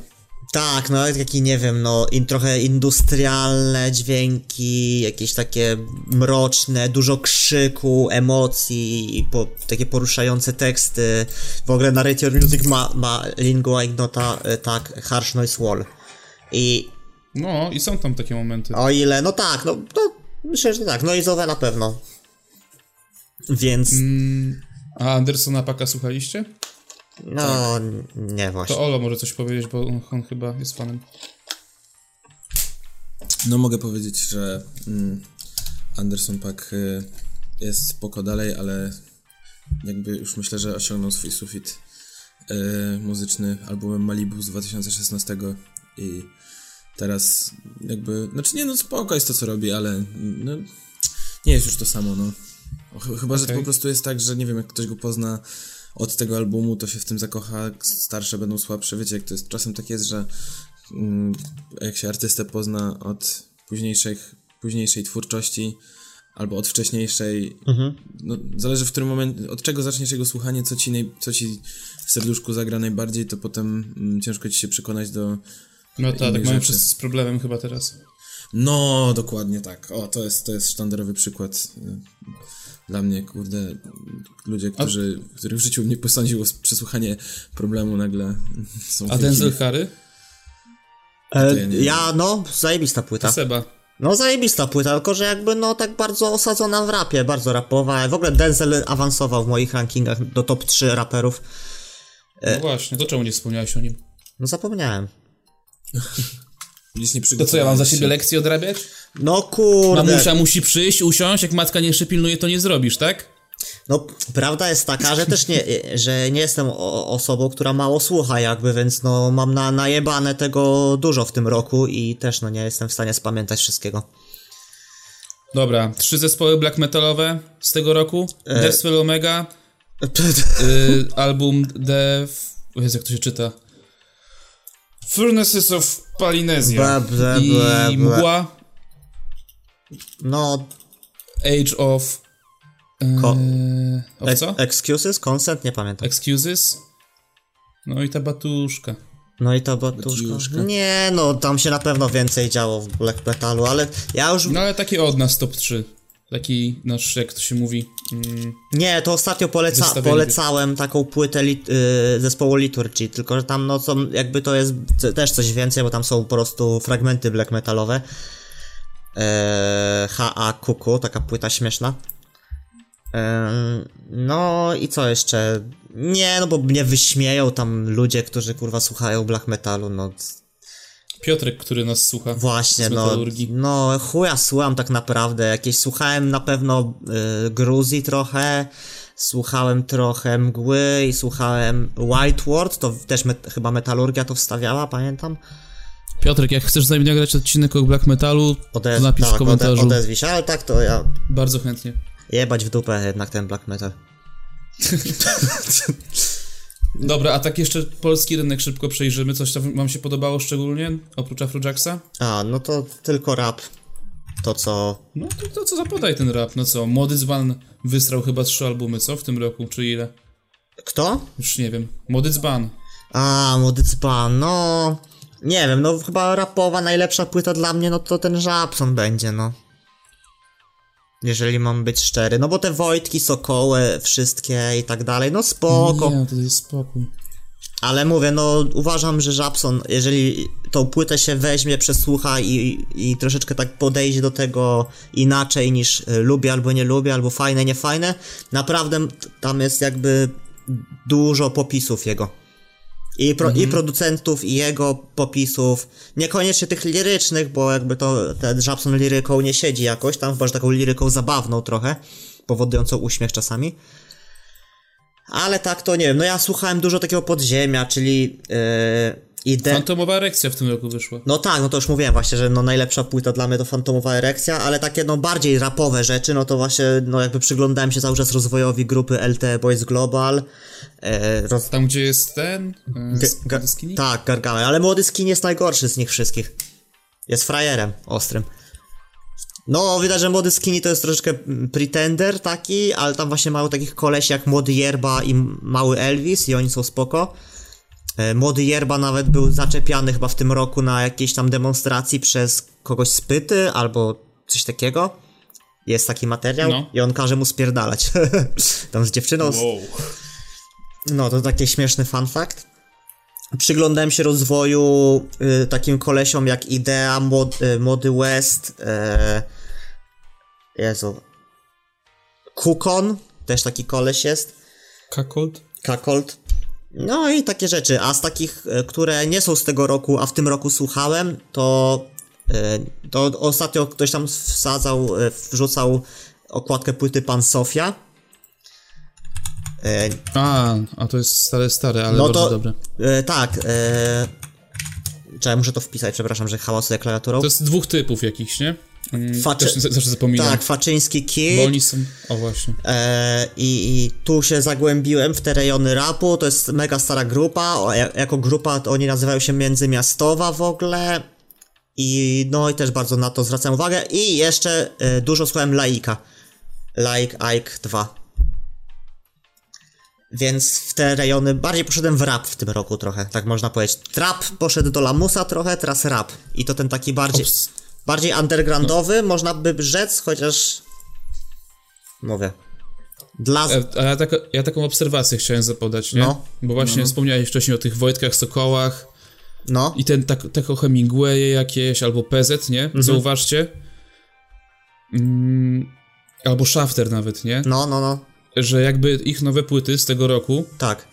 Speaker 2: tak, no taki nie wiem, no in, trochę industrialne dźwięki, jakieś takie mroczne, dużo krzyku, emocji, i po, takie poruszające teksty. W ogóle na Rate Your Music ma, ma lingua ignota, y, tak, Harsh Noise Wall. I
Speaker 1: No i są tam takie momenty.
Speaker 2: o ile, no tak, no, no myślę, że tak, no i Zowe na pewno. Więc,
Speaker 1: A Andersona Paka słuchaliście?
Speaker 2: no, n- nie właśnie.
Speaker 1: To Olo może coś powiedzieć, bo on, on chyba jest fanem.
Speaker 3: No mogę powiedzieć, że mm, Anderson Pak y, jest spoko dalej, ale jakby już myślę, że osiągnął swój sufit y, muzyczny albumem Malibu z 2016 i teraz jakby, znaczy nie no spoko jest to co robi, ale mm, no, nie jest już to samo no. O, ch- Chyba, że to
Speaker 1: Okej.
Speaker 3: po prostu jest tak, że nie wiem, jak ktoś go pozna od tego albumu, to się w tym zakocha, starsze będą słabsze, wiecie jak to jest, czasem tak jest, że mm, jak się artystę pozna od późniejszych, późniejszej twórczości albo od wcześniejszej,
Speaker 1: Mhm.
Speaker 3: no, zależy w którym momencie, od czego zaczniesz jego słuchanie, co ci, naj, co ci w serduszku zagra najbardziej, to potem mm, ciężko ci się przekonać do...
Speaker 1: No tak, tak
Speaker 3: Innych
Speaker 1: mają
Speaker 3: rzeczy.
Speaker 1: wszyscy z problemem chyba teraz.
Speaker 3: No, dokładnie tak. O, to jest, to jest sztandarowy przykład y, dla mnie, kurde, ludzie, którzy, których w życiu mnie posądziło s- przesłuchanie problemu nagle są
Speaker 1: A
Speaker 3: wielkimi-
Speaker 1: Denzel Curry?
Speaker 2: E, ja, no, zajebista płyta.
Speaker 1: Seba.
Speaker 2: No zajebista płyta, tylko że jakby no tak bardzo osadzona w rapie, bardzo rapowa. W ogóle Denzel awansował w moich rankingach do top 3 raperów.
Speaker 1: No właśnie, to czemu nie wspomniałeś o nim?
Speaker 2: No zapomniałem.
Speaker 3: Gdzieś nie
Speaker 1: To co, ja mam za siebie
Speaker 3: przygotowałem
Speaker 1: lekcję odrabiać?
Speaker 2: No kurde.
Speaker 1: Mamusza musi przyjść, usiąść, jak matka nie przypilnuje, to nie zrobisz, tak?
Speaker 2: No prawda jest taka, że też nie, że nie jestem o, osobą, która mało słucha jakby, więc no mam na najebane tego dużo w tym roku i też no nie jestem w stanie spamiętać wszystkiego.
Speaker 1: Dobra, trzy zespoły black metalowe z tego roku. Deathwell Omega, y, album Death... O Jezu, jak to się czyta? Furnaces of Palinesia
Speaker 2: Bla, bla,
Speaker 1: i
Speaker 2: bla, bla.
Speaker 1: Mgła,
Speaker 2: No,
Speaker 1: Age of...
Speaker 2: ko-
Speaker 1: Yy, of
Speaker 2: ex-
Speaker 1: co?
Speaker 2: excuses, consent, nie pamiętam.
Speaker 1: Excuses. No i ta batuszka.
Speaker 2: No i to batuszka.
Speaker 3: Baciuszka.
Speaker 2: Nie no, tam się na pewno więcej działo w black metalu, ale ja już...
Speaker 1: No ale takie od nas top 3. Taki nasz, jak to się mówi... Mm,
Speaker 2: Nie, to ostatnio poleca
Speaker 1: Wystawienie.
Speaker 2: polecałem taką płytę lit y, zespołu Liturgy, tylko że tam no są, jakby to jest c- też coś więcej, bo tam są po prostu fragmenty black metalowe. Eee, H.A. Kuku, taka płyta śmieszna. Em, no i co jeszcze? Nie, no bo mnie wyśmieją tam ludzie, którzy kurwa słuchają black metalu, no c-
Speaker 1: Piotrek, który nas słucha.
Speaker 2: właśnie,
Speaker 1: z
Speaker 2: no,
Speaker 1: metalurgii.
Speaker 2: no chuja słucham tak naprawdę, jakieś słuchałem na pewno y, Gruzji trochę, słuchałem trochę Mgły i słuchałem White World, to też met, chyba Metalurgia to wstawiała, pamiętam.
Speaker 1: Piotrek, jak chcesz z nami nagrać odcinek o black metalu,
Speaker 2: Odez-
Speaker 1: to napisz w
Speaker 2: tak,
Speaker 1: komentarzu.
Speaker 2: Ode, odezwij się, ale tak to ja
Speaker 1: Bardzo chętnie.
Speaker 2: jebać w dupę jednak ten black metal.
Speaker 1: Dobra, a tak jeszcze polski rynek szybko przejrzymy. Coś tam wam się podobało szczególnie, oprócz Afrojacksa?
Speaker 2: A, no to tylko rap, to co...
Speaker 1: No to, to co zapodaj ten rap, no co? Młody dzban wysrał chyba trzy albumy, co? W tym roku, czy ile?
Speaker 2: Kto?
Speaker 1: Już nie wiem. Młody dzban.
Speaker 2: A, młody dzban, no... Nie wiem, no chyba rapowa najlepsza płyta dla mnie, no to ten Żabson będzie, no. Jeżeli mam być szczery, no bo te Wojtki, Sokoły, wszystkie i tak dalej, no spoko.
Speaker 1: Nie, to jest spokój.
Speaker 2: Ale mówię, no uważam, że Żabson, jeżeli tą płytę się weźmie, przesłucha i, i troszeczkę tak podejdzie do tego inaczej niż y, lubię albo nie lubię, albo fajne, nie fajne, naprawdę t- tam jest jakby dużo popisów jego. I, pro, I producentów, i jego popisów. Niekoniecznie tych lirycznych, bo jakby to ten Żabson liryką nie siedzi jakoś, tam chyba że taką liryką zabawną trochę, powodującą uśmiech czasami. Ale tak to nie wiem, no ja słuchałem dużo takiego podziemia, czyli yy, ide...
Speaker 1: Fantomowa erekcja w tym roku wyszła.
Speaker 2: No tak, no to już mówiłem właśnie, że no najlepsza płyta dla mnie to Fantomowa Erekcja, ale takie no bardziej rapowe rzeczy, no to właśnie no jakby przyglądałem się cały czas rozwojowi grupy LT Boys Global. E, roz...
Speaker 1: Tam, gdzie jest ten... E,
Speaker 2: Ga-
Speaker 1: z-
Speaker 2: ga-
Speaker 1: Skinny?
Speaker 2: tak, Gargamel, ale młody skin jest najgorszy z nich wszystkich. Jest frajerem ostrym. No, widać, że młody skinny to jest troszeczkę mm, pretender taki, ale tam właśnie mają takich kolesi jak młody Jerba i m- mały Elvis i oni są spoko. E, Młody Jerba nawet był zaczepiany chyba w tym roku na jakiejś tam demonstracji przez kogoś z pyty albo coś takiego. Jest taki materiał
Speaker 1: No.
Speaker 2: i on każe mu spierdalać. tam z dziewczyną, z
Speaker 1: Wow.
Speaker 2: no, to taki śmieszny fun fact. Przyglądałem się rozwoju y, takim kolesiom jak Idea, Mod, y, Mody West, y, Jezu, Kukon, też taki koleś jest,
Speaker 1: Kakold?
Speaker 2: Kakold. No i takie rzeczy, a z takich, y, które nie są z tego roku, a w tym roku słuchałem, to, y, to ostatnio ktoś tam wsadzał, y, wrzucał okładkę płyty Pan Sofia. Y,
Speaker 1: A, a to jest stare, stare, ale
Speaker 2: No
Speaker 1: bardzo
Speaker 2: to.
Speaker 1: dobre.
Speaker 2: E, tak. E, czekaj, muszę to wpisać, przepraszam, że hałasuję klawiaturą.
Speaker 1: To jest dwóch typów jakichś, nie? Mm,
Speaker 2: Faczy-
Speaker 1: Też z- zawsze zapominam.
Speaker 2: Tak, Faczyński
Speaker 1: Bo
Speaker 2: Kid.
Speaker 1: oni są. O właśnie.
Speaker 2: E, i, I tu się zagłębiłem w te rejony rapu. To jest mega stara grupa. O, ja- jako grupa to oni nazywają się Międzymiastowa w ogóle. I no i też bardzo na to zwracam uwagę. I jeszcze e, dużo słuchałem Laika. Laik Ike 2. Więc w te rejony bardziej poszedłem w rap w tym roku trochę, tak można powiedzieć. Trap poszedł do lamusa trochę, teraz rap. I to ten taki bardziej,
Speaker 1: Ops.
Speaker 2: bardziej undergroundowy, można by rzec, chociaż. Mówię. Dla.
Speaker 1: E, A ja, tak, ja taką obserwację chciałem zapodać, nie?
Speaker 2: No.
Speaker 1: Bo właśnie wspomniałeś wcześniej o tych Wojtkach, Sokołach,
Speaker 2: No.
Speaker 1: I ten tak, tak o Hemingwaye jakieś, albo PZ, nie?
Speaker 2: Mhm.
Speaker 1: Zauważcie. Mm, albo Shafter nawet, nie?
Speaker 2: No, no, no.
Speaker 1: Że jakby ich nowe płyty z tego roku,
Speaker 2: Tak.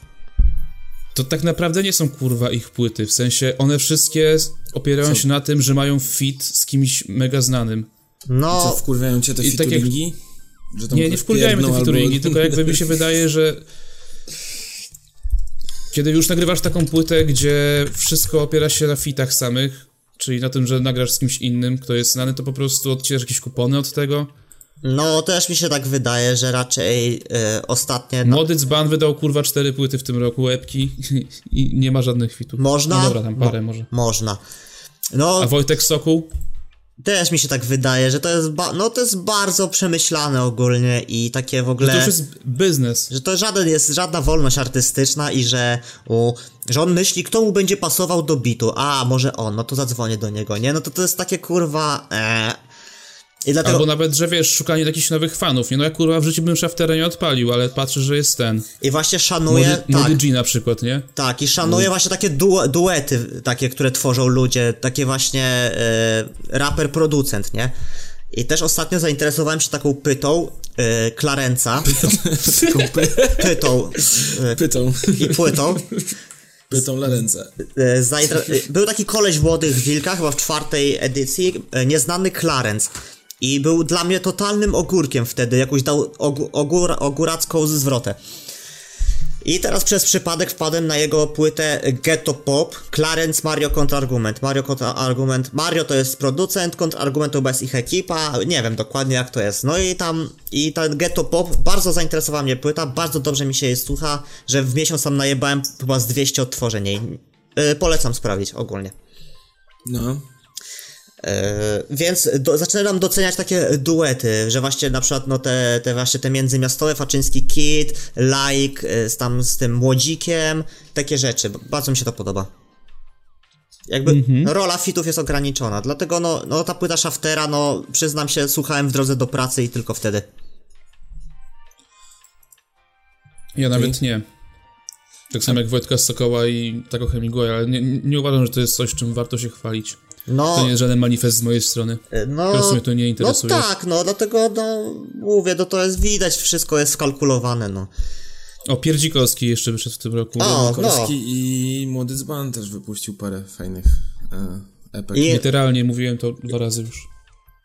Speaker 1: to tak naprawdę nie są kurwa ich płyty. W sensie one wszystkie opierają się na tym, że mają fit z kimś mega znanym.
Speaker 3: Co,
Speaker 2: No,
Speaker 3: wkurwiają cię te
Speaker 1: I tak jak-
Speaker 3: featuringi? Że tam
Speaker 1: Nie, nie
Speaker 3: ktoś
Speaker 1: wkurwiajmy te
Speaker 3: pierdnął
Speaker 1: featuringi,
Speaker 3: albo-
Speaker 1: tylko jakby mi się wydaje, że kiedy już nagrywasz taką płytę, gdzie wszystko opiera się na fitach samych, czyli na tym, że nagrasz z kimś innym, kto jest znany, to po prostu odcinasz jakieś kupony od tego.
Speaker 2: no też mi się tak wydaje, że raczej e, ostatnie... na-
Speaker 1: Młody dzban wydał kurwa cztery płyty w tym roku, epki i nie ma żadnych fitów.
Speaker 2: Można?
Speaker 1: No dobra, tam parę może.
Speaker 2: Można. No,
Speaker 1: A Wojtek Sokół?
Speaker 2: też mi się tak wydaje, że to jest, ba- no, to jest bardzo przemyślane ogólnie i takie w ogóle...
Speaker 1: To już jest biznes.
Speaker 2: Że to żaden jest żadna wolność artystyczna i że, u, że on myśli, kto mu będzie pasował do bitu. A, może on, no to zadzwonię do niego, nie? No to to jest takie kurwa. E. I dlatego.
Speaker 1: Albo nawet, że wiesz, szukanie jakichś nowych fanów. Nie, no ja kurwa w życiu bym szaftera nie odpalił, ale patrzę, że jest ten.
Speaker 2: I właśnie szanuję.
Speaker 1: Młody,
Speaker 2: tak,
Speaker 1: młody G na przykład, nie?
Speaker 2: tak, i szanuję właśnie takie du- duety, takie, które tworzą ludzie, takie właśnie e, raper-producent, nie? I też ostatnio zainteresowałem się taką pytą e, Clarenca. Pytą. E,
Speaker 3: Pytą.
Speaker 2: I płytą.
Speaker 3: Pytą na ręce.
Speaker 2: E, zainter- e, Był taki koleś w Młodych Wilkach, chyba w czwartej edycji, e, nieznany Clarence. I był dla mnie totalnym ogórkiem wtedy, jakąś dał og- ogór- ogóracką zwrotę. I teraz przez przypadek wpadłem na jego płytę Ghetto Pop, Clarence Mario kontrargument. Mario kontrargument. Mario to jest producent, kontrargument to jest ich ekipa, nie wiem dokładnie jak to jest. No i tam, i ten Ghetto Pop, bardzo zainteresowała mnie płyta, bardzo dobrze mi się jej słucha, że w miesiąc tam najebałem chyba z 200 odtworzeń jej. Yy, polecam sprawdzić ogólnie.
Speaker 3: No.
Speaker 2: E, więc do, zaczynam doceniać takie duety, że właśnie na przykład no te, te właśnie te międzymiastowe, Faczyński Kid, Like e, z tam z tym Młodzikiem, takie rzeczy, b- bardzo mi się to podoba. Jakby
Speaker 1: Mhm.
Speaker 2: rola fitów jest ograniczona, dlatego no, no ta płyta Shaftera, no przyznam się, słuchałem w drodze do pracy i tylko wtedy.
Speaker 1: Ja nawet nie. Tak samo jak Wojtka z Sokoła i Tako Hemingway, ale nie, nie uważam, że to jest coś, czym warto się chwalić.
Speaker 2: No,
Speaker 1: To nie jest żaden manifest z mojej strony.
Speaker 2: e, no,
Speaker 1: teraz mnie to nie interesuje.
Speaker 2: No tak, no dlatego no mówię, no to jest widać, wszystko jest skalkulowane, no.
Speaker 1: O, Pierdzikowski jeszcze wyszedł w tym roku.
Speaker 2: O, no.
Speaker 3: Korski i Młody Dzban też wypuścił parę fajnych e, epek.
Speaker 2: I,
Speaker 1: Literalnie mówiłem to dwa razy już.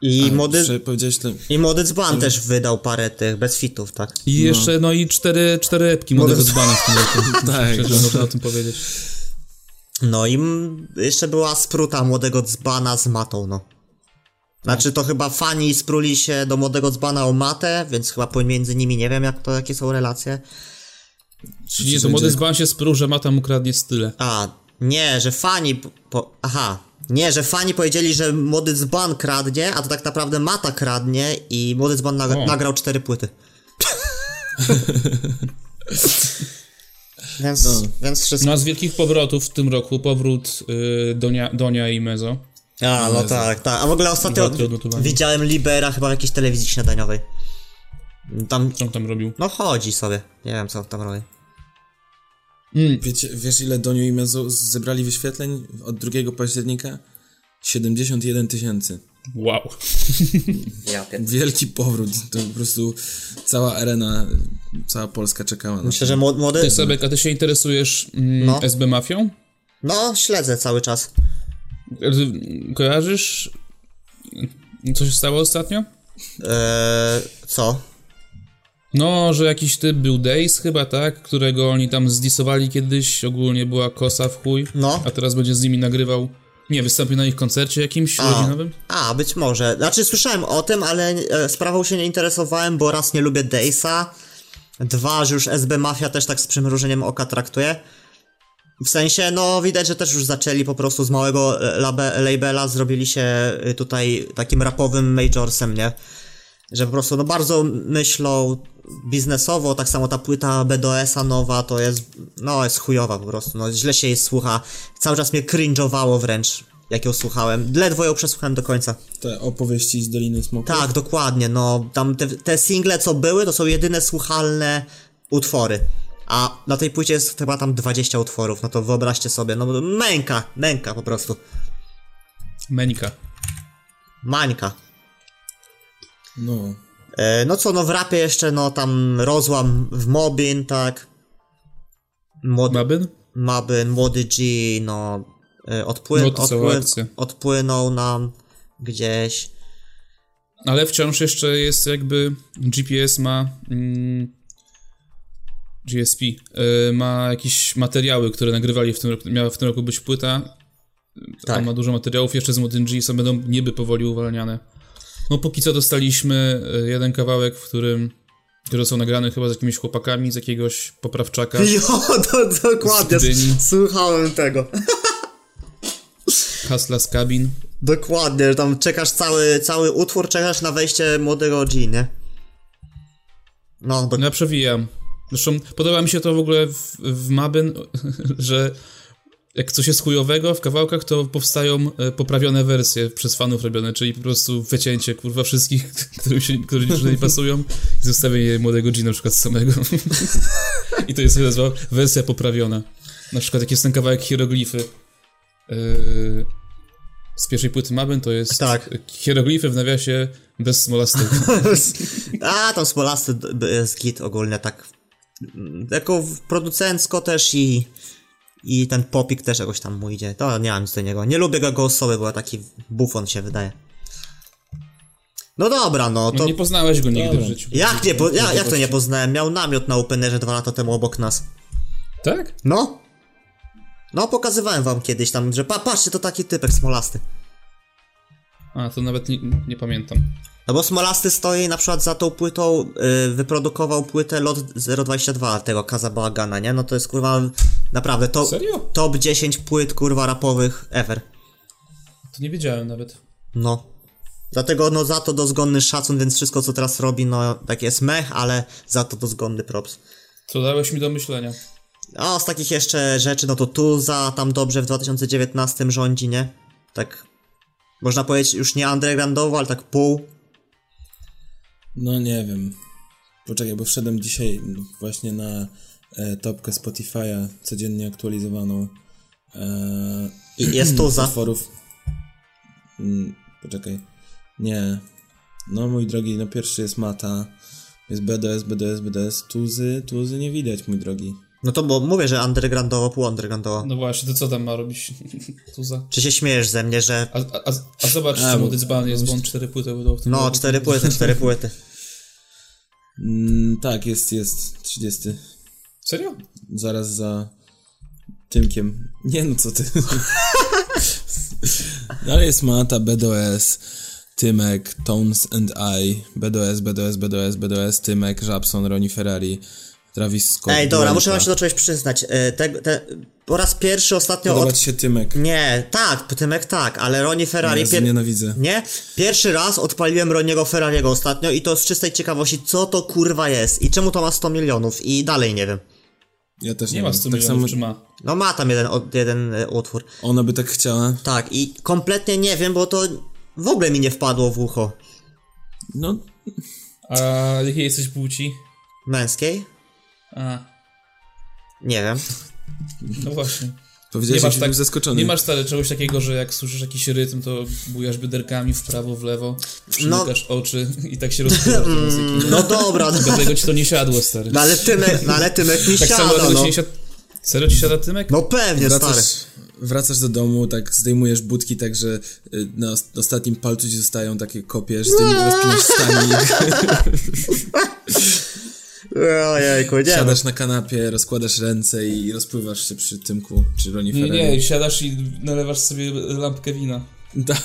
Speaker 2: i młody...
Speaker 3: Że powiedziałeś, te-
Speaker 2: I młody dzban też wydał parę tych bez fitów, tak?
Speaker 1: I jeszcze, no i cztery, cztery epki młodego dzbana w tym roku.
Speaker 3: Tak.
Speaker 1: Myślę, że można o tym powiedzieć.
Speaker 2: No i m- jeszcze była spruta młodego dzbana z matą, no. Znaczy to chyba fani spruli się do młodego dzbana o matę, więc chyba pomiędzy nimi nie wiem jak to jakie są relacje.
Speaker 1: Czyli nie, to młody dzban się sprół, że ma tam ukradnie style.
Speaker 2: A, nie, że fani po- po... Aha. Nie, że fani powiedzieli, że młody dzban kradnie, a to tak naprawdę mata kradnie i młody dzban nag-
Speaker 1: O.
Speaker 2: nagrał cztery płyty. więc, więc wszystko...
Speaker 1: No a z wielkich powrotów w tym roku powrót y, Donia, Donia i Mezo.
Speaker 2: A, no tak, tak. A w ogóle ostatnio
Speaker 1: Warto odnotowanie.
Speaker 2: widziałem Libera chyba w jakiejś telewizji śniadaniowej. Tam,
Speaker 1: Co on tam robił?
Speaker 2: no chodzi sobie. Nie wiem, co tam robi.
Speaker 3: wiecie, wiesz ile Doniu i Mezu zebrali wyświetleń od 2 października? 71 tysięcy.
Speaker 1: Wow.
Speaker 2: Ja
Speaker 3: Wielki powrót. To po prostu cała arena, cała Polska czekała na to.
Speaker 2: Myślę, że młody... młody...
Speaker 1: Ty, Sebek, a ty się interesujesz mm,
Speaker 2: No.
Speaker 1: SB Mafią?
Speaker 2: No, śledzę cały czas.
Speaker 1: Y, Kojarzysz, y, co się stało ostatnio?
Speaker 2: Eee, co?
Speaker 1: No, że jakiś typ był Days chyba, tak? Którego oni tam zdisowali kiedyś, ogólnie była kosa w chuj.
Speaker 2: No.
Speaker 1: A teraz będzie z nimi nagrywał, nie, wystąpił na ich koncercie jakimś
Speaker 2: A,
Speaker 1: rodzinowym?
Speaker 2: a, być może. Znaczy, słyszałem o tym, ale e, sprawą się nie interesowałem, bo raz nie lubię Dejsa, dwa, że już SB Mafia też tak z przymrużeniem oka traktuje. W sensie, no widać, że też już zaczęli po prostu z małego e, labe, labela, zrobili się y, tutaj takim rapowym majorsem, nie? Że po prostu, no bardzo myślą biznesowo, tak samo ta płyta BDS-a nowa to jest, no jest chujowa po prostu, no źle się jej słucha. Cały czas mnie cringe'owało wręcz, jak ją słuchałem. Ledwo ją przesłuchałem do końca.
Speaker 3: Te opowieści z Doliny Smoku.
Speaker 2: Tak, dokładnie, no tam te, te single co były, to są jedyne słuchalne utwory. A na tej płycie jest chyba tam 20 utworów, no to wyobraźcie sobie, no bo męka, męka po prostu.
Speaker 1: Menika.
Speaker 2: Mańka.
Speaker 3: No.
Speaker 2: E, no co, no w rapie jeszcze, no tam rozłam w Mobin, tak. Młody,
Speaker 1: Babyn?
Speaker 2: Mabyn, Młody G, no e, odpłyn,
Speaker 1: No to cała
Speaker 2: odpłyn,
Speaker 1: akcja.
Speaker 2: odpłynął nam gdzieś.
Speaker 1: Ale wciąż jeszcze jest jakby GPS ma mm, GSP y, ma jakieś materiały, które nagrywali w tym roku, miała w tym roku być płyta.
Speaker 2: Tak.
Speaker 1: Tak. ma dużo materiałów jeszcze z Modyn G, są będą niby powoli uwalniane. No póki co dostaliśmy y, jeden kawałek, w którym które są nagrane chyba z jakimiś chłopakami, z jakiegoś poprawczaka.
Speaker 2: Jo, to, dokładnie,
Speaker 1: Z Gdyni.
Speaker 2: słuchałem tego.
Speaker 1: Hasla z kabin.
Speaker 2: Dokładnie, że tam czekasz cały, cały utwór, czekasz na wejście młodego G, nie? No, do...
Speaker 1: No Ja przewijam. Zresztą podoba mi się to w ogóle w, w Mabyn, że jak coś jest chujowego w kawałkach, to powstają e, poprawione wersje przez fanów robione, czyli po prostu wycięcie kurwa wszystkich, którym się, którzy nie pasują i zostawienie młodego G na przykład samego. I to jest nazywa wersja poprawiona. Na przykład jak jest ten kawałek hieroglify e, z pierwszej płyty Mabyn, to jest
Speaker 2: Tak.
Speaker 1: hieroglify w nawiasie bez smolastyku.
Speaker 2: A, tam Smolasty d- b- jest git ogólnie, tak. mm, Jako w- producencko też i. I ten popik też jakoś tam mu idzie. To nie mam nic do niego. Nie lubię go głosowy, bo taki bufon się wydaje. No dobra, no to.
Speaker 1: No, nie poznałeś go nigdy
Speaker 3: Dobra.
Speaker 1: w życiu.
Speaker 2: Jak, nie po... ja, jak to nie poznałem? Miał namiot na openerze dwa lata temu obok nas.
Speaker 1: Tak?
Speaker 2: No? No, pokazywałem wam kiedyś tam, że pa, patrzcie, to taki typek smolasty.
Speaker 1: A, to nawet nie, nie pamiętam.
Speaker 2: No bo Smolasty stoi na przykład za tą płytą, y, wyprodukował płytę Lot 022 tego Kazabagana, nie? No to jest kurwa naprawdę to,
Speaker 1: Serio?
Speaker 2: top 10 płyt kurwa rapowych ever.
Speaker 1: To nie wiedziałem nawet.
Speaker 2: No. Dlatego no za to dozgonny szacun, więc wszystko co teraz robi, no tak jest mech, ale za to dozgonny props.
Speaker 1: To dałeś mi do myślenia.
Speaker 2: A z takich jeszcze rzeczy, no to Tuza tam dobrze w 2019 rządzi, nie? Tak można powiedzieć już nie undergroundowo, ale tak pół.
Speaker 3: No nie wiem. Poczekaj, bo wszedłem dzisiaj właśnie na e, topkę Spotify'a codziennie aktualizowaną. E,
Speaker 2: I jest Tuza.
Speaker 3: Utworów. Mm, Poczekaj. Nie. No mój drogi, no pierwszy jest Mata. Jest BDS, BDS, BDS. Tuzy, Tuzy nie widać, mój drogi.
Speaker 2: No to bo mówię, że undergroundowo, pół undergroundowo.
Speaker 1: No właśnie, to co tam ma robić Tuza?
Speaker 2: Czy się śmiejesz ze mnie, że
Speaker 1: A, a, a zobacz,
Speaker 3: A,
Speaker 1: co
Speaker 3: bo-
Speaker 1: mu dzban jest, bo on cztery płyty wydał w tym
Speaker 2: E, No,
Speaker 1: roku.
Speaker 2: cztery płyty, cztery płyty.
Speaker 3: Mm, tak, jest, jest. 30.
Speaker 1: Serio?
Speaker 3: Zaraz za Tymkiem. Nie no, co ty. Ale jest Mata, BDOS, Tymek, Tones and I, BDOS, BDOS, BDOS, BDOS, Tymek, Żabson, Roni Ferrari, Travis Scott.
Speaker 2: Ej, dobra,
Speaker 3: Dua
Speaker 2: muszę
Speaker 3: Lipa.
Speaker 2: wam się do czegoś przyznać. E, Te, te, po raz pierwszy ostatnio
Speaker 3: Podoba
Speaker 2: od...
Speaker 3: ci się Tymek.
Speaker 2: Nie, tak, Tymek tak, ale Roni Ferrari...
Speaker 3: Jezu, nienawidzę.
Speaker 2: Nie? Pierwszy raz odpaliłem Roniego Ferrariego ostatnio i to z czystej ciekawości, co to kurwa jest i czemu to ma 100 milionów i dalej nie wiem.
Speaker 3: Ja też nie,
Speaker 1: Nie ma
Speaker 3: wiem.
Speaker 1: 100
Speaker 3: tak
Speaker 1: milionów,
Speaker 3: samo
Speaker 1: czy ma?
Speaker 2: No ma tam jeden, od- jeden e, utwór.
Speaker 3: ona by tak chciała.
Speaker 2: Tak, i kompletnie nie wiem, bo to w ogóle mi nie wpadło w ucho.
Speaker 3: No,
Speaker 1: A jakiej jesteś płci?
Speaker 2: Męskiej?
Speaker 1: A,
Speaker 2: Nie wiem.
Speaker 1: no właśnie.
Speaker 3: powiedziałeś, że tak, zaskoczony.
Speaker 1: nie masz stary czegoś takiego, że jak słyszysz jakiś rytm, to bujasz byderkami w prawo, w lewo, przymykasz oczy i tak się rozkładasz do muzyki.
Speaker 2: No dobra, no,
Speaker 1: Dlatego ci to nie siadło, stary.
Speaker 2: no ale Tymek, no ale Tymek mi
Speaker 1: tak samo
Speaker 2: siada,
Speaker 1: dlatego
Speaker 2: no.
Speaker 1: ci nie siad... Serio ci siada Tymek?
Speaker 2: No pewnie, stary.
Speaker 3: Wracasz, wracasz do domu, tak zdejmujesz budki, tak że y, na os- ostatnim palcu ci zostają takie kopie, że ty nie rozpinasz stanik.
Speaker 2: Ojejku, nie no.
Speaker 3: Siadasz na kanapie, rozkładasz ręce i rozpływasz się przy Tymku, czy Roni
Speaker 1: Nie,
Speaker 3: Ferrari.
Speaker 1: nie, siadasz i nalewasz sobie lampkę wina.
Speaker 3: Tak,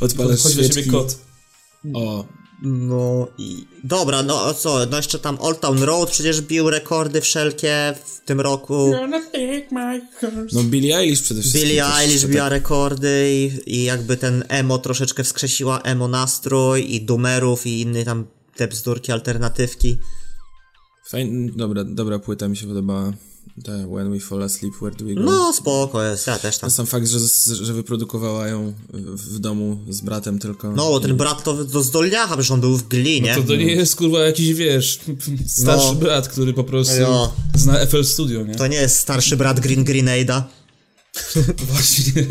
Speaker 3: odpalasz
Speaker 1: Chodzi do
Speaker 3: świeczki.
Speaker 1: ciebie kot.
Speaker 3: O,
Speaker 2: No i... Dobra, no a co, no jeszcze tam Old Town Road przecież bił rekordy wszelkie w tym roku.
Speaker 3: no Billie Eilish przede wszystkim.
Speaker 2: Billie
Speaker 3: też
Speaker 2: Eilish
Speaker 3: się tak
Speaker 2: biła rekordy i, i jakby ten emo troszeczkę wskrzesiła emo nastrój i dumerów i inne tam te bzdurki, alternatywki.
Speaker 3: Fajn, dobra, dobra płyta mi się podobała. Ta When We Fall Asleep, Where Do We Go?
Speaker 2: No, spoko jest, ja też tam.
Speaker 3: A sam fakt, że, że wyprodukowała ją w- w domu z bratem tylko.
Speaker 2: No, bo ten brat to, to z Dolniacha, przecież on był w glinie.
Speaker 1: To, to nie jest kurwa jakiś wiesz, starszy
Speaker 2: No.
Speaker 1: brat, który po prostu
Speaker 2: No. Tak.
Speaker 1: zna FL Studio, nie?
Speaker 2: To nie jest starszy brat Green Grenade'a.
Speaker 1: Właśnie.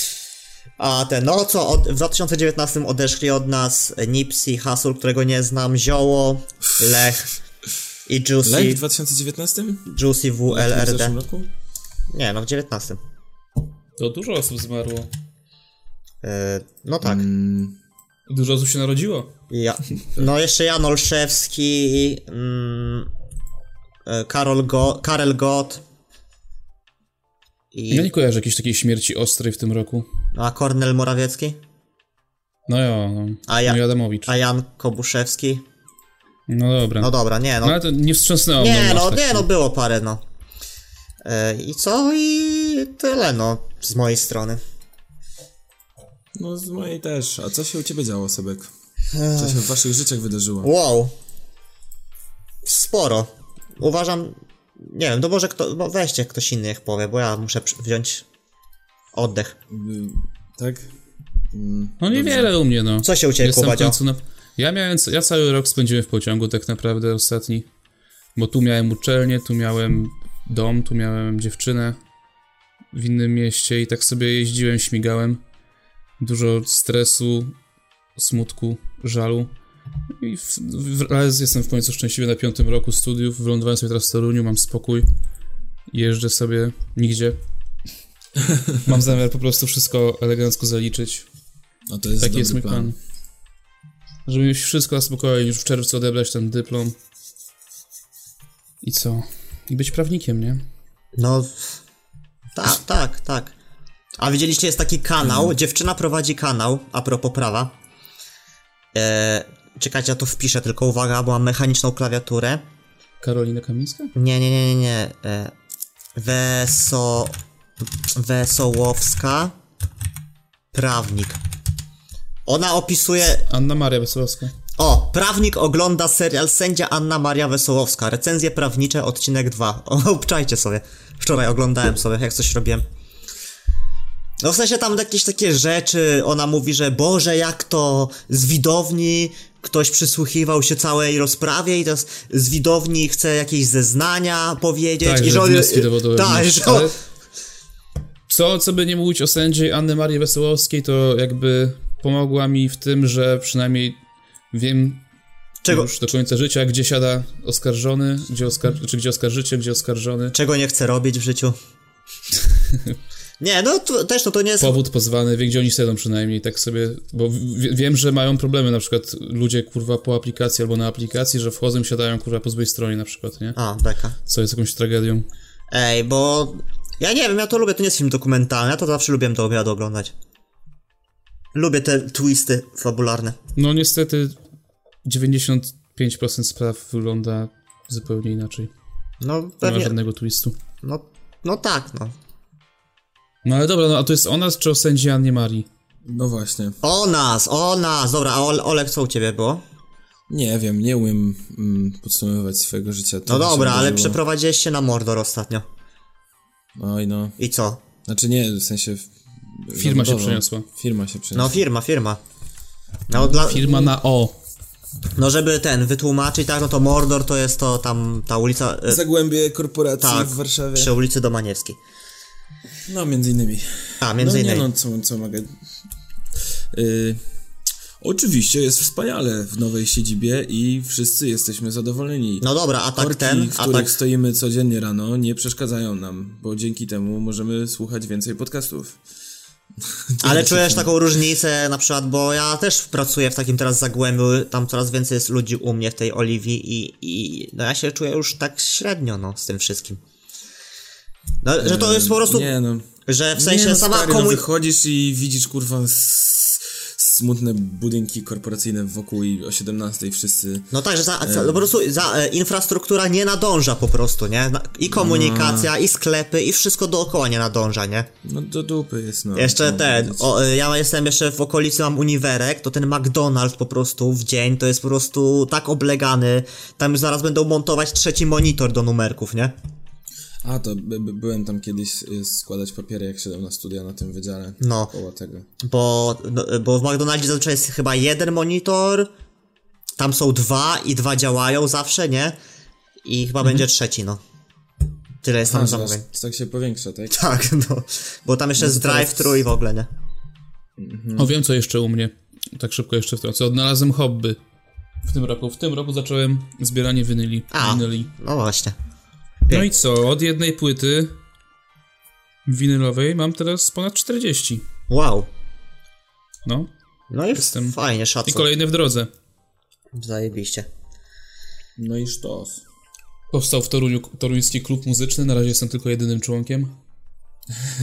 Speaker 2: A ten, no co, od, w 2019 odeszli od nas Nipsey, Hasul, którego nie znam, Zioło, Lech i
Speaker 3: Lech
Speaker 2: Juicy,
Speaker 3: Tak? w 2019?
Speaker 2: Juicy
Speaker 3: W zeszłym
Speaker 2: WLRD.
Speaker 3: roku?
Speaker 2: Nie, no w 19.
Speaker 1: To dużo osób zmarło.
Speaker 2: E, no tak.
Speaker 1: Dużo osób się narodziło.
Speaker 2: Ja. No jeszcze Jan Olszewski, mm, e, Karol Go, Karel Gott
Speaker 1: Ja
Speaker 2: i no,
Speaker 1: nie kojarzę jakiejś takiej śmierci ostrej w tym roku.
Speaker 2: a Kornel Morawiecki,
Speaker 1: No ja, no.
Speaker 2: A ja-
Speaker 1: No i Adamowicz.
Speaker 2: a Jan Kobuszewski.
Speaker 1: No dobra.
Speaker 2: No dobra, nie
Speaker 1: No
Speaker 2: no.
Speaker 1: ale to nie wstrząsnęło
Speaker 2: Nie
Speaker 1: mną
Speaker 2: no,
Speaker 1: aż tak.
Speaker 2: nie no, było parę no. E, I co? I tyle no, z mojej strony.
Speaker 3: No z mojej też. A co się u ciebie działo, Sebek? Co się w waszych życiach wydarzyło?
Speaker 2: Wow. Sporo. Uważam, nie wiem, to może kto, bo weźcie ktoś inny jak powie, bo ja muszę przy- wziąć oddech.
Speaker 3: Y, Tak?
Speaker 1: No niewiele u mnie, no.
Speaker 2: Co się u ciebie,
Speaker 1: Jestem w
Speaker 2: Kuba,
Speaker 1: końcu na... Ja miałem, ja cały rok spędziłem w pociągu tak naprawdę ostatni. Bo tu miałem uczelnię, tu miałem dom, tu miałem dziewczynę w innym mieście i tak sobie jeździłem, śmigałem. Dużo stresu, smutku, żalu. I w, w, ale jestem w końcu szczęśliwy na piątym roku studiów. Wylądowałem sobie teraz w Toruniu, mam spokój. Jeżdżę sobie nigdzie. Mam zamiar po prostu wszystko elegancko zaliczyć.
Speaker 3: No to jest
Speaker 1: Taki
Speaker 3: dobry
Speaker 1: jest mój plan.
Speaker 3: plan.
Speaker 1: Żeby mieć wszystko na spokojnie, już w czerwcu odebrać ten dyplom. I co? I być prawnikiem, nie?
Speaker 2: No. w- Tak, tak, tak. A widzieliście, jest taki kanał. Dziewczyna prowadzi kanał, a propos prawa. E, czekajcie, ja to wpiszę, tylko uwaga, bo mam mechaniczną klawiaturę.
Speaker 1: Karolina Kamińska?
Speaker 2: Nie, nie, nie, nie, nie. E, Weso... Wesołowska. Prawnik. Ona opisuje
Speaker 1: Anna Maria Wesołowska.
Speaker 2: o, prawnik ogląda serial Sędzia Anna Maria Wesołowska. Recenzje prawnicze, odcinek 2. O, Obczajcie sobie. Wczoraj oglądałem
Speaker 1: Mm.
Speaker 2: sobie, jak coś robiłem. No w sensie tam jakieś takie rzeczy, ona mówi, że Boże, jak to z widowni ktoś przysłuchiwał się całej rozprawie i teraz z widowni chce jakieś zeznania powiedzieć
Speaker 1: Tak,
Speaker 2: i
Speaker 1: że
Speaker 2: że... on-
Speaker 1: wnioski dowodowe
Speaker 2: Tak,
Speaker 1: wnioski,
Speaker 2: że...
Speaker 1: ale- Co, co by nie mówić o sędziej Anny Marii Wesołowskiej, to jakby pomogła mi w tym, że przynajmniej wiem
Speaker 2: Czego,
Speaker 1: już do końca życia, gdzie siada oskarżony, gdzie oskar... czy gdzie oskarżycie, gdzie oskarżony.
Speaker 2: czego nie chce robić w życiu. Nie, no to, też no to nie jest...
Speaker 1: powód pozwany, wie gdzie oni siedzą przynajmniej, tak sobie, bo w- wiem, że mają problemy na przykład ludzie kurwa po aplikacji albo na aplikacji, że wchodzą i siadają kurwa po złej stronie na przykład, nie?
Speaker 2: A, beka.
Speaker 1: Co jest jakąś tragedią.
Speaker 2: Ej, bo ja nie wiem, ja to lubię, to nie jest film dokumentalny, ja to zawsze lubiłem do obiadu oglądać. Lubię te twisty fabularne.
Speaker 1: No niestety 95% spraw wygląda zupełnie inaczej.
Speaker 2: No
Speaker 1: Nie ma
Speaker 2: pewnie,
Speaker 1: żadnego twistu.
Speaker 2: no, no tak, no.
Speaker 1: No ale dobra, no a to jest o nas czy o sędzi Annie Marii?
Speaker 3: No właśnie.
Speaker 2: O nas, o nas, dobra, a Ole, Olek, co u ciebie było? No
Speaker 3: Nie wiem, nie umiem mm, podsumowywać swojego życia.
Speaker 2: No dobra, ale
Speaker 3: przepraszam.
Speaker 2: przeprowadziłeś się na Mordor ostatnio.
Speaker 3: Oj no.
Speaker 2: I co?
Speaker 3: Znaczy nie, w sensie... w-
Speaker 1: Firma się
Speaker 3: zawodowo.
Speaker 1: przeniosła.
Speaker 3: Firma się
Speaker 2: No
Speaker 3: przeniosła.
Speaker 2: firma, firma. No, dla,
Speaker 1: Firma na O.
Speaker 2: no żeby ten, wytłumaczyć, tak, no to Mordor to jest to tam, ta ulica, e,
Speaker 3: Zagłębie korporacji
Speaker 2: tak,
Speaker 3: w Warszawie.
Speaker 2: przy ulicy Domaniewskiej.
Speaker 3: No między innymi.
Speaker 2: A, między
Speaker 3: no,
Speaker 2: innymi.
Speaker 3: nie, no, co, co mogę. Y, oczywiście jest wspaniale w nowej siedzibie i wszyscy jesteśmy zadowoleni.
Speaker 2: No dobra, a tak
Speaker 3: Korki,
Speaker 2: ten,
Speaker 3: w
Speaker 2: a
Speaker 3: których
Speaker 2: tak
Speaker 3: stoimy codziennie rano, nie przeszkadzają nam, bo dzięki temu możemy słuchać więcej podcastów.
Speaker 2: Ale czujesz taką różnicę, na przykład, bo ja też pracuję w takim teraz zagłębiu, tam coraz więcej jest ludzi u mnie w tej Oliwii i, i no ja się czuję już tak średnio, no, z tym wszystkim. No, że to jest po prostu,
Speaker 3: Nie no.
Speaker 2: że w sensie
Speaker 3: nie, no,
Speaker 2: sama
Speaker 3: stary, no,
Speaker 2: komu...
Speaker 3: wychodzisz i widzisz kurwa s- smutne budynki korporacyjne wokół i o 17 wszyscy.
Speaker 2: No tak, że za, za, po prostu za, e, infrastruktura nie nadąża po prostu, nie? Na- I komunikacja, i sklepy, i wszystko dookoła nie nadąża, nie?
Speaker 3: No do dupy jest no.
Speaker 2: Jeszcze
Speaker 3: co
Speaker 2: ten,
Speaker 3: powiedzieć.
Speaker 2: o, y, ja jestem jeszcze w okolicy, mam uniwerek, to ten McDonald's po prostu w dzień to jest po prostu tak oblegany, tam zaraz będą montować trzeci monitor do numerków, nie?
Speaker 3: A, to by, by, byłem tam kiedyś y, składać papiery, jak szedłem na studia na tym wydziale.
Speaker 2: No.
Speaker 3: Koło tego.
Speaker 2: Bo, no, bo w McDonaldzie zazwyczaj jest chyba jeden monitor, tam są dwa i dwa działają zawsze, nie? I chyba będzie trzeci, no. Tyle jest tam
Speaker 3: A, że aż
Speaker 2: zamówień.
Speaker 3: tak się powiększa, tak?
Speaker 2: Tak, no. Bo tam jeszcze jest
Speaker 3: to teraz-
Speaker 2: drive-thru i w ogóle, nie?
Speaker 1: O, wiem co jeszcze u mnie. Tak szybko jeszcze wtrącę. Odnalazłem hobby w tym roku. W tym roku zacząłem zbieranie winyli.
Speaker 2: A,
Speaker 1: winyli.
Speaker 2: no właśnie.
Speaker 1: No i co? Od jednej płyty winylowej mam teraz ponad 40.
Speaker 2: Wow.
Speaker 1: No.
Speaker 2: No i
Speaker 1: Jestem-
Speaker 2: fajnie,
Speaker 1: I
Speaker 2: szacun.
Speaker 1: kolejny w drodze.
Speaker 2: Zajebiście.
Speaker 3: No i sztos.
Speaker 1: Powstał w Toruniu toruński klub muzyczny, na razie jestem tylko jedynym członkiem.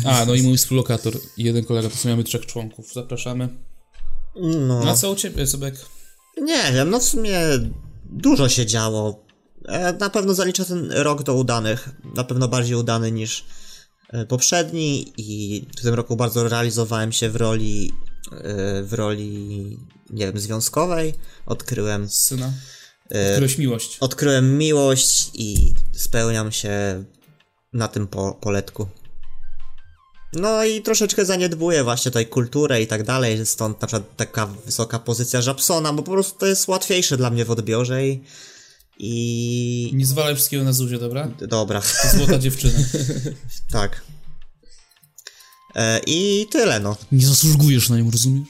Speaker 1: A, no i mój współlokator i jeden kolega, to są mamy trzech członków. Zapraszamy.
Speaker 2: No.
Speaker 1: A co u ciebie, Sobek?
Speaker 2: Nie wiem, no w sumie dużo się działo. E, Na pewno zaliczę ten rok do udanych. Na pewno bardziej udany niż e, poprzedni i w tym roku bardzo realizowałem się w roli e, w roli nie wiem, związkowej. Odkryłem
Speaker 1: Syna?
Speaker 2: E,
Speaker 1: Odkryłeś miłość.
Speaker 2: odkryłem miłość i spełniam się na tym po, poletku. No i troszeczkę zaniedbuję właśnie tutaj kulturę i tak dalej, stąd na przykład taka wysoka pozycja Żabsona, bo po prostu to jest łatwiejsze dla mnie w odbiorze i... i...
Speaker 1: Nie zwalaj wszystkiego na Zuzie, dobra?
Speaker 2: Dobra,
Speaker 1: Złota dziewczyna.
Speaker 2: tak. E, I tyle no.
Speaker 1: Nie zasługujesz na nią, rozumiesz?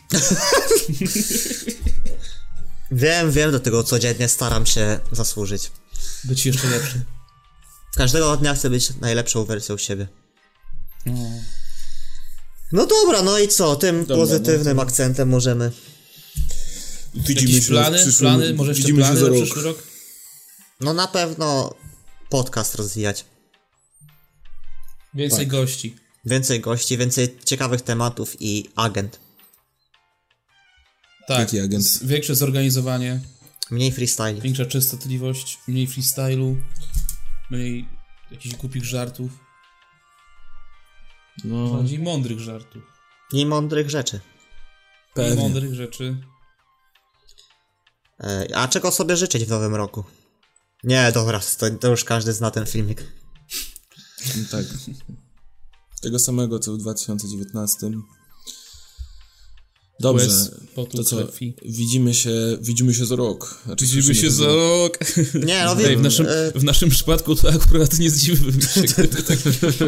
Speaker 2: Wiem, wiem do tego codziennie staram się zasłużyć.
Speaker 1: Być jeszcze lepszy.
Speaker 2: Każdego dnia chcę być najlepszą wersją siebie. No dobra, no i co? Tym
Speaker 1: no.
Speaker 2: pozytywnym akcentem możemy.
Speaker 3: Widzimy
Speaker 1: Jakieś plany? plany? Może jeszcze plany na przyszły rok?
Speaker 2: No na pewno podcast rozwijać.
Speaker 1: Więcej gości.
Speaker 2: Więcej gości, więcej ciekawych tematów i agent.
Speaker 1: Tak.
Speaker 3: Jaki agent?
Speaker 1: Z- Większe zorganizowanie,
Speaker 2: Mniej freestyle.
Speaker 1: większa częstotliwość, mniej freestylu, mniej jakichś głupich żartów,
Speaker 3: No,
Speaker 1: bardziej mądrych żartów.
Speaker 2: I mądrych rzeczy.
Speaker 1: Pewnie.
Speaker 3: pewnie.
Speaker 1: mądrych rzeczy.
Speaker 2: E, A czego sobie życzyć w nowym roku? Nie, dobra, to, to już każdy zna ten filmik.
Speaker 3: No Tak. Tego samego, co w 2019. Dobrze.
Speaker 1: Łez, potu,
Speaker 3: to co?
Speaker 1: krwi.
Speaker 3: Widzimy się, widzimy się za rok. Znaczy,
Speaker 1: Widzimy
Speaker 3: słyszymy
Speaker 1: się za
Speaker 3: rok.
Speaker 1: rok.
Speaker 2: Nie, no
Speaker 1: Ej, w,
Speaker 2: wiem.
Speaker 1: naszym,
Speaker 2: e,
Speaker 1: w naszym przypadku to akurat nie zdziwiłbym się. gdyby tak-
Speaker 3: Tak.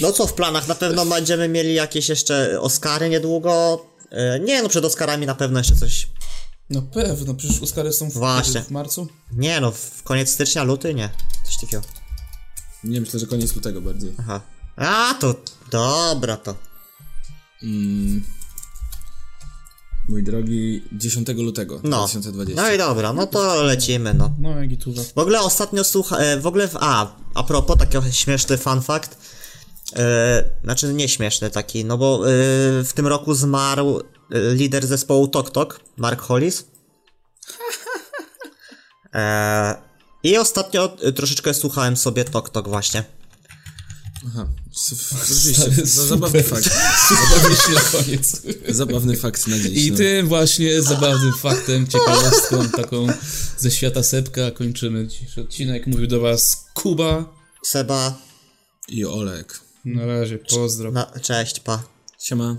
Speaker 2: No co w planach? Na pewno będziemy mieli jakieś jeszcze Oscary niedługo. E, Nie, no przed Oscarami na pewno jeszcze coś.
Speaker 1: Na pewno, przecież Oscary są w,
Speaker 2: Właśnie.
Speaker 1: w marcu.
Speaker 2: Nie, no w koniec stycznia, luty? Nie. Coś takiego.
Speaker 3: Nie, myślę, że koniec lutego bardziej.
Speaker 2: Aha. A, to dobra to.
Speaker 3: Mm. Mój drogi, 10 lutego
Speaker 2: No.
Speaker 3: 2020.
Speaker 2: No i dobra, no to lecimy, no.
Speaker 1: No, jak i tuwa.
Speaker 2: W ogóle ostatnio słucha... e, W ogóle... W, a, a propos, taki śmieszny fun fact. E, znaczy, nie śmieszny taki, no bo e, w tym roku zmarł e, lider zespołu Tok Tok, Mark Hollis. E, I ostatnio e, troszeczkę słuchałem sobie Tok Tok właśnie.
Speaker 3: Aha, s- f- oczywiście,
Speaker 1: Stary,
Speaker 3: za- zabawny fakt.
Speaker 1: Zabawnie się na koniec.
Speaker 3: Zabawny fakt na dziś.
Speaker 1: I
Speaker 3: no.
Speaker 1: tym właśnie zabawnym faktem, ciekawostką taką ze świata sepka kończymy dzisiejszy odcinek. Mówił do was Kuba.
Speaker 2: Seba,
Speaker 3: I Olek.
Speaker 1: Na razie, pozdro.
Speaker 2: na, cześć, pa.
Speaker 3: Siema.